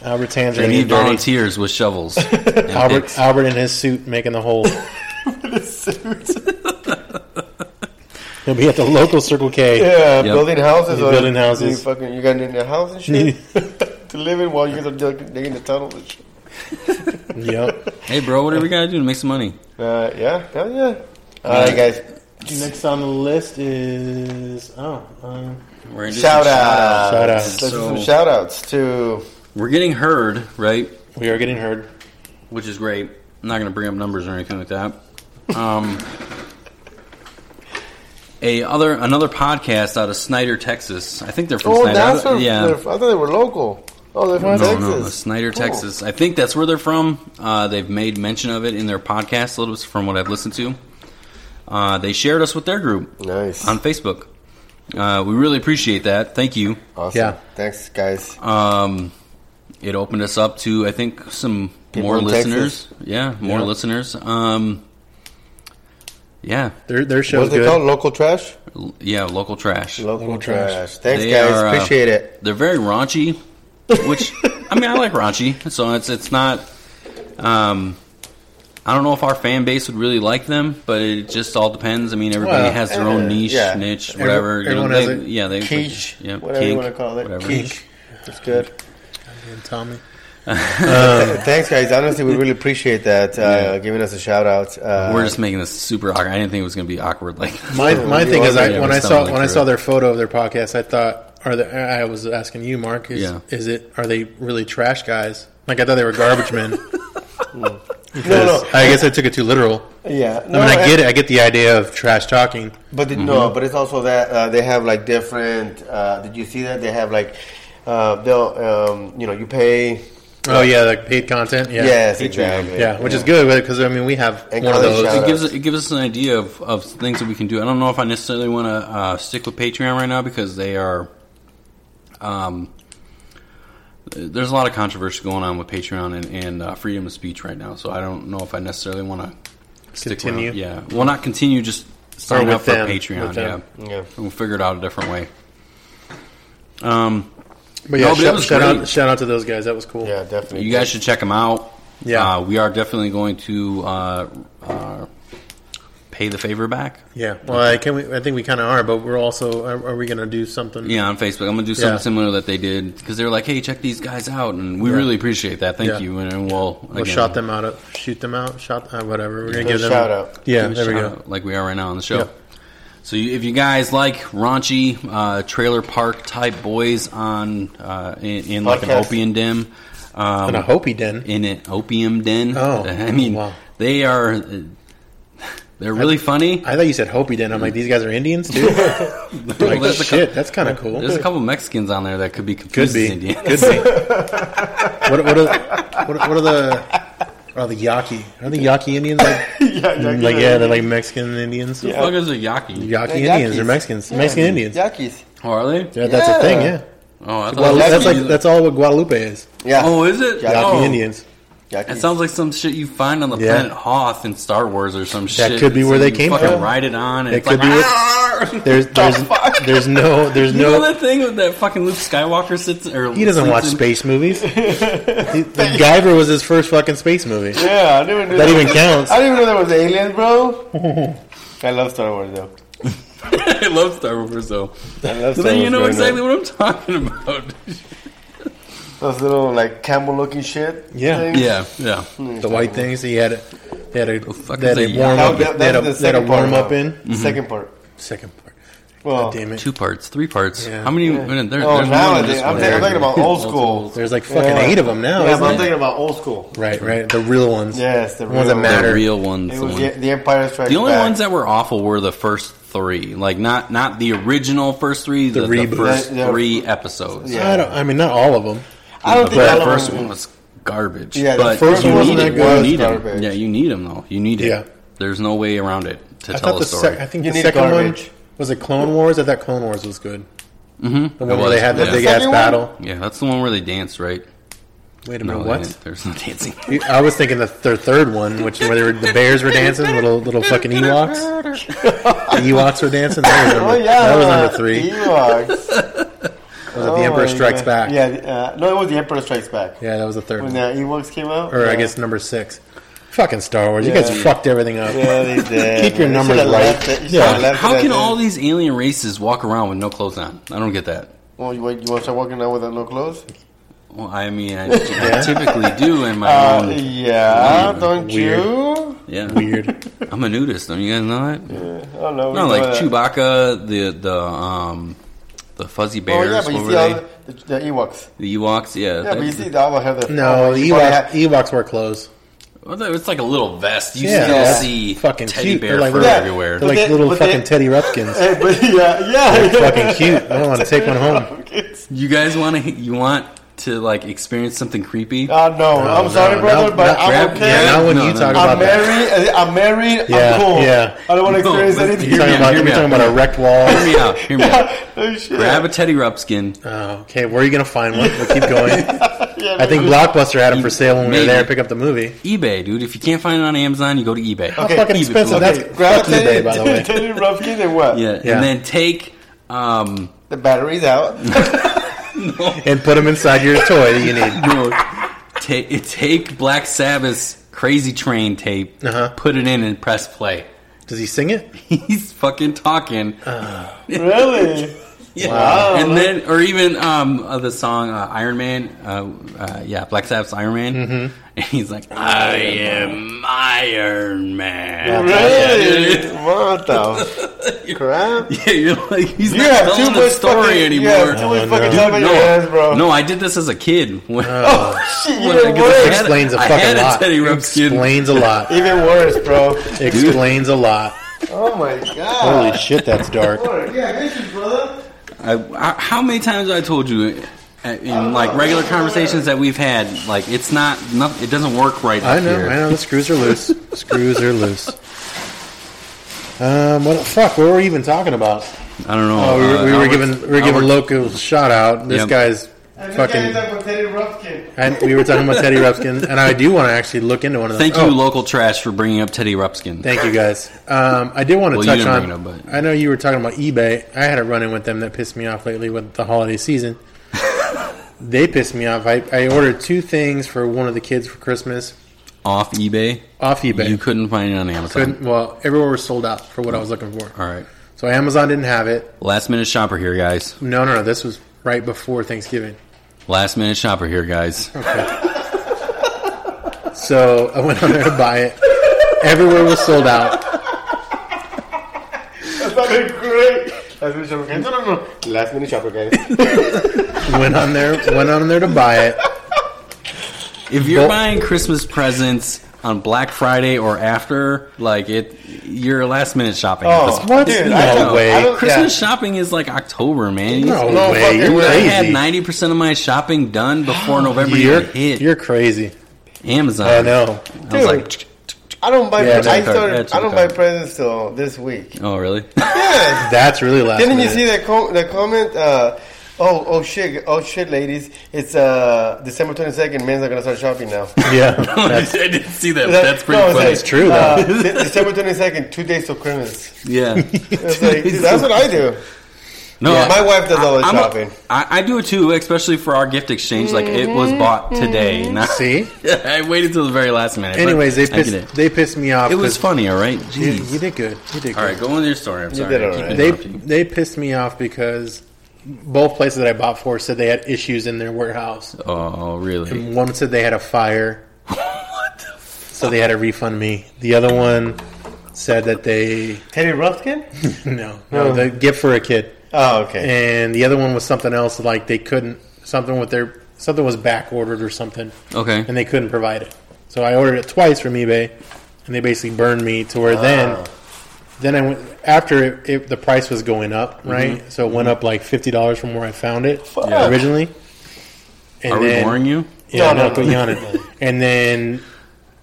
Speaker 3: Albert Tan's
Speaker 1: We
Speaker 3: gonna
Speaker 1: need
Speaker 3: get dirty.
Speaker 1: volunteers with shovels. and
Speaker 3: Albert,
Speaker 1: picks.
Speaker 3: Albert in his suit making the hole. He'll be at the local Circle K.
Speaker 2: Yeah,
Speaker 1: Yep.
Speaker 2: building houses.
Speaker 3: You're
Speaker 2: or
Speaker 3: building
Speaker 2: you
Speaker 3: houses.
Speaker 2: fucking, you got in your house and shit to live in while you guys are dig- digging the tunnels and shit.
Speaker 3: Yep.
Speaker 1: hey, bro, whatever you got to do to make some money.
Speaker 2: Uh, yeah, hell yeah. All right, guys.
Speaker 3: Next on the list is oh, um,
Speaker 1: We're gonna do some
Speaker 2: Shout outs.
Speaker 3: Shout outs.
Speaker 2: Let's do
Speaker 1: So-
Speaker 2: some shout outs to.
Speaker 1: We're getting heard, right?
Speaker 3: we are getting heard.
Speaker 1: Which is great. I'm not going to bring up numbers or anything like that. Um, a other another podcast out of Snyder, Texas. I think they're from
Speaker 2: Oh,
Speaker 1: Snyder.
Speaker 2: that's
Speaker 1: I
Speaker 2: where,
Speaker 1: don't-
Speaker 2: yeah. I thought they were local. Oh, they're from
Speaker 1: No,
Speaker 2: Texas.
Speaker 1: no, Snyder,
Speaker 2: Cool.
Speaker 1: Texas. I think that's where they're from. Uh, they've made mention of it in their podcast a little bit from what I've listened to. Uh, they shared us with their group
Speaker 2: Nice.
Speaker 1: on Facebook. Uh, we really appreciate that. Thank you.
Speaker 2: awesome.
Speaker 3: Yeah.
Speaker 2: Thanks, guys.
Speaker 1: Um, it opened us up to, I think, some
Speaker 2: People
Speaker 1: more
Speaker 2: in
Speaker 1: listeners. Yeah, more
Speaker 3: Yeah.
Speaker 1: listeners. Um, yeah,
Speaker 3: Their their show's
Speaker 2: What's it
Speaker 3: good.
Speaker 2: called? Local trash?
Speaker 1: L- yeah, local trash.
Speaker 2: Local,
Speaker 3: Local
Speaker 2: trash.
Speaker 3: trash.
Speaker 2: Thanks,
Speaker 1: They
Speaker 2: guys.
Speaker 1: are, uh,
Speaker 2: Appreciate it.
Speaker 1: They're very raunchy, which I mean, I like raunchy, so it's it's not. Um, I don't know if our fan base would really like them, but it just all depends. I mean, everybody
Speaker 3: Well,
Speaker 1: has their own
Speaker 2: eh,
Speaker 1: niche,
Speaker 2: yeah.
Speaker 1: niche,
Speaker 3: Every-
Speaker 1: whatever.
Speaker 3: everyone
Speaker 1: they,
Speaker 3: has a
Speaker 1: yeah, they
Speaker 2: Quiche.
Speaker 1: yeah,
Speaker 2: whatever you
Speaker 1: kink,
Speaker 2: want to call it.
Speaker 1: whatever.
Speaker 2: Quiche. It's good.
Speaker 3: And Tommy. Um,
Speaker 2: Thanks, guys. Honestly, we really appreciate that. Uh, Giving us a shout out. Uh,
Speaker 1: We're just making this super awkward. I didn't think it was going to be awkward like this.
Speaker 3: My
Speaker 2: Oh,
Speaker 3: my
Speaker 2: you
Speaker 3: thing
Speaker 2: are
Speaker 3: is, I,
Speaker 1: gonna have
Speaker 3: when I
Speaker 1: to
Speaker 3: saw
Speaker 1: stumble
Speaker 3: when I
Speaker 1: through
Speaker 3: saw
Speaker 1: it.
Speaker 3: their photo of their podcast, I thought, are the, I was asking you, Mark, is
Speaker 1: Yeah.
Speaker 3: is it are they really trash guys? Like I thought they were garbage men.
Speaker 2: no,
Speaker 3: Because
Speaker 2: Mm. no.
Speaker 3: I guess I took it too literal.
Speaker 2: yeah.
Speaker 3: I mean, I get it. I get the idea of trash talking.
Speaker 2: But
Speaker 3: Mm-hmm.
Speaker 2: the, no, but it's also that uh, they have like different. Uh, did you see that they have like uh, they'll um, you know you pay.
Speaker 3: Oh yeah, like paid content. Yeah,
Speaker 2: Yes, exactly.
Speaker 3: yeah, which is good because I mean we have
Speaker 2: And
Speaker 3: one of
Speaker 2: college shout
Speaker 1: it
Speaker 2: out.
Speaker 3: those.
Speaker 1: gives it gives us an idea of, of things that we can do. I don't know if I necessarily want to uh, stick with Patreon right now because they are, um, there's a lot of controversy going on with Patreon and, and uh, freedom of speech right now. So I don't know if I necessarily want to stick
Speaker 3: Continue.
Speaker 1: With, yeah, well, not continue. Just sign
Speaker 3: with
Speaker 1: up for
Speaker 3: them,
Speaker 1: Patreon.
Speaker 3: with them.
Speaker 1: Yeah,
Speaker 2: Yeah.
Speaker 1: we'll figure it out a different way. Um,
Speaker 3: But yeah,
Speaker 1: No, but it
Speaker 3: shout,
Speaker 1: was
Speaker 3: shout
Speaker 1: great.
Speaker 3: out shout out to those guys. That was cool.
Speaker 2: Yeah, definitely.
Speaker 1: you guys should check them out.
Speaker 3: Yeah.
Speaker 1: uh, we are definitely going to uh, uh, pay the favor back.
Speaker 3: yeah. Well, I can. We, I think we kind of are, but we're also are, are we going to do something?
Speaker 1: Yeah, on Facebook. I'm gonna do something
Speaker 3: Yeah.
Speaker 1: similar that they did because they were like, "Hey, check these guys out," and we
Speaker 3: Yeah.
Speaker 1: really appreciate that. Thank
Speaker 3: Yeah.
Speaker 1: you, and, and we'll
Speaker 3: We'll
Speaker 1: again,
Speaker 3: shot them out, uh, shoot them out, shot uh, whatever. We're gonna
Speaker 2: Give
Speaker 3: give
Speaker 2: a
Speaker 3: them
Speaker 2: shout out.
Speaker 3: Yeah,
Speaker 1: give us
Speaker 3: there
Speaker 1: a
Speaker 3: we
Speaker 1: shout
Speaker 3: go.
Speaker 1: out, like we are right now on the show.
Speaker 3: Yeah.
Speaker 1: So you, if you guys like raunchy uh, trailer park type boys on uh, in, in like an
Speaker 2: Podcast.
Speaker 1: opium den, um,
Speaker 3: And I hope he didn't.
Speaker 1: in an opium den.
Speaker 3: Oh,
Speaker 1: I mean,
Speaker 3: wow.
Speaker 1: they are uh, they're really funny.
Speaker 3: I thought you said hope he didn't. I'm like, these guys are Indians too.
Speaker 1: Well,
Speaker 3: like,
Speaker 1: there's a cou-
Speaker 3: shit, that's kind of cool.
Speaker 1: There's a couple Mexicans on there that could be confused
Speaker 3: Could be.
Speaker 1: as Indians.
Speaker 3: Could be. what, what, are, what, are- what are the are the Yaki? Are the Yaki Indians like? mm,
Speaker 2: Yeah,
Speaker 3: like yeah, they're like Mexican Indians.
Speaker 1: The fuck is a yaki?
Speaker 3: Yaki Indians. They're Mexicans. Mexican Indians. Yeah,
Speaker 2: Yakis.
Speaker 1: Oh, are they?
Speaker 3: that's
Speaker 2: Yeah.
Speaker 3: a thing. Yeah.
Speaker 1: Oh, I thought
Speaker 3: Well,
Speaker 1: it was
Speaker 3: that's
Speaker 1: something
Speaker 3: like
Speaker 1: you-
Speaker 3: that's all what Guadalupe is.
Speaker 2: Yeah.
Speaker 1: Oh, is it?
Speaker 2: Yaki
Speaker 3: Yaki
Speaker 1: oh.
Speaker 3: Indians.
Speaker 2: Yakis.
Speaker 1: It sounds like some shit you find on the
Speaker 3: Yeah.
Speaker 1: planet Hoth in Star Wars or some shit.
Speaker 3: could be
Speaker 1: It's
Speaker 3: where
Speaker 1: like
Speaker 3: they
Speaker 1: you
Speaker 3: came
Speaker 1: fucking
Speaker 3: from.
Speaker 1: Ride it on. And
Speaker 3: It
Speaker 1: it's
Speaker 3: could
Speaker 1: like,
Speaker 3: be where-
Speaker 1: "Arr!"
Speaker 3: There's there's there's no there's
Speaker 1: You know
Speaker 3: no.
Speaker 1: that thing with that fucking Luke Skywalker sits or
Speaker 3: He doesn't
Speaker 1: sleeps
Speaker 3: watch
Speaker 1: in-
Speaker 3: space movies. the, the Guyver was his first fucking space movie.
Speaker 2: yeah, I never knew
Speaker 3: That even counts.
Speaker 2: I didn't even know there was aliens, bro. I love Star Wars though.
Speaker 1: I love Star Wars though.
Speaker 2: I love
Speaker 1: So
Speaker 2: Star
Speaker 1: then you
Speaker 2: Wars
Speaker 1: know
Speaker 2: growing
Speaker 1: exactly
Speaker 2: up.
Speaker 1: what I'm talking about.
Speaker 2: Those little like camel looking shit.
Speaker 3: Yeah.
Speaker 2: things.
Speaker 1: yeah, yeah.
Speaker 3: The white things he had. They had a
Speaker 1: Mm. fuck
Speaker 3: they had
Speaker 1: is
Speaker 3: a
Speaker 1: a
Speaker 3: warm
Speaker 2: That,
Speaker 3: up.
Speaker 2: that,
Speaker 3: They had
Speaker 2: that's
Speaker 3: a,
Speaker 2: the
Speaker 3: they had a
Speaker 2: second part.
Speaker 3: warm up
Speaker 2: now.
Speaker 3: in
Speaker 2: Second part.
Speaker 3: second part.
Speaker 2: Well,
Speaker 3: Damn it.
Speaker 1: Two parts, three parts.
Speaker 3: Yeah.
Speaker 1: How many? There, there's
Speaker 2: Oh,
Speaker 1: more
Speaker 2: now
Speaker 1: than
Speaker 2: I
Speaker 1: this
Speaker 2: think- I'm,
Speaker 1: one.
Speaker 2: thinking- I'm thinking about old
Speaker 1: Old
Speaker 2: school.
Speaker 3: There's like fucking
Speaker 2: Yeah.
Speaker 3: eight of them now.
Speaker 2: Yeah,
Speaker 3: isn't
Speaker 2: but I'm
Speaker 3: there?
Speaker 2: thinking about old school.
Speaker 3: right,
Speaker 1: Mm.
Speaker 3: right. The real ones.
Speaker 2: Yes, the
Speaker 3: The ones that
Speaker 2: real-
Speaker 1: The
Speaker 3: matter.
Speaker 1: real ones.
Speaker 2: It
Speaker 1: the
Speaker 2: was
Speaker 1: ones-
Speaker 2: the, the Empire Strikes
Speaker 1: The only
Speaker 2: Back.
Speaker 1: ones that were awful were the first three, like not not the original first three, the, the,
Speaker 3: reboot.
Speaker 1: first
Speaker 2: Yeah, yeah.
Speaker 1: three episodes.
Speaker 2: Yeah.
Speaker 3: I don't. I mean, not all of them.
Speaker 2: I don't think
Speaker 1: But
Speaker 2: all
Speaker 1: the
Speaker 2: of
Speaker 1: first
Speaker 2: them-
Speaker 1: one was garbage.
Speaker 2: Yeah, the
Speaker 1: but
Speaker 2: first
Speaker 1: you
Speaker 3: one wasn't
Speaker 1: need
Speaker 3: that
Speaker 1: it.
Speaker 3: good.
Speaker 1: You need it.
Speaker 2: Garbage.
Speaker 1: Yeah, you need them though. You need it.
Speaker 3: Yeah.
Speaker 1: There's no way around it to
Speaker 3: I
Speaker 1: tell
Speaker 3: thought
Speaker 1: a
Speaker 3: the
Speaker 1: story.
Speaker 3: sec- I think
Speaker 2: You
Speaker 3: the
Speaker 2: need
Speaker 3: second
Speaker 2: garbage.
Speaker 3: one was it Clone Wars. I thought Clone Wars was good. Mm-hmm. The
Speaker 1: It
Speaker 3: one where they
Speaker 1: was,
Speaker 3: had the
Speaker 1: yeah.
Speaker 3: big
Speaker 2: The
Speaker 3: ass
Speaker 2: second one?
Speaker 3: battle.
Speaker 1: yeah, that's the one where they danced, right?
Speaker 3: Wait a
Speaker 1: No,
Speaker 3: minute,
Speaker 1: they
Speaker 3: what?
Speaker 1: didn't. there's no dancing.
Speaker 3: You- I was thinking the their third one, which where they were, the bears were dancing, little little fucking Ewoks. The Ewoks were dancing. That was number,
Speaker 2: Oh yeah,
Speaker 3: that was number three.
Speaker 2: Ewoks.
Speaker 3: Was it The Emperor Strikes Back?
Speaker 2: Oh Yeah, the- uh, no, it was The Emperor Strikes Back
Speaker 3: Yeah, that was the third
Speaker 2: when
Speaker 3: one,
Speaker 2: the Ewoks came out.
Speaker 3: or
Speaker 2: yeah.
Speaker 3: I guess number six. Fucking Star Wars. You
Speaker 2: Yeah.
Speaker 3: guys fucked everything up.
Speaker 2: Yeah, they did.
Speaker 3: Keep your
Speaker 2: You
Speaker 3: numbers
Speaker 2: should've
Speaker 3: right.
Speaker 2: left it. You
Speaker 3: Yeah.
Speaker 2: should've left
Speaker 1: How
Speaker 2: it
Speaker 1: can
Speaker 2: at
Speaker 1: all
Speaker 2: that.
Speaker 1: these alien races walk around with no clothes on? I don't get that.
Speaker 2: Well, you, want- you want to start walking out without no clothes?
Speaker 1: Well, I mean, I, I typically do in my
Speaker 2: Uh,
Speaker 1: own.
Speaker 2: yeah, don't
Speaker 3: Weird.
Speaker 2: you?
Speaker 1: Yeah,
Speaker 3: Weird.
Speaker 1: I'm a nudist. Don't you guys know that?
Speaker 2: Oh no, we
Speaker 1: No, like
Speaker 2: know that.
Speaker 1: Chewbacca, the the um, the fuzzy
Speaker 2: Oh
Speaker 1: bears.
Speaker 2: yeah, but
Speaker 1: what
Speaker 2: you
Speaker 1: were
Speaker 2: see all
Speaker 1: they?
Speaker 2: the, the, the Ewoks.
Speaker 1: The Ewoks. Yeah,
Speaker 2: Yeah, but you
Speaker 1: that's-
Speaker 2: see, they all have the
Speaker 3: No, the
Speaker 2: you probably
Speaker 3: Ewoks,
Speaker 2: have-
Speaker 3: Oh, Ewoks wear clothes.
Speaker 1: Well, though, it's like a little vest. You
Speaker 3: Yeah,
Speaker 1: still
Speaker 2: yeah.
Speaker 1: see
Speaker 3: Fucking
Speaker 1: teddy
Speaker 3: cute.
Speaker 1: bear
Speaker 3: They're like
Speaker 1: fur
Speaker 3: little-
Speaker 1: everywhere.
Speaker 3: They're like
Speaker 2: But they-
Speaker 3: little
Speaker 2: but they-
Speaker 3: fucking Teddy Rupkins.
Speaker 2: Hey, but yeah, yeah,
Speaker 3: fucking cute. I want to take one home.
Speaker 2: Okay.
Speaker 1: You guys want to? You want to like experience something creepy.
Speaker 2: Uh, no,
Speaker 3: No,
Speaker 2: I'm
Speaker 3: no,
Speaker 2: sorry,
Speaker 3: no,
Speaker 2: brother,
Speaker 3: no,
Speaker 2: but
Speaker 3: no,
Speaker 2: I'm
Speaker 1: grab-
Speaker 2: okay.
Speaker 1: yeah,
Speaker 3: now when
Speaker 1: No,
Speaker 3: you
Speaker 1: no,
Speaker 3: talk
Speaker 1: no.
Speaker 3: about
Speaker 2: I'm
Speaker 3: that,
Speaker 2: married. I'm married.
Speaker 3: Yeah,
Speaker 2: I'm cool.
Speaker 3: yeah.
Speaker 2: I don't want to
Speaker 1: No,
Speaker 2: experience
Speaker 1: but
Speaker 3: you're
Speaker 2: anything.
Speaker 1: Hear
Speaker 3: talking
Speaker 1: me out,
Speaker 3: about,
Speaker 1: hear
Speaker 3: you're
Speaker 1: me
Speaker 3: talking
Speaker 1: out.
Speaker 3: about a wrecked wall.
Speaker 1: hear me out. Hear me out.
Speaker 2: oh, shit.
Speaker 1: Grab a Teddy Rupskin.
Speaker 3: Oh, okay, where are you gonna find one? We'll keep going.
Speaker 2: Yeah,
Speaker 3: I think
Speaker 2: maybe.
Speaker 3: Blockbuster had them for sale when we were
Speaker 1: Maybe.
Speaker 3: there. Pick up the movie.
Speaker 1: eBay, dude. If you can't find it on Amazon, you go to eBay.
Speaker 3: How fucking
Speaker 1: eBay,
Speaker 3: expensive
Speaker 1: cool.
Speaker 3: that's
Speaker 2: Okay, grab a
Speaker 3: fucking eBay, by the
Speaker 2: Teddy
Speaker 3: way.
Speaker 2: Teddy Rumpkin and what?
Speaker 1: Yeah.
Speaker 3: Yeah.
Speaker 1: and then take. Um,
Speaker 2: The battery's out.
Speaker 3: and put them inside your toy that you need.
Speaker 1: no, ta- take Black Sabbath's Crazy Train tape,
Speaker 3: Uh-huh.
Speaker 1: put it in, and press play.
Speaker 3: Does he sing it?
Speaker 1: He's fucking talking.
Speaker 2: really?
Speaker 1: Yeah.
Speaker 2: Wow.
Speaker 1: And then, or even um, uh, the song uh, Iron Man. Uh, uh, yeah, Black Sabbath's Iron Man.
Speaker 3: Mm-hmm.
Speaker 1: And he's like, I am Iron Man.
Speaker 2: Really? What the crap?
Speaker 1: Yeah, you're like, he's
Speaker 2: You
Speaker 1: not
Speaker 2: have too
Speaker 1: telling the
Speaker 2: much
Speaker 1: story
Speaker 2: fucking, You
Speaker 1: anymore.
Speaker 2: have too much
Speaker 3: Oh,
Speaker 2: fucking
Speaker 3: no.
Speaker 2: time in
Speaker 1: no,
Speaker 2: your hands, bro.
Speaker 1: no, I did this as a kid. When,
Speaker 2: oh, shit,
Speaker 1: when
Speaker 2: even
Speaker 1: I had-
Speaker 2: worse.
Speaker 3: Explains a
Speaker 1: I
Speaker 3: fucking
Speaker 1: had a
Speaker 3: lot.
Speaker 1: Teddy Ruxpin.
Speaker 3: Explains a lot.
Speaker 2: Even worse, bro.
Speaker 3: Explains a lot.
Speaker 2: Oh my god.
Speaker 3: Holy shit, that's dark.
Speaker 2: Yeah, this is brother.
Speaker 1: I, I, how many times have I told you uh, in like regular conversations that we've had, like it's not, noth- it doesn't work right.
Speaker 3: I
Speaker 1: up
Speaker 3: know,
Speaker 1: here.
Speaker 3: I know. The screws are loose. screws are loose. Um, what the fuck? What were we even talking about?
Speaker 1: I don't know.
Speaker 3: Oh, we were,
Speaker 1: uh,
Speaker 3: we were
Speaker 1: Albert-
Speaker 3: giving we were giving
Speaker 1: Albert-
Speaker 3: local shout out. This
Speaker 1: Yep.
Speaker 3: guy's fucking. and we were talking about Teddy Repskin, and I do want to actually look into one of those.
Speaker 1: Thank you,
Speaker 3: Oh,
Speaker 1: local trash, for bringing up Teddy Rupskin.
Speaker 3: Thank you guys. Um, I did want to
Speaker 1: Well, you
Speaker 3: touch
Speaker 1: didn't
Speaker 3: on.
Speaker 1: bring it up, but-
Speaker 3: I know you were talking about eBay. I had a run in with them that pissed me off lately with the holiday season. they pissed me off. I, I ordered two things for one of the kids for Christmas
Speaker 1: Off eBay,
Speaker 3: off eBay.
Speaker 1: you couldn't find it on Amazon.
Speaker 3: Couldn't- well, everywhere was sold out for what I was looking for.
Speaker 1: All right,
Speaker 3: So Amazon didn't have it.
Speaker 1: last minute shopper here, guys.
Speaker 3: No, no, no. This was right before Thanksgiving.
Speaker 1: Last minute shopper here, guys.
Speaker 3: So I went on there to buy it. Everywhere was sold out.
Speaker 2: That's not great. Last minute shopper guys. No, no, no. Last minute shopper guys.
Speaker 3: Went on there. Went on there to buy it.
Speaker 1: If you're
Speaker 3: Well-
Speaker 1: buying Christmas presents on Black Friday or after, like it, you're last minute shopping. at this
Speaker 2: Oh,
Speaker 1: point.
Speaker 3: What?
Speaker 2: Dude,
Speaker 3: No
Speaker 2: I don't,
Speaker 3: way.
Speaker 2: I don't,
Speaker 1: Christmas
Speaker 2: yeah.
Speaker 1: shopping is like October, man.
Speaker 3: No,
Speaker 2: No
Speaker 3: way.
Speaker 2: fucking
Speaker 3: You're
Speaker 2: way.
Speaker 1: I
Speaker 3: crazy.
Speaker 1: had ninety percent of my shopping done before November
Speaker 3: you're,
Speaker 1: even hit
Speaker 3: you're Uh, crazy.
Speaker 1: Amazon.
Speaker 3: I know.
Speaker 1: I was like,
Speaker 2: Dude. I don't buy.
Speaker 3: Yeah,
Speaker 2: presents. I
Speaker 1: check card. Yeah,
Speaker 2: started.
Speaker 1: check
Speaker 2: I don't buy
Speaker 1: card.
Speaker 2: presents till this week.
Speaker 1: oh really?
Speaker 2: Yes.
Speaker 3: That's really last.
Speaker 2: Didn't you
Speaker 3: minute.
Speaker 2: see the com- the comment? Uh, oh, oh shit, oh shit, ladies! It's uh, December twenty second. Men are gonna start shopping now.
Speaker 3: Yeah,
Speaker 1: I
Speaker 3: that's,
Speaker 1: didn't see that.
Speaker 2: That-
Speaker 1: That's pretty
Speaker 2: no, it's
Speaker 1: funny.
Speaker 3: That's true,
Speaker 2: Uh,
Speaker 3: though.
Speaker 2: De- December twenty second, two days till Christmas.
Speaker 1: yeah.
Speaker 2: It's like, that's what I do.
Speaker 1: no,
Speaker 2: My wife does all the
Speaker 1: I'm a-
Speaker 2: shopping.
Speaker 1: I, I do it too, especially for our gift exchange. Like it was bought today. Not,
Speaker 3: Mm-hmm, see.
Speaker 1: I waited till the very last minute. but
Speaker 3: Anyways, they
Speaker 1: I get it.
Speaker 3: pissed. They pissed me off.
Speaker 1: It was
Speaker 3: 'cause-
Speaker 1: funny, all right.
Speaker 3: You,
Speaker 1: Jeez.
Speaker 3: you did good. You did good.
Speaker 1: All right, go on with your story. I'm sorry.
Speaker 2: did
Speaker 1: I
Speaker 2: all
Speaker 1: keep
Speaker 2: right.
Speaker 3: They
Speaker 1: interrupting.
Speaker 3: they pissed me off because both places that I bought for said they had issues in their warehouse.
Speaker 1: oh, really?
Speaker 3: One said they had a fire,
Speaker 1: what the f-
Speaker 3: so they had to refund me. The other one said that they
Speaker 2: Teddy Ruffkin?
Speaker 3: no
Speaker 1: Oh.
Speaker 3: no the gift for a kid,
Speaker 2: Oh, okay.
Speaker 3: and the other one was something else like they couldn't something with their something was back ordered or something.
Speaker 1: Okay.
Speaker 3: and they couldn't provide it. So I ordered it twice from eBay, and they basically burned me to where then, then I went after it, it, the price was going up,
Speaker 2: Mm-hmm.
Speaker 3: right? So it went up like fifty dollars from where I found it
Speaker 2: Yeah.
Speaker 3: originally. And
Speaker 1: Are we boring you?
Speaker 3: Yeah,
Speaker 2: No,
Speaker 3: no,
Speaker 2: no,
Speaker 3: put
Speaker 2: no.
Speaker 3: you on it. And then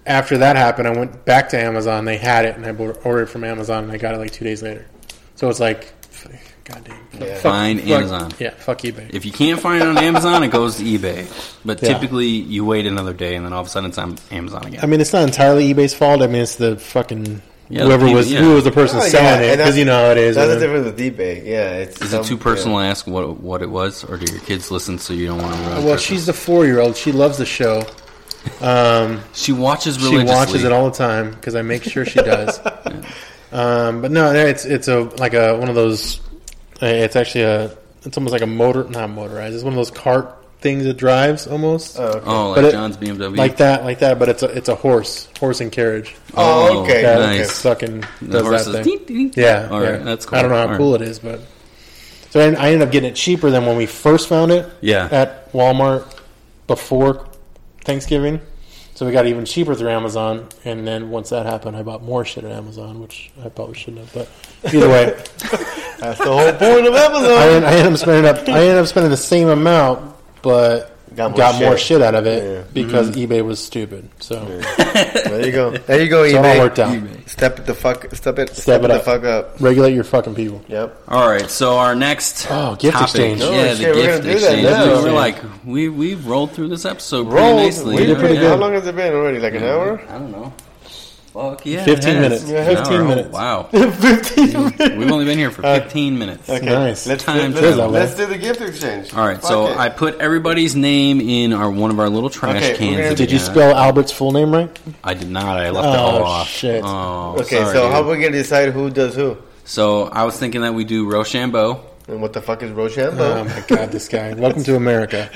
Speaker 3: after that happened, I went back to Amazon. They had it, and I bought- ordered it from Amazon, and I got it like two days later. So it's like, f- goddamn,
Speaker 2: Yeah.
Speaker 1: Find
Speaker 3: fuck,
Speaker 1: Amazon.
Speaker 3: Yeah, fuck eBay.
Speaker 1: If you can't find it on Amazon, it goes to eBay. But
Speaker 3: Yeah.
Speaker 1: typically, you wait another day, and then all of a sudden, it's on Amazon again.
Speaker 3: I mean, it's not entirely eBay's fault. I mean, it's the fucking
Speaker 1: Yeah,
Speaker 3: whoever
Speaker 1: the
Speaker 3: was
Speaker 1: people-
Speaker 3: who
Speaker 1: yeah.
Speaker 3: was the person
Speaker 2: Oh, yeah,
Speaker 3: selling it
Speaker 2: and
Speaker 3: because
Speaker 2: that's-
Speaker 3: you know how it is.
Speaker 2: That's the
Speaker 3: and then-
Speaker 2: difference with D-Bag. Yeah, it's
Speaker 1: Is
Speaker 2: some-
Speaker 1: it too personal to ask what what it was, or do your kids listen so you don't want to ruin?
Speaker 3: well,
Speaker 1: Christmas?
Speaker 3: she's the four-year-old. She loves the show. Um,
Speaker 1: she watches
Speaker 3: she
Speaker 1: religiously.
Speaker 3: watches it all the time because I make sure she does. um, but no, it's it's a like a one of those. uh, It's actually a. It's almost like a motor, not motorized. It's one of those cart things that drives almost.
Speaker 2: Oh, okay.
Speaker 1: Oh,
Speaker 3: But
Speaker 1: like
Speaker 3: it-
Speaker 1: John's BMW.
Speaker 3: Like that, like that, but it's a it's a horse, horse and carriage.
Speaker 2: Oh, okay.
Speaker 3: That
Speaker 1: nice.
Speaker 3: fucking
Speaker 1: The
Speaker 3: does
Speaker 1: horse
Speaker 3: that
Speaker 1: is
Speaker 3: thing.
Speaker 1: ding, ding.
Speaker 3: Yeah.
Speaker 1: all
Speaker 3: yeah.
Speaker 1: right, that's cool.
Speaker 3: I don't know how
Speaker 1: All
Speaker 3: cool
Speaker 1: right.
Speaker 3: it is, but so I, I ended up getting it cheaper than when we first found it.
Speaker 1: Yeah.
Speaker 3: At Walmart before Thanksgiving, so we got it even cheaper through Amazon. And then once that happened, I bought more shit at Amazon, which I probably shouldn't have. But either way,
Speaker 2: That's the whole point of
Speaker 3: I,
Speaker 2: Amazon.
Speaker 3: end, I ended up spending up. I ended up spending the same amount, but
Speaker 2: Got more
Speaker 3: got more
Speaker 2: shit.
Speaker 3: shit out of it
Speaker 2: Yeah.
Speaker 3: because
Speaker 1: Mm-hmm.
Speaker 3: eBay was stupid. So
Speaker 2: There you go. There you go,
Speaker 3: It's all
Speaker 2: eBay.
Speaker 3: worked out.
Speaker 1: eBay.
Speaker 2: Step it the fuck. Step it. Step,
Speaker 3: it
Speaker 2: it the
Speaker 3: up.
Speaker 2: fuck up.
Speaker 3: regulate your fucking people.
Speaker 2: Yep.
Speaker 1: All right, so our next
Speaker 3: Oh, gift
Speaker 1: topic-
Speaker 3: exchange.
Speaker 1: yeah,
Speaker 2: Oh,
Speaker 1: the
Speaker 2: shit, we're
Speaker 1: gift
Speaker 2: gonna do that
Speaker 1: exchange.
Speaker 2: now.
Speaker 1: We were like, we we rolled through this episode
Speaker 2: Roll.
Speaker 1: pretty nicely.
Speaker 2: We
Speaker 1: you
Speaker 2: did
Speaker 1: know?
Speaker 2: pretty good.
Speaker 1: Yeah.
Speaker 2: How long has it been already? Like an hour.
Speaker 1: I don't know. Fuck yeah, it
Speaker 3: 15
Speaker 1: has.
Speaker 3: minutes.
Speaker 1: An
Speaker 3: Yeah, 15
Speaker 1: hour. Oh,
Speaker 3: minutes.
Speaker 1: wow,
Speaker 3: Fifteen.
Speaker 1: we've only been here for 15 minutes.
Speaker 2: Okay.
Speaker 3: Nice.
Speaker 2: Let's,
Speaker 1: Time
Speaker 2: do, let's,
Speaker 1: travel.
Speaker 2: let's do the gift exchange.
Speaker 1: All right,
Speaker 2: Fuck
Speaker 1: so
Speaker 2: it.
Speaker 1: I put everybody's name in our one of our little trash
Speaker 2: Okay, we're
Speaker 1: cans.
Speaker 2: gonna-
Speaker 1: that
Speaker 3: Did
Speaker 1: we
Speaker 3: you
Speaker 1: got.
Speaker 3: spell Albert's full name right?
Speaker 1: I did not. I left it
Speaker 3: Oh,
Speaker 1: all off.
Speaker 3: shit.
Speaker 1: Oh,
Speaker 2: Okay.
Speaker 1: sorry,
Speaker 2: so
Speaker 1: dude.
Speaker 2: how are we gonna decide who does who?
Speaker 1: So I was thinking that we do Rochambeau.
Speaker 2: And what the fuck is Rochambeau?
Speaker 3: Oh my god, this guy! Welcome to America.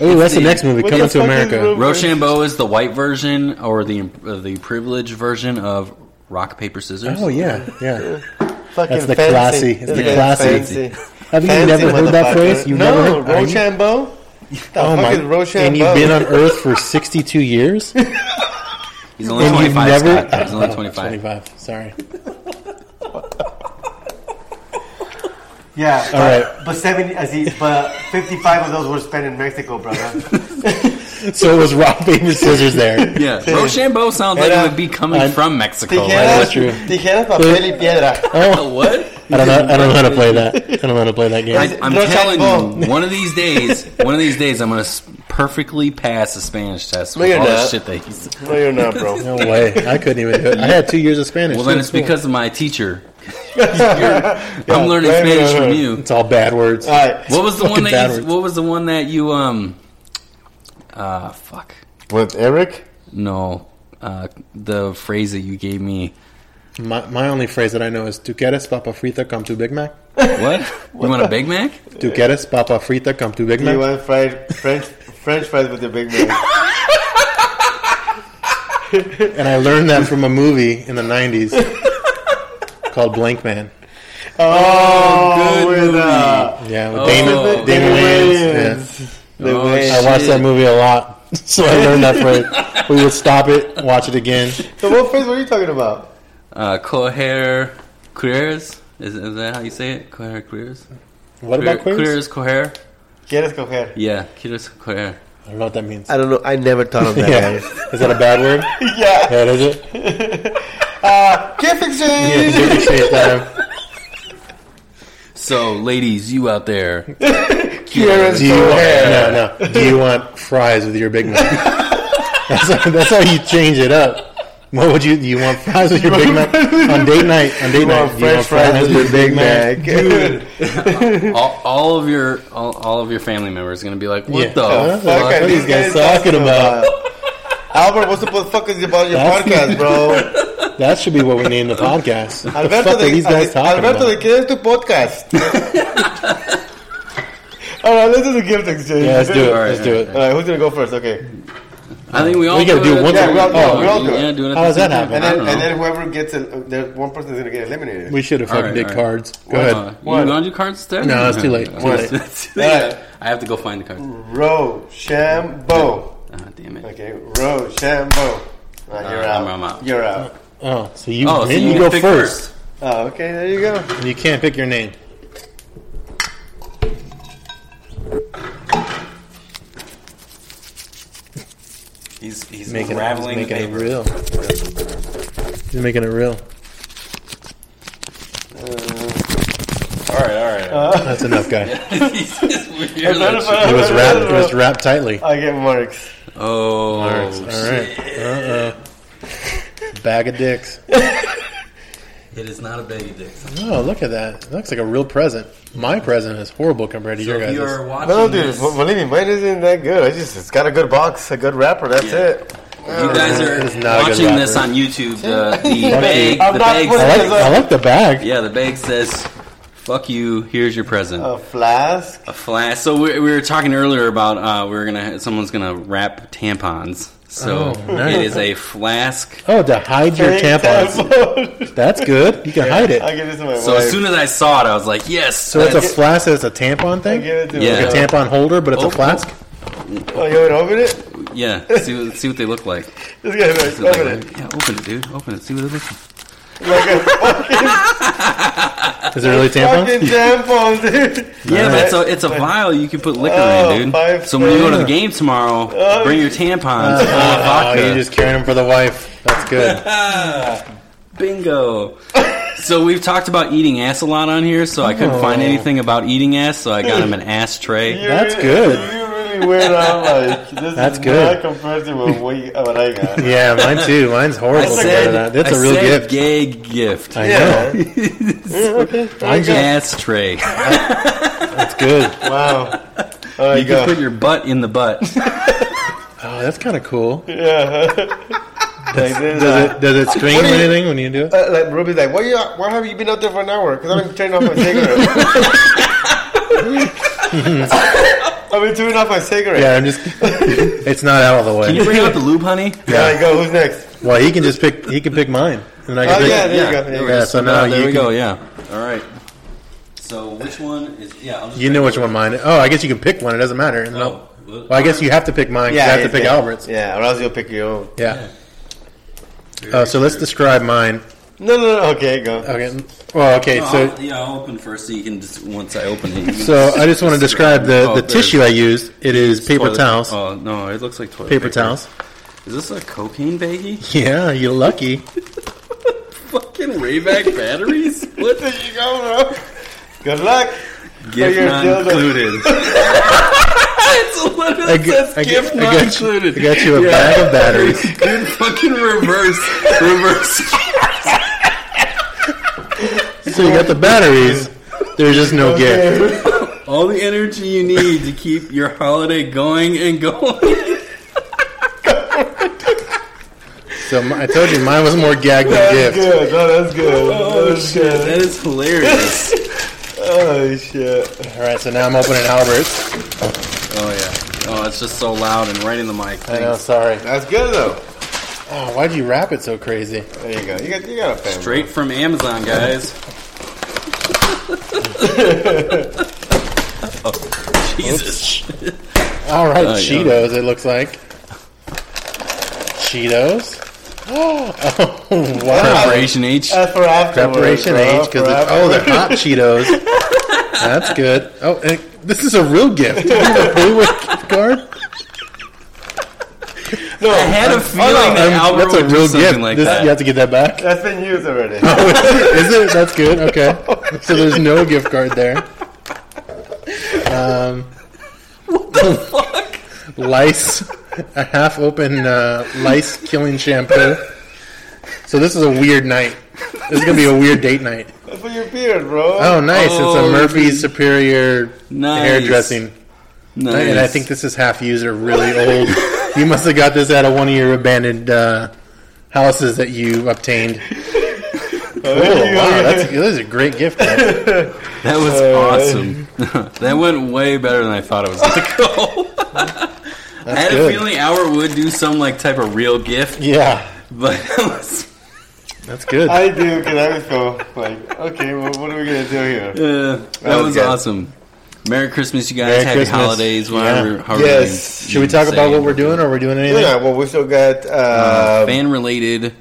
Speaker 3: Oh, that's the next movie,
Speaker 2: What
Speaker 3: Coming
Speaker 2: the
Speaker 3: to
Speaker 2: fuck is
Speaker 3: America.
Speaker 2: Ro-
Speaker 1: Rochambeau is the white version or the uh, the privileged version of rock paper scissors.
Speaker 3: Oh yeah, yeah.
Speaker 2: Fucking
Speaker 3: That's the
Speaker 2: fancy.
Speaker 3: classy. It's the
Speaker 2: Yeah,
Speaker 3: classy.
Speaker 2: Fancy.
Speaker 3: Haven't you
Speaker 2: Fancy
Speaker 3: never heard that
Speaker 2: motherfucker.
Speaker 3: phrase? You've never
Speaker 2: no,
Speaker 3: heard- are you-
Speaker 2: Rochambeau. The
Speaker 3: Oh
Speaker 2: fuck
Speaker 3: my!
Speaker 2: is Rochambeau?
Speaker 3: And you've been on Earth for sixty-two years.
Speaker 1: He's only
Speaker 3: And
Speaker 1: twenty
Speaker 3: you've
Speaker 1: five.
Speaker 3: never-
Speaker 1: Scott. He's only
Speaker 3: Oh,
Speaker 1: twenty five.
Speaker 3: Twenty-five. Sorry.
Speaker 2: Yeah.
Speaker 3: All right.
Speaker 2: But seventy, I see, but fifty-five of those were spent in Mexico, brother.
Speaker 3: Oh, So it was rock paper scissors there.
Speaker 1: Yeah, Rochambeau sounds like
Speaker 2: Yeah.
Speaker 3: uh,
Speaker 1: it would be coming
Speaker 3: I'm-
Speaker 1: from Mexico.
Speaker 3: That's
Speaker 2: Tijeras,
Speaker 3: true.
Speaker 2: tijeras, papel y piedra.
Speaker 3: Oh,
Speaker 1: What?
Speaker 3: I don't know. I don't know how to play that. I don't know how to play that game.
Speaker 1: I, I'm
Speaker 2: Rochambeau.
Speaker 1: telling you, one of these days, one of these days, I'm gonna s- perfectly pass the Spanish test with
Speaker 2: you're
Speaker 1: all the
Speaker 2: not.
Speaker 1: shit that he's.
Speaker 2: No, you're not, bro.
Speaker 3: no way. I couldn't even do it. I had two years of Spanish.
Speaker 1: Well,
Speaker 3: too
Speaker 1: then
Speaker 3: in
Speaker 1: it's
Speaker 3: school.
Speaker 1: because of my teacher. You're- I'm learning
Speaker 2: right,
Speaker 1: Spanish
Speaker 2: right,
Speaker 1: from
Speaker 2: right.
Speaker 1: you.
Speaker 3: it's all bad words.
Speaker 2: All right.
Speaker 1: What was the
Speaker 3: Fucking
Speaker 1: one that? You,
Speaker 3: backwards.
Speaker 1: what was the one that you um? Uh, fuck.
Speaker 2: With Eric?
Speaker 1: No, uh, the phrase that you gave me.
Speaker 3: My, my only phrase that I know is "Tu quieres papa frita come to Big Mac."
Speaker 1: What? you want a Big Mac?
Speaker 3: Tu quieres papa frita come to Big
Speaker 2: You
Speaker 3: Mac.
Speaker 2: want fried French French fries with the big man? Oh,
Speaker 3: And I learned that from a movie in the '90s called Blank Man.
Speaker 2: Oh,
Speaker 1: good
Speaker 2: with,
Speaker 1: movie.
Speaker 2: uh,
Speaker 3: Yeah, with
Speaker 1: Oh.
Speaker 3: Damon. Damon Wayans. Yeah.
Speaker 2: The
Speaker 1: Oh,
Speaker 2: Wayans.
Speaker 3: I watched that movie a lot, so I learned that phrase. We would stop it, watch it again.
Speaker 2: So what phrase were you talking about?
Speaker 1: Uh, cohere careers. Is, is that how you say it? Cohere careers.
Speaker 3: What about queers?
Speaker 1: Careers cohere.
Speaker 2: Quieres coger?
Speaker 1: Yeah, careers cohere.
Speaker 3: I don't know what that means.
Speaker 2: I don't know. I never thought of
Speaker 3: Yeah, is that a bad word?
Speaker 2: yeah.
Speaker 3: Yeah, it is it?
Speaker 2: Uh, gift exchange.
Speaker 3: Big exchange time.
Speaker 1: So, ladies, you out there,
Speaker 2: Quieres
Speaker 3: Do you want,
Speaker 2: coger?
Speaker 3: no, no. Do you want fries with your Big Mac? That's how, that's how you change it up. What would you? Do you want fries with your Big Mac on date night? On date
Speaker 2: You
Speaker 3: night,
Speaker 2: want
Speaker 3: do
Speaker 2: French fries with your Big Mac? Dude.
Speaker 1: all, all of your all, all of your family members are gonna be like, "What
Speaker 3: Yeah.
Speaker 1: the
Speaker 2: Uh-huh.
Speaker 3: Huh?
Speaker 1: fuck?"
Speaker 3: What are these guys talking
Speaker 2: Albert, what's the fuck is about your
Speaker 3: That's-
Speaker 2: podcast, bro?
Speaker 3: That should be what we name the podcast. What the fuck
Speaker 2: Alberto,
Speaker 3: are
Speaker 2: de,
Speaker 3: these guys talking
Speaker 2: Alberto, de
Speaker 3: about?
Speaker 2: qué es tu podcast? All right, let's do the gift exchange.
Speaker 3: Yeah, let's do it.
Speaker 1: All right,
Speaker 3: Let's do
Speaker 2: All
Speaker 3: it.
Speaker 2: right, who's gonna go first? Okay,
Speaker 1: I think we all
Speaker 3: We gotta do
Speaker 1: it.
Speaker 3: one- Oh,
Speaker 2: Yeah, we all- yeah, we all do it.
Speaker 1: yeah, do it. at
Speaker 3: How
Speaker 1: the
Speaker 3: does that
Speaker 1: same time.
Speaker 3: happen?
Speaker 2: and
Speaker 1: I
Speaker 2: then
Speaker 1: don't know.
Speaker 2: and then whoever gets a, there, one person is gonna get eliminated.
Speaker 3: We should have
Speaker 1: All
Speaker 3: fucking
Speaker 1: right,
Speaker 3: did
Speaker 1: all right.
Speaker 3: cards. Go
Speaker 1: Uh,
Speaker 3: ahead.
Speaker 1: you want to do cards instead?
Speaker 3: No, it's too late. Too
Speaker 1: Okay.
Speaker 2: late.
Speaker 1: I have to go find the cards.
Speaker 2: Rochambeau.
Speaker 1: Ah, damn it.
Speaker 2: Okay, Rochambeau. All right, you're
Speaker 1: Uh,
Speaker 2: out.
Speaker 1: I'm- I'm out.
Speaker 2: You're out.
Speaker 3: Oh, so you
Speaker 1: Oh, so
Speaker 3: then
Speaker 1: you
Speaker 3: you,
Speaker 1: can
Speaker 3: go
Speaker 1: pick
Speaker 3: first.
Speaker 1: first.
Speaker 2: Oh, okay, there you go.
Speaker 3: And you can't pick your name.
Speaker 1: He's he's
Speaker 3: Making it, he's
Speaker 1: unraveling the
Speaker 3: making it
Speaker 1: paper.
Speaker 3: real. He's making it real.
Speaker 1: All right, all right. All
Speaker 3: That's enough, guy.
Speaker 1: right. He's just weird.
Speaker 3: It was wrapped. It was wrapped tightly.
Speaker 2: I get marks.
Speaker 1: Oh,
Speaker 3: All right. Uh oh. Bag of dicks.
Speaker 1: it is not a baby dicks.
Speaker 3: Oh, look at that. It looks like a real present. My present is horrible compared to your
Speaker 1: If
Speaker 3: guys'.
Speaker 1: you are watching
Speaker 2: No, dude,
Speaker 1: this,
Speaker 2: believe me, mine isn't that good. I just it's got a good box, a good wrapper. That's
Speaker 1: Yeah.
Speaker 2: it.
Speaker 1: you guys are
Speaker 3: It is not a good
Speaker 1: watching this
Speaker 3: wrapper.
Speaker 1: on YouTube. uh, The, the
Speaker 3: I'm
Speaker 1: bag,
Speaker 2: not
Speaker 1: the bag,
Speaker 2: putting-
Speaker 3: I
Speaker 1: says-
Speaker 3: like, I like the bag.
Speaker 1: yeah, the bag says, "Fuck you." Here's your present.
Speaker 2: A flask.
Speaker 1: A flash. So we, we were talking earlier about uh, we are gonna someone's gonna wrap tampons. So
Speaker 3: Oh, nice.
Speaker 1: it is a flask.
Speaker 3: Oh, to hide your tampons. That's good. You can hide it.
Speaker 2: I give this to my
Speaker 1: So
Speaker 2: wife.
Speaker 1: as soon as I saw it, I was like, "Yes!"
Speaker 3: So it's a
Speaker 1: that's-
Speaker 3: flask that's a tampon
Speaker 2: I
Speaker 3: thing?
Speaker 2: give it to
Speaker 1: Yeah.
Speaker 2: my
Speaker 3: Like a
Speaker 2: wife.
Speaker 3: tampon holder, but it's
Speaker 1: Oh,
Speaker 3: a flask?
Speaker 2: Oh, you want to open it?
Speaker 1: yeah. See, what- see what they look like.
Speaker 2: This guy,
Speaker 1: Like,
Speaker 2: open it.
Speaker 1: Yeah, open it, dude. Open it. See what it looks like.
Speaker 2: like a fucking,
Speaker 3: Is it really
Speaker 2: fucking
Speaker 3: Tampa?
Speaker 2: tampon, dude.
Speaker 1: Yeah, but it's a, it's a vial you can put liquor
Speaker 2: Oh,
Speaker 1: in, dude.
Speaker 2: five
Speaker 1: So when you go to the
Speaker 3: cents.
Speaker 1: game tomorrow,
Speaker 2: Oh,
Speaker 1: bring
Speaker 2: yeah.
Speaker 1: your tampons full of
Speaker 3: Oh,
Speaker 1: Uh, vodka.
Speaker 3: you're just carrying them for the wife. That's good.
Speaker 1: Bingo. so we've talked about eating ass a lot on here, so I couldn't find
Speaker 3: Oh.
Speaker 1: anything about eating ass, so I got him an ass tray.
Speaker 2: You
Speaker 3: That's
Speaker 2: really-
Speaker 3: good.
Speaker 2: You really went out like this
Speaker 3: That's
Speaker 2: is
Speaker 3: good.
Speaker 2: not compared to what, we, what I got.
Speaker 3: Yeah, mine too. Mine's
Speaker 1: I
Speaker 3: horrible. compared to that.
Speaker 1: said,
Speaker 3: That's
Speaker 1: I
Speaker 3: a real
Speaker 1: said
Speaker 3: gift.
Speaker 1: gay gift.
Speaker 3: I
Speaker 2: Yeah.
Speaker 3: know.
Speaker 2: Yeah, okay.
Speaker 3: I just-
Speaker 1: ass tray.
Speaker 3: That's good.
Speaker 2: Wow. Oh,
Speaker 1: You can put your butt in the butt.
Speaker 3: Oh, that's kind of cool.
Speaker 2: yeah. like this,
Speaker 3: Does
Speaker 2: uh,
Speaker 3: it does it scream
Speaker 2: What do you-
Speaker 3: anything when you do it?
Speaker 2: uh, like Ruby's like, why you why have you been out there for an hour? Because I'm turning off my cigarette. I've been turning off my cigarette.
Speaker 3: Yeah, I'm just. It's not out of the
Speaker 1: Can you
Speaker 3: way.
Speaker 1: bring out the lube, honey?
Speaker 2: Yeah, I go. Who's next?
Speaker 3: Well, he can just pick. He can pick mine, and I can
Speaker 2: Oh,
Speaker 3: pick.
Speaker 2: yeah, there you go.
Speaker 1: there
Speaker 2: Yeah,
Speaker 1: we go.
Speaker 3: so now
Speaker 1: there
Speaker 3: you
Speaker 1: we
Speaker 3: can-
Speaker 1: go. Yeah. All right. So which one is? Yeah. I'll just
Speaker 3: You know which one mine. Oh, I guess you can pick one. It doesn't matter. And
Speaker 1: Oh.
Speaker 3: I'll- Well, I guess you have to pick mine. 'cause I have to pick Albert's. Yeah.
Speaker 2: Yeah, or else you'll pick your own.
Speaker 3: Uh, so let's describe mine.
Speaker 2: No, no, no. Okay, go.
Speaker 3: Okay. Well, okay.
Speaker 1: No,
Speaker 3: So
Speaker 1: I'll, yeah, I'll open first, so you can just once I open it. you can
Speaker 3: so I just want to describe the
Speaker 1: Oh,
Speaker 3: the
Speaker 1: there's
Speaker 3: tissue I used. It is paper
Speaker 1: toilet-
Speaker 3: towels.
Speaker 1: Oh no, it looks like toilet
Speaker 3: Paper
Speaker 1: paper.
Speaker 3: towels.
Speaker 1: Is this a cocaine baggie?
Speaker 3: Yeah, you're lucky.
Speaker 1: Fucking Rayback batteries? What the
Speaker 2: There you go, bro. Good luck.
Speaker 1: gift
Speaker 2: your
Speaker 1: not
Speaker 2: dildo.
Speaker 1: included? it's literally
Speaker 3: I g-
Speaker 1: says
Speaker 3: I g-
Speaker 1: gift
Speaker 3: I
Speaker 1: not
Speaker 3: got you-
Speaker 1: included.
Speaker 3: I got you a bag of batteries.
Speaker 1: Good fucking reverse, reverse.
Speaker 3: So you got the batteries. There's just no gift.
Speaker 1: All the energy you need to keep your holiday going and going.
Speaker 3: So my, I told you mine was more gag than
Speaker 2: That's
Speaker 3: gift.
Speaker 2: good. No, that's good. Oh,
Speaker 1: That
Speaker 2: shit.
Speaker 1: is hilarious.
Speaker 2: Oh, shit.
Speaker 3: All right, so now I'm opening Albert's.
Speaker 1: Oh yeah. Oh, it's just so loud and right in the mic.
Speaker 3: I know, sorry.
Speaker 2: That's good, though.
Speaker 3: Oh, why'd you wrap it so crazy?
Speaker 2: There you go. You got, you got a fan.
Speaker 1: Straight from Amazon, guys. oh, Jesus.
Speaker 3: All right,
Speaker 1: Oh, yeah.
Speaker 3: Cheetos. It looks like Cheetos. Oh, wow!
Speaker 1: Preparation H.
Speaker 2: That's for afterwards,
Speaker 3: Preparation
Speaker 2: bro,
Speaker 3: H because
Speaker 2: for
Speaker 3: it's oh, they're hot Cheetos. That's good. Oh, and this is a real gift. This is a Paywick gift card.
Speaker 2: No,
Speaker 1: I had a feeling
Speaker 3: Um,
Speaker 1: that Albert
Speaker 3: that's a
Speaker 1: would do
Speaker 3: real
Speaker 1: something
Speaker 3: gift.
Speaker 1: like
Speaker 3: This-
Speaker 1: that.
Speaker 3: You have to get that back.
Speaker 2: that's been used already.
Speaker 3: is it? That's good. Okay. So there's no gift card there. Um, what the fuck? Lice, a half open uh, lice killing shampoo. So this is a weird night. This is gonna be a weird date night.
Speaker 2: that's for your beard, bro.
Speaker 3: Oh, nice! it's
Speaker 1: Oh,
Speaker 3: a Murphy's Superior
Speaker 1: Nice.
Speaker 3: hairdressing,
Speaker 1: Nice.
Speaker 3: and I think this is half used or really old. you must have got this out of one of your abandoned uh, houses that you obtained.
Speaker 2: Oh,
Speaker 3: Oh,
Speaker 2: there you
Speaker 3: wow,
Speaker 2: go.
Speaker 3: that's, that is a great gift. Card.
Speaker 1: that was awesome. that went way better than I thought it was going to go. I had
Speaker 3: good.
Speaker 1: a feeling Albert would do some like type of real gift,
Speaker 3: Yeah,
Speaker 1: but it was,
Speaker 3: that's good.
Speaker 2: I do because I was so like, okay, well, what are we gonna do here?
Speaker 1: uh, that,
Speaker 2: That was
Speaker 1: was
Speaker 2: good.
Speaker 1: awesome. Merry Christmas, you guys.
Speaker 3: Merry
Speaker 1: Happy
Speaker 3: Christmas.
Speaker 1: holidays. Whatever.
Speaker 3: Yeah.
Speaker 1: however
Speaker 2: Yes.
Speaker 1: you-
Speaker 3: Should we
Speaker 1: you
Speaker 3: talk
Speaker 1: say
Speaker 3: about
Speaker 1: it.
Speaker 3: what we're doing, or we're doing anything?
Speaker 2: Yeah, well, we still got uh,
Speaker 1: fan related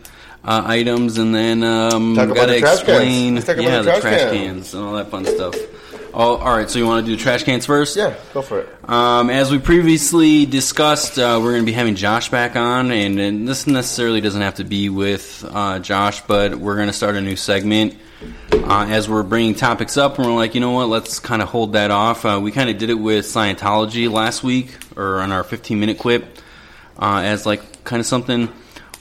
Speaker 1: uh, items, and then um,
Speaker 2: Talk about
Speaker 1: gotta
Speaker 2: the trash cans.
Speaker 1: explain,
Speaker 2: Let's talk about
Speaker 1: yeah,
Speaker 2: the trash cans.
Speaker 1: cans and all that fun stuff. Oh, all right, so you want to do trash cans first?
Speaker 2: yeah, go for it.
Speaker 1: Um, as we previously discussed, uh, we're going to be having Josh back on, and, and this necessarily doesn't have to be with uh, Josh, but we're going to start a new segment. Uh, as we're bringing topics up, and we're like, you know what, let's kind of hold that off. Uh, we kind of did it with Scientology last week, or on our 15 minute clip, uh, as like kind of something.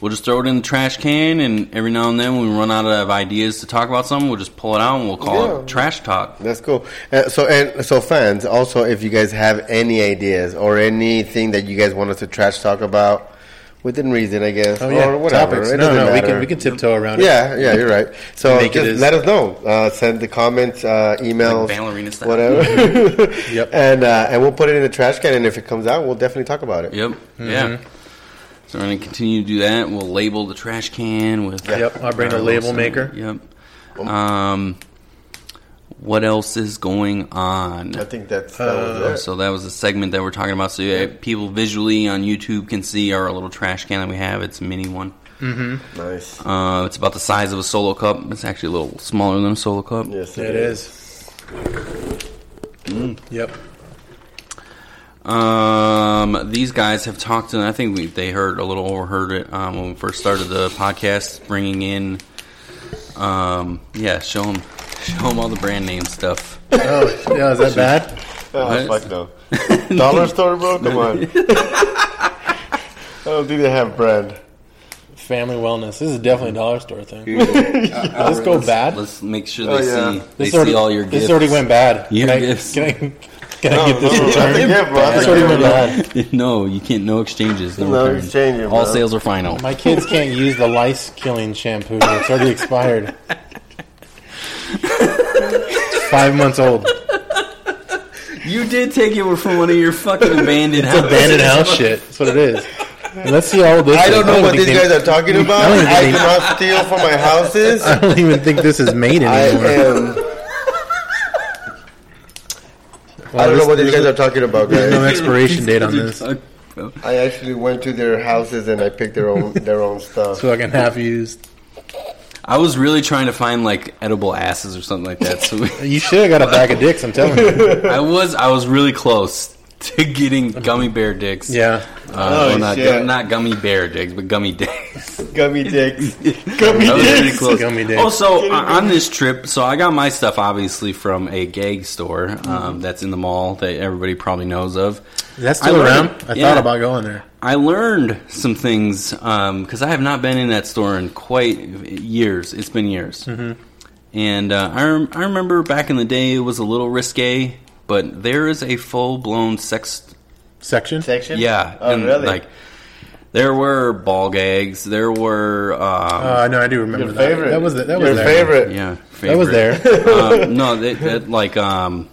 Speaker 1: We'll just throw it in the trash can, and every now and then when we run out of ideas to talk about something, we'll just pull it out and we'll call
Speaker 2: Yeah.
Speaker 1: it trash talk.
Speaker 2: That's cool. Uh, so and so, fans. Also, if you guys have any ideas or anything that you guys want us to trash talk about, within reason, I guess,
Speaker 3: Oh yeah,
Speaker 2: or whatever.
Speaker 3: topics.
Speaker 2: It
Speaker 3: No,
Speaker 2: doesn't
Speaker 3: no, we
Speaker 2: matter.
Speaker 3: can we can tiptoe around it.
Speaker 2: Yeah, yeah, you're right. So
Speaker 3: Make it
Speaker 2: just
Speaker 3: as-
Speaker 2: let us know. Uh, send the comments, uh, emails,
Speaker 1: Like ballerina style.
Speaker 2: whatever.
Speaker 3: Yep.
Speaker 2: And uh, and we'll put it in the trash can, and if it comes out, we'll definitely talk about it.
Speaker 1: Yep. Yeah.
Speaker 3: Mm-hmm.
Speaker 1: So we're gonna continue to do that. We'll label the trash can with.
Speaker 3: Yep, I'll bring the label maker.
Speaker 1: Yep. Um, what else is going on? Uh,
Speaker 2: I think that's that was it.
Speaker 1: So that was the segment that we're talking about. So yeah, people visually on YouTube can see our little trash can that we have. It's a mini one.
Speaker 2: Nice.
Speaker 1: Uh, it's about the size of a solo cup. It's actually a little smaller than a solo cup.
Speaker 2: Yes,
Speaker 3: It is.
Speaker 2: Mm.
Speaker 3: Yep.
Speaker 1: Um, these guys have talked, and I think we, they heard a little overheard it um, when we first started the podcast, bringing in. Um, yeah, show them, show them all the brand name stuff.
Speaker 3: Oh, yeah, is that bad?
Speaker 2: Oh,
Speaker 1: What?
Speaker 2: fuck no. Dollar store, bro? Come on. I don't think they have brand.
Speaker 3: Family wellness. This is definitely a dollar store thing. Does this go
Speaker 1: Let's-
Speaker 3: bad?
Speaker 1: Let's make sure
Speaker 2: Oh,
Speaker 1: they
Speaker 2: yeah.
Speaker 1: see they
Speaker 3: this
Speaker 1: see
Speaker 3: already,
Speaker 1: all your gifts.
Speaker 3: This already went bad.
Speaker 1: Your
Speaker 3: can
Speaker 1: gifts.
Speaker 3: I, can I, can
Speaker 2: No,
Speaker 3: I get this
Speaker 2: no, no, that's a
Speaker 3: returned?
Speaker 2: gift, bro. That's
Speaker 3: This
Speaker 2: a
Speaker 3: already
Speaker 2: gift,
Speaker 3: went
Speaker 2: bro.
Speaker 3: bad.
Speaker 1: no, you can't. No exchanges. No,
Speaker 2: No
Speaker 1: returns.
Speaker 2: exchanges,
Speaker 1: All
Speaker 2: bro.
Speaker 1: sales are final.
Speaker 3: My kids can't use the lice killing shampoo. It's already expired. Five months old.
Speaker 1: You did take it from one of your fucking abandoned houses.
Speaker 3: Abandoned house shit. That's what it is. And let's see how old this
Speaker 2: I
Speaker 3: is.
Speaker 2: don't know what
Speaker 3: think
Speaker 2: these
Speaker 3: they-
Speaker 2: guys are talking
Speaker 3: I
Speaker 2: about.
Speaker 3: don't even
Speaker 2: I do
Speaker 3: think-
Speaker 2: not steal from my houses.
Speaker 3: I don't even think this is made
Speaker 2: I
Speaker 3: anymore.
Speaker 2: am. I don't know what these guys are talking about,
Speaker 3: no
Speaker 2: guys.
Speaker 3: expiration date on this. It's
Speaker 2: I actually went to their houses and I picked their own their own stuff.
Speaker 3: fucking half used.
Speaker 1: I was really trying to find like edible asses or something like that. So we-
Speaker 3: You should have got a bag of dicks. I'm telling you.
Speaker 1: I was I was really close to getting gummy bear dicks.
Speaker 3: Yeah.
Speaker 1: Uh, well, not,
Speaker 2: Oh, shit.
Speaker 1: gu- not gummy bear dicks, but gummy dicks.
Speaker 2: Gummy dicks.
Speaker 1: I
Speaker 2: Gummy
Speaker 1: was pretty
Speaker 2: dicks.
Speaker 1: close.
Speaker 3: Gummy dicks.
Speaker 1: Also, on on this trip, so I got my stuff obviously from a gag store
Speaker 2: Mm-hmm.
Speaker 1: um, that's in the mall that everybody probably knows of.
Speaker 3: Is that
Speaker 1: I
Speaker 3: still
Speaker 1: learned-
Speaker 3: around? I
Speaker 1: yeah.
Speaker 3: thought about going there.
Speaker 1: I learned some things because I have not been in that store in quite years. It's been years,
Speaker 3: Mm-hmm.
Speaker 1: and uh, I, rem- I remember back in the day it was a little risque, but there is a full blown sex.
Speaker 3: Section?
Speaker 2: Section?
Speaker 1: Yeah,
Speaker 2: Oh,
Speaker 1: and,
Speaker 2: really?
Speaker 1: Like there were ball gags. There were um,
Speaker 3: Uh, no, I do remember
Speaker 2: Your
Speaker 3: that.
Speaker 2: favorite.
Speaker 3: That was the, that was
Speaker 2: Your
Speaker 3: there.
Speaker 2: favorite.
Speaker 1: yeah,
Speaker 3: That was
Speaker 1: favorite.
Speaker 3: there.
Speaker 1: um, no, they, that, like um,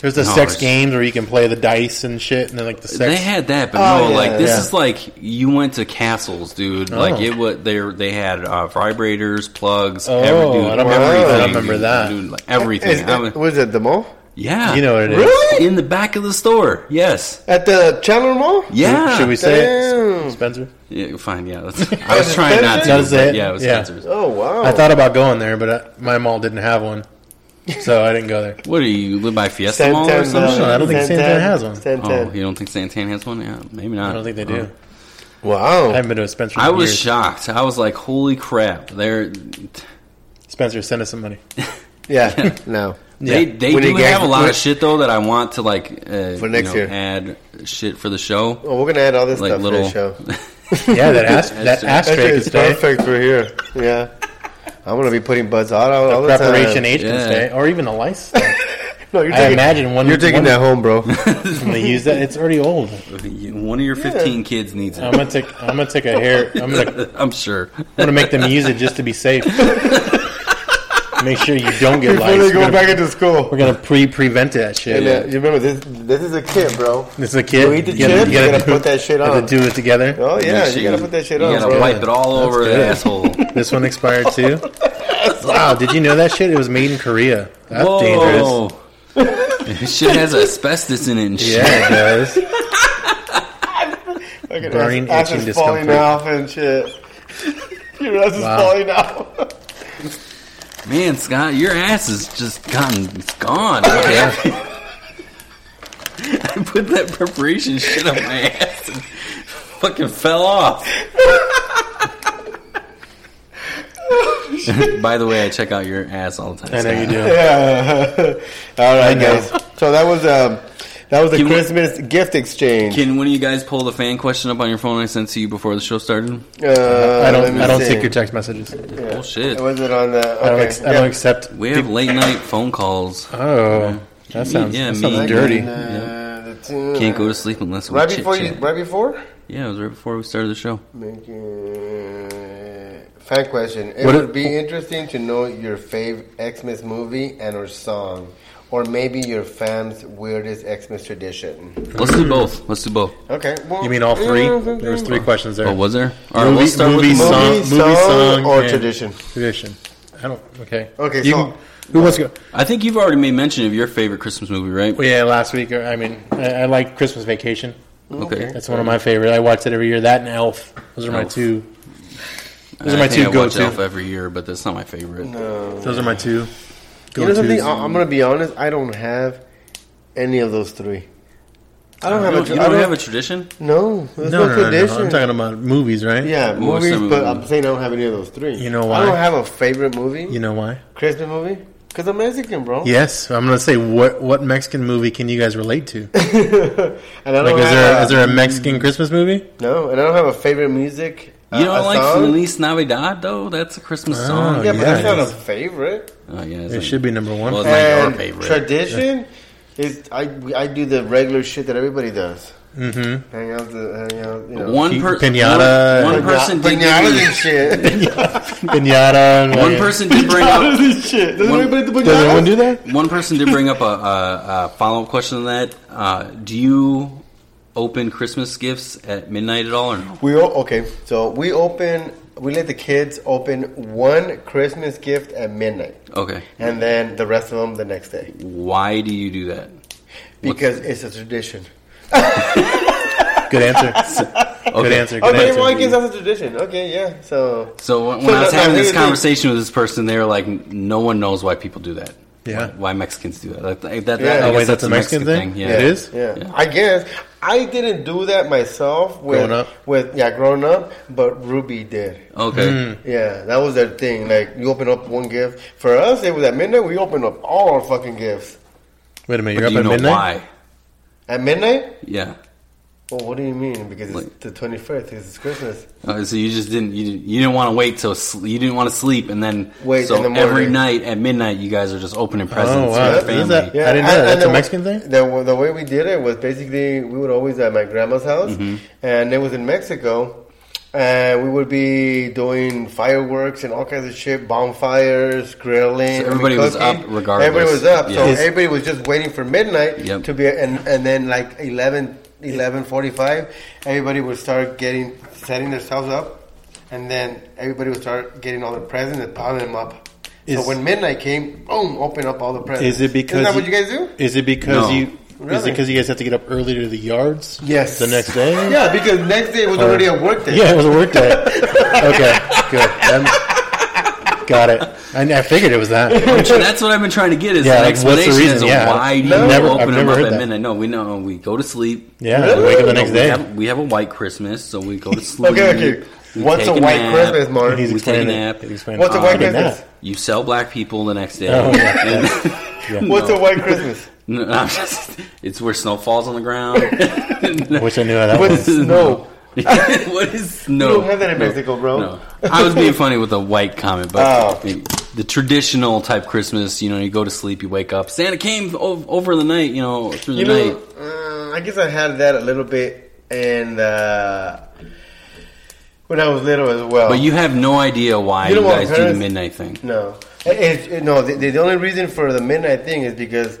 Speaker 3: There's the
Speaker 1: No,
Speaker 3: sex
Speaker 1: there's-
Speaker 3: games where you can play the dice and shit, and then like the sex.
Speaker 1: they had that, but
Speaker 2: Oh,
Speaker 1: no,
Speaker 2: yeah,
Speaker 1: like this
Speaker 3: yeah.
Speaker 1: is like you went to castles, dude. Like
Speaker 3: Oh.
Speaker 1: it was they they had uh, vibrators, plugs,
Speaker 3: Oh,
Speaker 1: every, dude,
Speaker 3: I don't remember
Speaker 1: everything.
Speaker 3: that. I remember
Speaker 1: dude,
Speaker 3: that.
Speaker 1: dude, like everything.
Speaker 2: Is
Speaker 1: I
Speaker 2: it,
Speaker 1: was-
Speaker 2: was it the mall?
Speaker 1: yeah,
Speaker 3: you know what it is.
Speaker 2: Really?
Speaker 1: in the back of the store. Yes,
Speaker 2: At the Chandler Mall?
Speaker 1: yeah.
Speaker 3: Should we say
Speaker 2: Damn.
Speaker 3: it, Spencer?
Speaker 1: Yeah, fine, yeah. That's, I was trying not to.
Speaker 3: That was
Speaker 1: but
Speaker 3: it?
Speaker 1: Yeah, it was
Speaker 3: Yeah.
Speaker 1: Spencer's.
Speaker 2: Oh wow!
Speaker 3: I thought about going there, but uh my mall didn't have one, so I didn't go there.
Speaker 1: What are you you live by Fiesta
Speaker 2: Santan-
Speaker 1: Mall or something?
Speaker 3: I don't think Santan has one.
Speaker 1: Oh,
Speaker 2: Santan.
Speaker 1: you don't think Santan has one? Yeah, maybe not.
Speaker 3: I don't think they do. I
Speaker 2: Wow!
Speaker 3: haven't been to a Spencer. In
Speaker 1: Uh-huh. I was
Speaker 3: years.
Speaker 1: shocked. I was like, "Holy crap!" They're
Speaker 3: Spencer, send us some money.
Speaker 2: Yeah, no.
Speaker 1: They
Speaker 3: Yeah.
Speaker 1: they
Speaker 2: When
Speaker 1: do
Speaker 2: it gets-
Speaker 1: have a lot
Speaker 2: when-
Speaker 1: of shit though that I want to like uh,
Speaker 2: For next
Speaker 1: you know,
Speaker 2: year.
Speaker 1: add shit for the show
Speaker 2: Well, we're gonna add all this
Speaker 1: like
Speaker 2: stuff
Speaker 1: little
Speaker 2: to the show.
Speaker 3: Yeah, that ast- that
Speaker 1: That's
Speaker 2: Actually,
Speaker 3: asterisk
Speaker 2: it's
Speaker 3: is day.
Speaker 2: perfect for here. Yeah, I'm gonna be putting buds out all, all the time.
Speaker 3: Preparation H can
Speaker 1: Yeah.
Speaker 3: stay, or even a lice. Stay.
Speaker 2: No, you're
Speaker 3: I
Speaker 2: taking,
Speaker 3: imagine one.
Speaker 2: you're taking
Speaker 3: one
Speaker 2: that home, bro.
Speaker 3: When they use that, it's already old.
Speaker 1: one of your fifteen kids needs it
Speaker 3: I'm gonna take. I'm gonna take a hair. I'm gonna. I'm
Speaker 1: I'm sure
Speaker 3: gonna make them use it just to be safe. Make sure you don't get
Speaker 2: Before they
Speaker 3: lice. We're
Speaker 2: go
Speaker 3: gonna,
Speaker 2: back into school.
Speaker 3: we're gonna pre prevent that shit.
Speaker 2: And, uh, you remember this? This is a kid, bro.
Speaker 3: It's a kid.
Speaker 2: You eat the chip, you gotta put that shit
Speaker 3: you gotta
Speaker 2: on.
Speaker 3: do it together.
Speaker 2: Oh yeah,
Speaker 1: Make sure
Speaker 2: you gotta put that shit
Speaker 1: you
Speaker 2: on,
Speaker 1: gotta
Speaker 2: bro.
Speaker 1: wipe it all over
Speaker 3: good.
Speaker 1: the asshole
Speaker 3: This one expired too. wow, did you know that shit? It was made in Korea. That's dangerous.
Speaker 1: whoa shit has asbestos in it and shit
Speaker 3: Yeah, it does.
Speaker 2: Look at
Speaker 3: burning,
Speaker 2: his ass
Speaker 3: itching
Speaker 2: is falling off
Speaker 3: discomfort.
Speaker 2: and shit. Your ass is
Speaker 3: Wow.
Speaker 2: falling out.
Speaker 1: man Scott your ass is just gotten it's gone okay. I put that preparation shit on my ass and fucking fell off by the way I check out your ass all the time
Speaker 3: I know you
Speaker 1: Scott.
Speaker 3: do.
Speaker 2: Yeah. All right,
Speaker 3: know.
Speaker 2: guys. So that was um, that was a
Speaker 1: Can we-
Speaker 2: Christmas gift exchange.
Speaker 1: Can one of you guys pull the fan question up on your phone I sent to you before the show started?
Speaker 2: Uh,
Speaker 3: I
Speaker 2: let
Speaker 3: don't.
Speaker 2: me
Speaker 3: I don't
Speaker 2: see.
Speaker 3: take your text messages.
Speaker 1: Bullshit.
Speaker 2: Was it on the? Okay.
Speaker 3: I don't. Ex- I
Speaker 2: yeah.
Speaker 3: don't accept.
Speaker 1: We have late night phone calls.
Speaker 3: Oh, that sounds.
Speaker 1: Yeah,
Speaker 3: that
Speaker 1: me.
Speaker 3: sounds
Speaker 1: Like
Speaker 3: dirty.
Speaker 2: And, uh, the two-
Speaker 1: Can't go to sleep unless we
Speaker 2: right before
Speaker 1: chit-chat.
Speaker 2: you. Right before.
Speaker 1: Yeah, it was right before we started the show.
Speaker 2: Making fan question. It
Speaker 3: What
Speaker 2: would
Speaker 3: if-
Speaker 2: be interesting to know your fave Xmas movie and or song, or maybe your fam's weirdest Xmas tradition.
Speaker 1: Let's do both. Let's do both.
Speaker 2: Okay. Well,
Speaker 3: You mean all three? There was
Speaker 2: Movie,
Speaker 3: three questions there.
Speaker 1: Oh, was there? All right,
Speaker 3: Movie-
Speaker 1: we'll start with
Speaker 3: movie
Speaker 1: the
Speaker 3: song-
Speaker 1: movie.
Speaker 2: song,
Speaker 3: movie song
Speaker 2: or
Speaker 3: and-
Speaker 2: tradition.
Speaker 3: Tradition. I don't. Okay.
Speaker 2: Okay,
Speaker 3: You
Speaker 2: so-
Speaker 3: can- who wants to go?
Speaker 1: I think you've already made mention of your favorite Christmas movie, right?
Speaker 3: Well, yeah, last week. I mean, I, I like Christmas Vacation.
Speaker 1: Okay.
Speaker 3: That's one of my favorite. I watch it every year. That and Elf. Those are my
Speaker 1: Elf.
Speaker 3: two Those are
Speaker 1: I
Speaker 3: my
Speaker 1: think
Speaker 3: two
Speaker 1: I
Speaker 3: go
Speaker 1: watch Elf
Speaker 3: to.
Speaker 1: every year, but that's not my favorite.
Speaker 2: No.
Speaker 3: Those are my two
Speaker 2: You
Speaker 3: go
Speaker 2: know something? Uh,
Speaker 3: to.
Speaker 2: I- I'm gonna be honest. I don't have any of those three. I
Speaker 3: Uh,
Speaker 2: don't
Speaker 1: You
Speaker 2: have a.
Speaker 1: don't,
Speaker 2: tr-
Speaker 1: you
Speaker 2: I
Speaker 1: don't
Speaker 2: don't
Speaker 1: have a tradition?
Speaker 2: No, there's
Speaker 3: No,
Speaker 2: no,
Speaker 3: no, no, no.
Speaker 2: tradition.
Speaker 3: I'm talking about movies, right?
Speaker 2: yeah,
Speaker 1: Well, what's
Speaker 2: movies,
Speaker 1: the
Speaker 2: but
Speaker 1: movie?
Speaker 2: I'm saying I don't have any of those three.
Speaker 3: You know
Speaker 2: I
Speaker 3: why?
Speaker 2: don't have a favorite movie.
Speaker 3: You know why?
Speaker 2: Christmas movie? Because I'm Mexican, bro.
Speaker 3: Yes, I'm gonna say what what Mexican movie can you guys relate to?
Speaker 2: and I don't
Speaker 3: Like,
Speaker 2: have
Speaker 3: is there
Speaker 2: a,
Speaker 3: is there a Mexican Christmas movie?
Speaker 2: no, and I don't have a favorite music. uh,
Speaker 1: You don't
Speaker 2: a
Speaker 1: like
Speaker 2: song?
Speaker 1: Feliz Navidad though? That's a Christmas
Speaker 3: Oh,
Speaker 1: song.
Speaker 2: Yeah, but that's
Speaker 3: Yes.
Speaker 2: not a favorite.
Speaker 1: Oh, yeah, it's
Speaker 3: It
Speaker 1: like-
Speaker 3: should be number one.
Speaker 1: Well, it's not your
Speaker 2: And
Speaker 1: favorite.
Speaker 2: tradition is I I do the regular shit that everybody does.
Speaker 3: Mm-hmm.
Speaker 2: Hang out, the, hang out, you know.
Speaker 1: one
Speaker 3: Pi-
Speaker 1: person,
Speaker 3: piñata.
Speaker 1: one, one
Speaker 2: Piña-
Speaker 1: person did give
Speaker 2: piñatas
Speaker 1: me-
Speaker 2: and shit.
Speaker 3: Pinata. And
Speaker 1: one
Speaker 3: like-
Speaker 1: person did bring
Speaker 2: Piñatas
Speaker 1: up
Speaker 2: and shit. Doesn't
Speaker 1: One-
Speaker 2: everybody do
Speaker 3: Does everyone
Speaker 2: piñatas?
Speaker 3: do that?
Speaker 1: one person did bring up a, a, a follow up question on that. Uh, do you open Christmas gifts at midnight at all or no?
Speaker 2: We all, okay. So we open. We let the kids open one Christmas gift at midnight,
Speaker 1: Okay,
Speaker 2: and then the rest of them the next day
Speaker 1: why do you do that?
Speaker 2: because it's a tradition.
Speaker 3: Good answer. Good answer. Good
Speaker 2: Okay,
Speaker 3: answer.
Speaker 2: well, I guess that's a tradition. Okay, yeah. So
Speaker 1: So when,
Speaker 2: So
Speaker 1: when I was
Speaker 2: that-
Speaker 1: having
Speaker 2: that-
Speaker 1: this
Speaker 2: that-
Speaker 1: conversation with this person, they were like, "No one knows why people do that.
Speaker 3: Yeah.
Speaker 1: why, why Mexicans do that. That- that- that-
Speaker 2: Yeah.
Speaker 1: I
Speaker 2: Oh,
Speaker 1: guess
Speaker 3: wait, that's a Mexican thing?
Speaker 1: Yeah,
Speaker 3: It is?
Speaker 2: Yeah.
Speaker 1: Yeah.
Speaker 2: I guess I didn't do that myself. With,
Speaker 3: Growing up?
Speaker 2: with yeah, growing up, but Ruby did.
Speaker 1: Okay,
Speaker 3: Hmm.
Speaker 2: Yeah, that was their thing. Like you open up one gift. For us, it was at midnight. We opened up all our fucking gifts
Speaker 3: Wait a minute.
Speaker 1: but
Speaker 3: You're
Speaker 1: do you
Speaker 3: up at
Speaker 1: know
Speaker 3: midnight.
Speaker 1: why?
Speaker 2: at midnight.
Speaker 1: Yeah.
Speaker 2: Well, what do you mean? Because it's
Speaker 1: Like-
Speaker 2: the twenty first. Because it's Christmas.
Speaker 1: Uh, so you just didn't you didn't, you didn't want to wait till sl- you didn't want to sleep and then
Speaker 2: Wait
Speaker 1: so
Speaker 2: in the
Speaker 1: every
Speaker 2: morning.
Speaker 1: night at midnight you guys are just opening presents
Speaker 3: Oh, wow.
Speaker 1: for
Speaker 3: Is
Speaker 1: your family.
Speaker 3: that- I didn't know that. That's a Mexican thing?
Speaker 2: The, w- the way we did it was basically we would always at my grandma's house,
Speaker 3: Mm-hmm.
Speaker 2: and it was in Mexico, and we would be doing fireworks and all kinds of shit, bonfires, grilling.
Speaker 1: So everybody was
Speaker 2: cooking.
Speaker 1: up regardless.
Speaker 2: Everybody was up, so
Speaker 1: Yeah. Is-
Speaker 2: everybody was just waiting for midnight
Speaker 1: Yep.
Speaker 2: to be, and and then like eleven. 11:45, everybody would start getting setting themselves up, and then everybody would start getting all the presents and piling them up.
Speaker 3: Is-
Speaker 2: so when midnight came, boom, open up all the presents.
Speaker 3: Is it because
Speaker 2: Isn't that what you guys do?
Speaker 3: Is it because
Speaker 1: No.
Speaker 3: you? Is
Speaker 2: Really?
Speaker 3: it because you guys have to get up early to the yards?
Speaker 2: Yes.
Speaker 3: The next day.
Speaker 2: Yeah, because next day was already a work day.
Speaker 3: Yeah, it was a work day. okay, good. That- got it. I, I figured it was that.
Speaker 1: So that's what I've been trying to get is
Speaker 3: Yeah,
Speaker 1: an
Speaker 3: like, what's the
Speaker 1: explanation
Speaker 3: reason?
Speaker 1: as to
Speaker 3: Yeah.
Speaker 1: why you
Speaker 3: No. Never- I've
Speaker 1: open them
Speaker 3: never
Speaker 1: up
Speaker 3: heard
Speaker 1: at
Speaker 3: that.
Speaker 1: midnight. No, we know we go to sleep.
Speaker 3: Yeah, I wake up the next
Speaker 1: We
Speaker 3: day.
Speaker 1: have, we have a white Christmas, so we go to sleep.
Speaker 2: Okay, okay.
Speaker 1: We
Speaker 2: What's
Speaker 1: take
Speaker 2: a white
Speaker 1: nap.
Speaker 2: Christmas, Mark?
Speaker 3: And he's
Speaker 1: We
Speaker 3: explaining
Speaker 1: take a
Speaker 3: it.
Speaker 1: nap.
Speaker 3: He's explaining
Speaker 2: What's
Speaker 3: it.
Speaker 2: a white
Speaker 3: Look at
Speaker 2: Christmas?
Speaker 3: that.
Speaker 1: You sell black people the next day.
Speaker 3: Oh, yeah.
Speaker 2: What's a white Christmas?
Speaker 1: No, I'm just- it's where snow falls on the ground.
Speaker 3: I wish I knew how that
Speaker 2: What
Speaker 3: was.
Speaker 2: is snow?
Speaker 1: what is snow?
Speaker 2: We don't have that in Mexico, bro.
Speaker 1: No. I was being funny with a white comment, but
Speaker 2: Oh.
Speaker 1: the, the traditional type Christmas, you know, you go to sleep, you wake up. Santa came o- over the night, you know, through the
Speaker 2: You know,
Speaker 1: night.
Speaker 2: uh, I guess I had that a little bit and uh, when I was little as well.
Speaker 1: But you have no idea why you,
Speaker 2: You know what,
Speaker 1: guys do the
Speaker 2: parents-
Speaker 1: midnight thing.
Speaker 2: No, It- it- it- no. The, the only reason for the midnight thing is because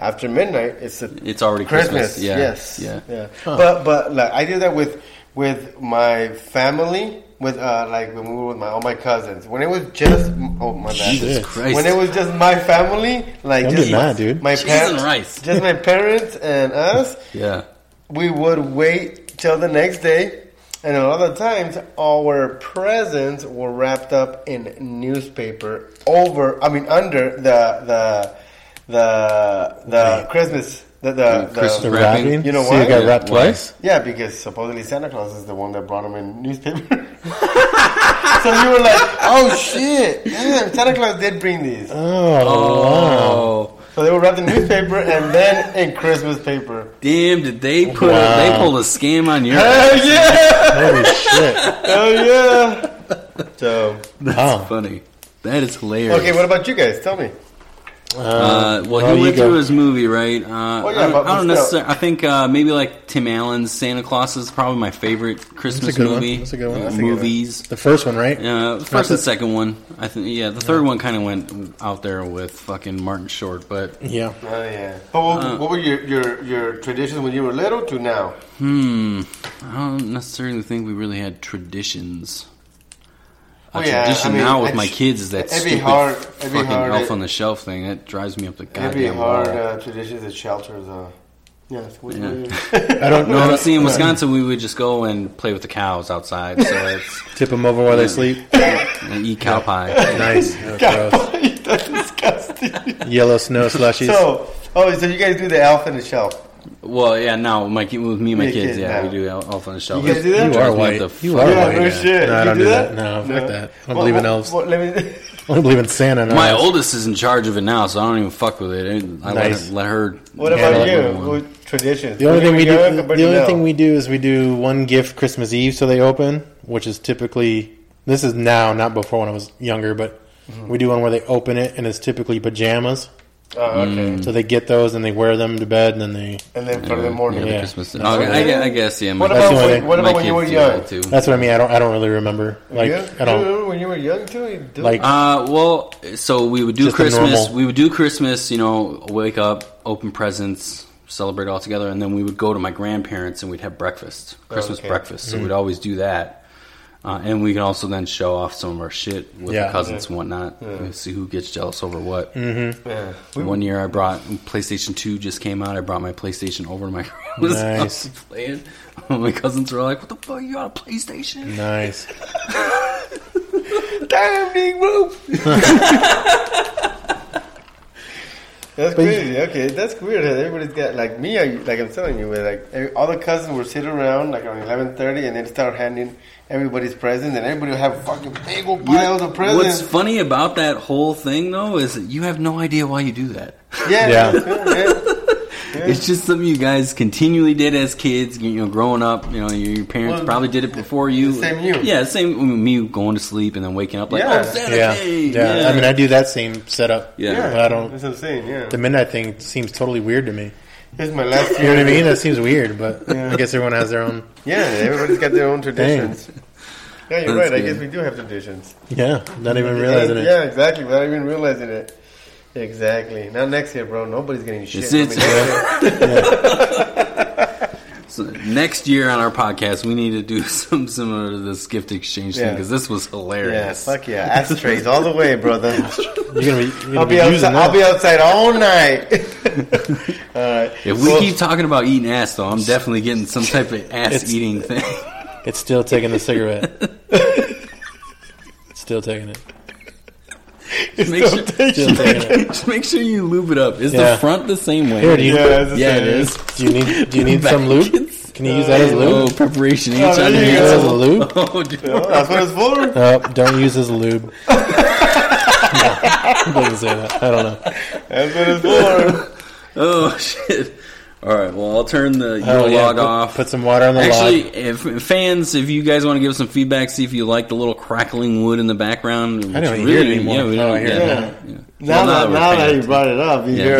Speaker 2: after midnight, it's the
Speaker 1: It's already Christmas. Yeah.
Speaker 2: Yes.
Speaker 1: Yeah.
Speaker 2: Yeah. But but like I did that with with my family. With uh, like when we were with my all my cousins, when it was just oh my bad,
Speaker 3: Jesus
Speaker 1: Christ.
Speaker 2: when it was just my family, like
Speaker 3: Don't
Speaker 2: just
Speaker 3: be
Speaker 2: my,
Speaker 3: mad, dude.
Speaker 2: my
Speaker 1: Cheese and
Speaker 2: parents,
Speaker 1: rice.
Speaker 2: just my parents and us,
Speaker 1: Yeah.
Speaker 2: we would wait till the next day, and a lot of times our presents were wrapped up in newspaper over, I mean, under the the the the Christmas the the, the
Speaker 1: Christmas
Speaker 3: The
Speaker 1: wrap. Wrapping?
Speaker 3: wrapping.
Speaker 2: You know
Speaker 3: So you
Speaker 2: why?
Speaker 3: got wrapped
Speaker 1: Why?
Speaker 3: twice.
Speaker 2: yeah, because supposedly Santa Claus is the one that brought them in newspaper. so you were like, oh shit, damn, Santa Claus did bring these.
Speaker 3: Oh, wow.
Speaker 1: Oh.
Speaker 2: So they were wrapped in newspaper and then in Christmas paper.
Speaker 1: Damn, did they put
Speaker 3: Wow.
Speaker 1: they pulled a scam on your
Speaker 2: Oh yeah,
Speaker 3: holy shit!
Speaker 2: oh yeah. So
Speaker 3: Wow.
Speaker 1: funny. That is hilarious.
Speaker 2: okay, what about you guys? Tell me.
Speaker 1: Uh, well,
Speaker 3: oh,
Speaker 1: he
Speaker 3: you
Speaker 1: went
Speaker 3: go.
Speaker 1: through his movie, right? Uh,
Speaker 2: Oh, yeah,
Speaker 1: I don't,
Speaker 2: but-
Speaker 1: I
Speaker 2: but
Speaker 1: don't
Speaker 2: still.
Speaker 1: necessarily. I think uh, maybe like Tim Allen's Santa Claus is probably my favorite Christmas
Speaker 3: good one.
Speaker 1: movie.
Speaker 3: That's a good one.
Speaker 1: uh,
Speaker 3: That's
Speaker 2: a good one.
Speaker 1: movies.
Speaker 3: the first one, right?
Speaker 1: Uh,
Speaker 3: That's
Speaker 1: first
Speaker 3: a-
Speaker 1: and second one, I think. Yeah, the third one kind of went out there with fucking Martin Short, but
Speaker 3: Yeah.
Speaker 2: Oh yeah. But what, what were your, your your traditions when you were little to now?
Speaker 1: hmm, I don't necessarily think we really had traditions. A
Speaker 2: Well, yeah,
Speaker 1: tradition
Speaker 2: I mean,
Speaker 1: now with
Speaker 2: it's-
Speaker 1: my kids is that
Speaker 2: it'd be
Speaker 1: stupid
Speaker 2: hard- it'd be
Speaker 1: fucking
Speaker 2: hard-
Speaker 1: Elf on the Shelf thing that drives me up the
Speaker 2: Maybe
Speaker 1: goddamn
Speaker 2: hard
Speaker 1: wall.
Speaker 2: uh, traditions at shelters. Uh, Yes. Which
Speaker 1: Yeah.
Speaker 2: way-
Speaker 3: I don't know.
Speaker 1: No, see, in Wisconsin, we would just go and play with the cows outside. So it's
Speaker 3: Tip them over while they sleep.
Speaker 1: and eat cow pie.
Speaker 3: Nice. Oh, gross.
Speaker 2: That's disgusting.
Speaker 3: Yellow snow slushies.
Speaker 2: So, oh, so you guys do the elf and the shelf.
Speaker 1: Well, yeah, now my ki- with me and my
Speaker 2: Your
Speaker 1: kids,
Speaker 2: kid,
Speaker 1: yeah,
Speaker 2: yeah.
Speaker 1: we do el- elf on the shelf.
Speaker 2: You guys do that?
Speaker 3: you are white.
Speaker 1: What the
Speaker 3: You
Speaker 1: fuck?
Speaker 3: are
Speaker 1: Yeah,
Speaker 3: white.
Speaker 2: no
Speaker 3: yeah.
Speaker 2: shit.
Speaker 3: Oh No, I
Speaker 2: You
Speaker 3: don't
Speaker 2: do
Speaker 3: do that.
Speaker 2: that?
Speaker 3: No,
Speaker 2: No.
Speaker 3: fuck that. I don't
Speaker 2: Well,
Speaker 3: believe in
Speaker 2: well,
Speaker 3: elves.
Speaker 2: well, let me.
Speaker 3: I don't believe in Santa. No.
Speaker 1: My oldest is in charge of it now, so I don't even fuck with it. I
Speaker 3: Nice.
Speaker 1: let, her, let her.
Speaker 2: What
Speaker 1: handle
Speaker 2: about
Speaker 1: it
Speaker 2: you?
Speaker 1: with one.
Speaker 2: What traditions?
Speaker 3: The only thing we do,
Speaker 2: Yours
Speaker 3: the
Speaker 2: compared to
Speaker 3: only
Speaker 2: now?
Speaker 3: thing we do is we do one gift Christmas Eve, so they open, which is typically this is now, not before when I was younger, but we do one where they open it and it's typically pajamas,
Speaker 2: Oh, okay.
Speaker 3: so they get those and they wear them to bed, and then they.
Speaker 2: And then for the
Speaker 1: Yeah,
Speaker 2: morning.
Speaker 1: the
Speaker 3: Yeah.
Speaker 1: Christmas.
Speaker 3: That's
Speaker 1: Oh,
Speaker 3: what
Speaker 1: I,
Speaker 3: it
Speaker 1: guess, I guess, yeah. My,
Speaker 2: What
Speaker 3: That's
Speaker 2: about
Speaker 3: the only
Speaker 2: when,
Speaker 3: thing.
Speaker 2: what
Speaker 1: my
Speaker 2: about when
Speaker 1: kids
Speaker 2: you were
Speaker 1: do
Speaker 2: young?
Speaker 1: that, too.
Speaker 3: That's what I mean. I don't. I don't really remember. Like
Speaker 2: yeah?
Speaker 3: I don't.
Speaker 2: Dude, when you were young too. you do-
Speaker 3: Like
Speaker 1: Uh, well, so we would do
Speaker 3: Just a
Speaker 1: Christmas.
Speaker 3: normal-
Speaker 1: We would do Christmas. You know, wake up, open presents, celebrate all together, and then we would go to my grandparents and we'd have breakfast, Christmas
Speaker 2: okay.
Speaker 1: breakfast. So we'd always do that, uh, and we can also then show off some of our shit with
Speaker 3: Yeah.
Speaker 1: the cousins and whatnot, and see who gets jealous over what.
Speaker 2: yeah.
Speaker 1: One year, I brought PlayStation Two just came out. I brought my PlayStation over to my grandma's house
Speaker 3: Nice.
Speaker 1: to play it. My cousins were like, "What the fuck? You got a PlayStation?"
Speaker 3: nice.
Speaker 2: Damn, big move. That's crazy. Okay, that's weird. that Everybody's got like me. I, like I'm telling you, where like every, all the cousins were sitting around like around 11:30, and then start handing everybody's presents, and everybody will have fucking big old
Speaker 1: You-
Speaker 2: piles of
Speaker 1: What's
Speaker 2: presents.
Speaker 1: funny about that whole thing, though, is that you have no idea why you do that.
Speaker 2: yeah,
Speaker 3: Yeah.
Speaker 2: yeah.
Speaker 1: It's just something you guys continually did as kids, you know, growing up. You know, your, your parents
Speaker 2: Well,
Speaker 1: probably did it before you.
Speaker 2: same you.
Speaker 1: Yeah, same I mean, me going to sleep and then waking up like, oh,
Speaker 2: Yeah.
Speaker 1: Santa
Speaker 3: Yeah.
Speaker 1: Day,
Speaker 3: yeah, I mean, I do that same setup.
Speaker 1: Yeah.
Speaker 3: but I don't.
Speaker 2: That's what I'm saying. Yeah,
Speaker 3: The midnight thing seems totally weird to me.
Speaker 2: this is my last.
Speaker 3: You know what I mean? That seems weird, but
Speaker 2: Yeah.
Speaker 3: I guess everyone has their own.
Speaker 2: Yeah, everybody's got their own traditions. Yeah, you're
Speaker 1: That's
Speaker 2: right. I
Speaker 1: good.
Speaker 2: guess we do have traditions.
Speaker 3: Yeah, not even realizing
Speaker 2: yeah,
Speaker 3: it.
Speaker 2: Yeah, exactly. Without even realizing it. Exactly. Not next year, bro. Nobody's getting shit.
Speaker 1: It's-
Speaker 2: I
Speaker 1: it's-
Speaker 2: mean, next year-
Speaker 1: So next year on our podcast, we need to do some similar to this gift exchange thing
Speaker 2: Yeah.
Speaker 1: because this was
Speaker 2: yeah,
Speaker 1: hilarious.
Speaker 2: fuck yeah. Ashtrays all the way, brother.
Speaker 3: You're gonna be. You're gonna
Speaker 2: I'll be
Speaker 3: using
Speaker 2: outside. I'll
Speaker 3: that.
Speaker 2: be outside all night. all right.
Speaker 1: If we
Speaker 2: Well,
Speaker 1: keep talking about eating ass, though, I'm definitely getting some type of ass eating thing.
Speaker 3: It's still taking the cigarette. still taking it.
Speaker 1: make, sure,
Speaker 3: Still taking it.
Speaker 1: just make sure you lube it up. Is
Speaker 3: Yeah.
Speaker 1: the front the same way?
Speaker 3: Here, do you,
Speaker 2: Yeah, it's the
Speaker 1: Yeah,
Speaker 2: same.
Speaker 1: it is.
Speaker 3: do you need do you need some lube? Can you use that as
Speaker 1: Oh,
Speaker 3: lube?
Speaker 1: preparation each
Speaker 2: there
Speaker 1: other.
Speaker 2: you
Speaker 3: Use
Speaker 2: go.
Speaker 3: that as a lube?
Speaker 1: Oh, dude.
Speaker 2: Oh, that's what it's for.
Speaker 3: Oh, don't use as a lube. no, I didn't say that. I don't know.
Speaker 2: That's what it's for.
Speaker 1: Oh, shit. All right, well, I'll turn the
Speaker 3: Oh,
Speaker 1: Yule
Speaker 3: yeah,
Speaker 1: log
Speaker 3: put,
Speaker 1: off.
Speaker 3: Put some water on the log.
Speaker 1: Actually, if, fans, if you guys want to give us some feedback, see if you like the little crackling wood in the background. I
Speaker 3: don't hear it anymore.
Speaker 1: Yeah, we
Speaker 3: Oh,
Speaker 1: don't
Speaker 3: I hear
Speaker 1: yeah,
Speaker 3: it
Speaker 1: yeah.
Speaker 2: Now,
Speaker 1: Well,
Speaker 2: that,
Speaker 1: we're
Speaker 2: now that
Speaker 1: fans.
Speaker 2: you brought it up, you're
Speaker 1: Yeah,
Speaker 2: right.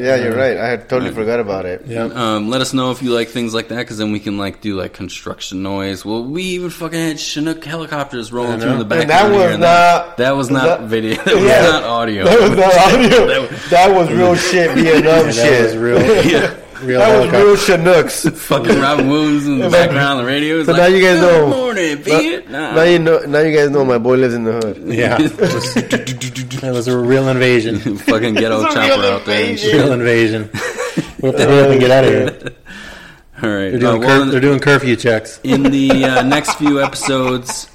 Speaker 1: yeah,
Speaker 2: Yeah, you're right. I had totally forgot about it.
Speaker 3: Yeah.
Speaker 1: Um, let us know if you like things like that, because then we can like do like construction noise. Well, we even fucking had Chinook helicopters rolling
Speaker 3: know.
Speaker 1: through the
Speaker 2: And
Speaker 1: background.
Speaker 2: that
Speaker 1: here
Speaker 2: was
Speaker 1: and that,
Speaker 2: not.
Speaker 1: that was not
Speaker 2: that-
Speaker 1: video. That was
Speaker 2: Yeah.
Speaker 1: not audio.
Speaker 2: That was not audio.
Speaker 1: That
Speaker 2: that,
Speaker 1: was-
Speaker 2: was, real shit. Vietnam
Speaker 3: And
Speaker 2: shit.
Speaker 3: that was real.
Speaker 1: yeah,
Speaker 3: Real
Speaker 2: That was
Speaker 3: helicopter.
Speaker 2: real Chinooks.
Speaker 1: fucking Robin Williams in the
Speaker 2: But-
Speaker 1: background on the radio. It's
Speaker 2: So
Speaker 1: like,
Speaker 2: now you guys
Speaker 1: Good
Speaker 2: know.
Speaker 1: morning,
Speaker 2: Now-
Speaker 1: Vietnam.
Speaker 2: Now you know. Now you guys know my boy lives in the hood.
Speaker 3: Yeah. It was a real invasion.
Speaker 1: fucking ghetto
Speaker 2: It's a real
Speaker 1: chopper out there. and
Speaker 2: invasion.
Speaker 1: shit.
Speaker 3: real invasion. We have to hurry up and get out of here.
Speaker 1: All right,
Speaker 3: They're doing,
Speaker 1: Uh, well,
Speaker 3: cur- they're doing curfew checks.
Speaker 1: in the uh, next few episodes,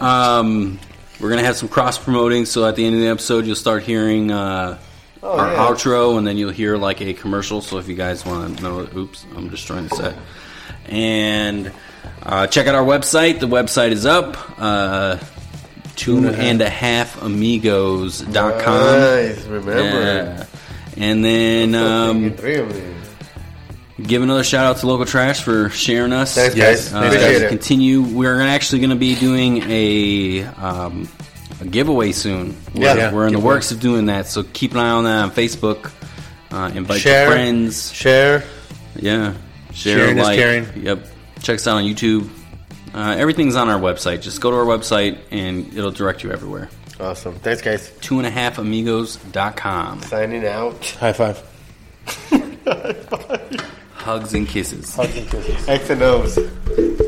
Speaker 1: um, we're gonna have some cross promoting. So at the end of the episode, you'll start hearing uh, our
Speaker 2: Oh, yeah.
Speaker 1: outro, and then you'll hear like a commercial. So if you guys want to know, oops, I'm destroying the set. And uh, check out our website. The website is up. Uh, Two and a half amigos.com.
Speaker 2: Nice. Remember.
Speaker 1: Yeah. And then um,
Speaker 2: Three of them.
Speaker 1: give another shout out to local trash for sharing us
Speaker 2: Thanks, guys.
Speaker 1: Uh,
Speaker 2: Appreciate
Speaker 1: as we
Speaker 2: it.
Speaker 1: continue we're actually going to be doing a, um, a giveaway soon
Speaker 2: Yeah.
Speaker 1: we're,
Speaker 2: Yeah.
Speaker 1: we're in the works of doing that so keep an eye on that on facebook uh, invite
Speaker 2: Share.
Speaker 1: your friends
Speaker 2: Share.
Speaker 1: yeah share
Speaker 3: Sharing is
Speaker 1: like
Speaker 3: caring.
Speaker 1: yep check us out on youtube uh, everything's on our website just go to our website and it'll direct you everywhere
Speaker 2: Awesome. Thanks, guys.
Speaker 1: two and a half amigos.com
Speaker 2: Signing out.
Speaker 3: High five.
Speaker 1: hugs and kisses
Speaker 2: X and O's.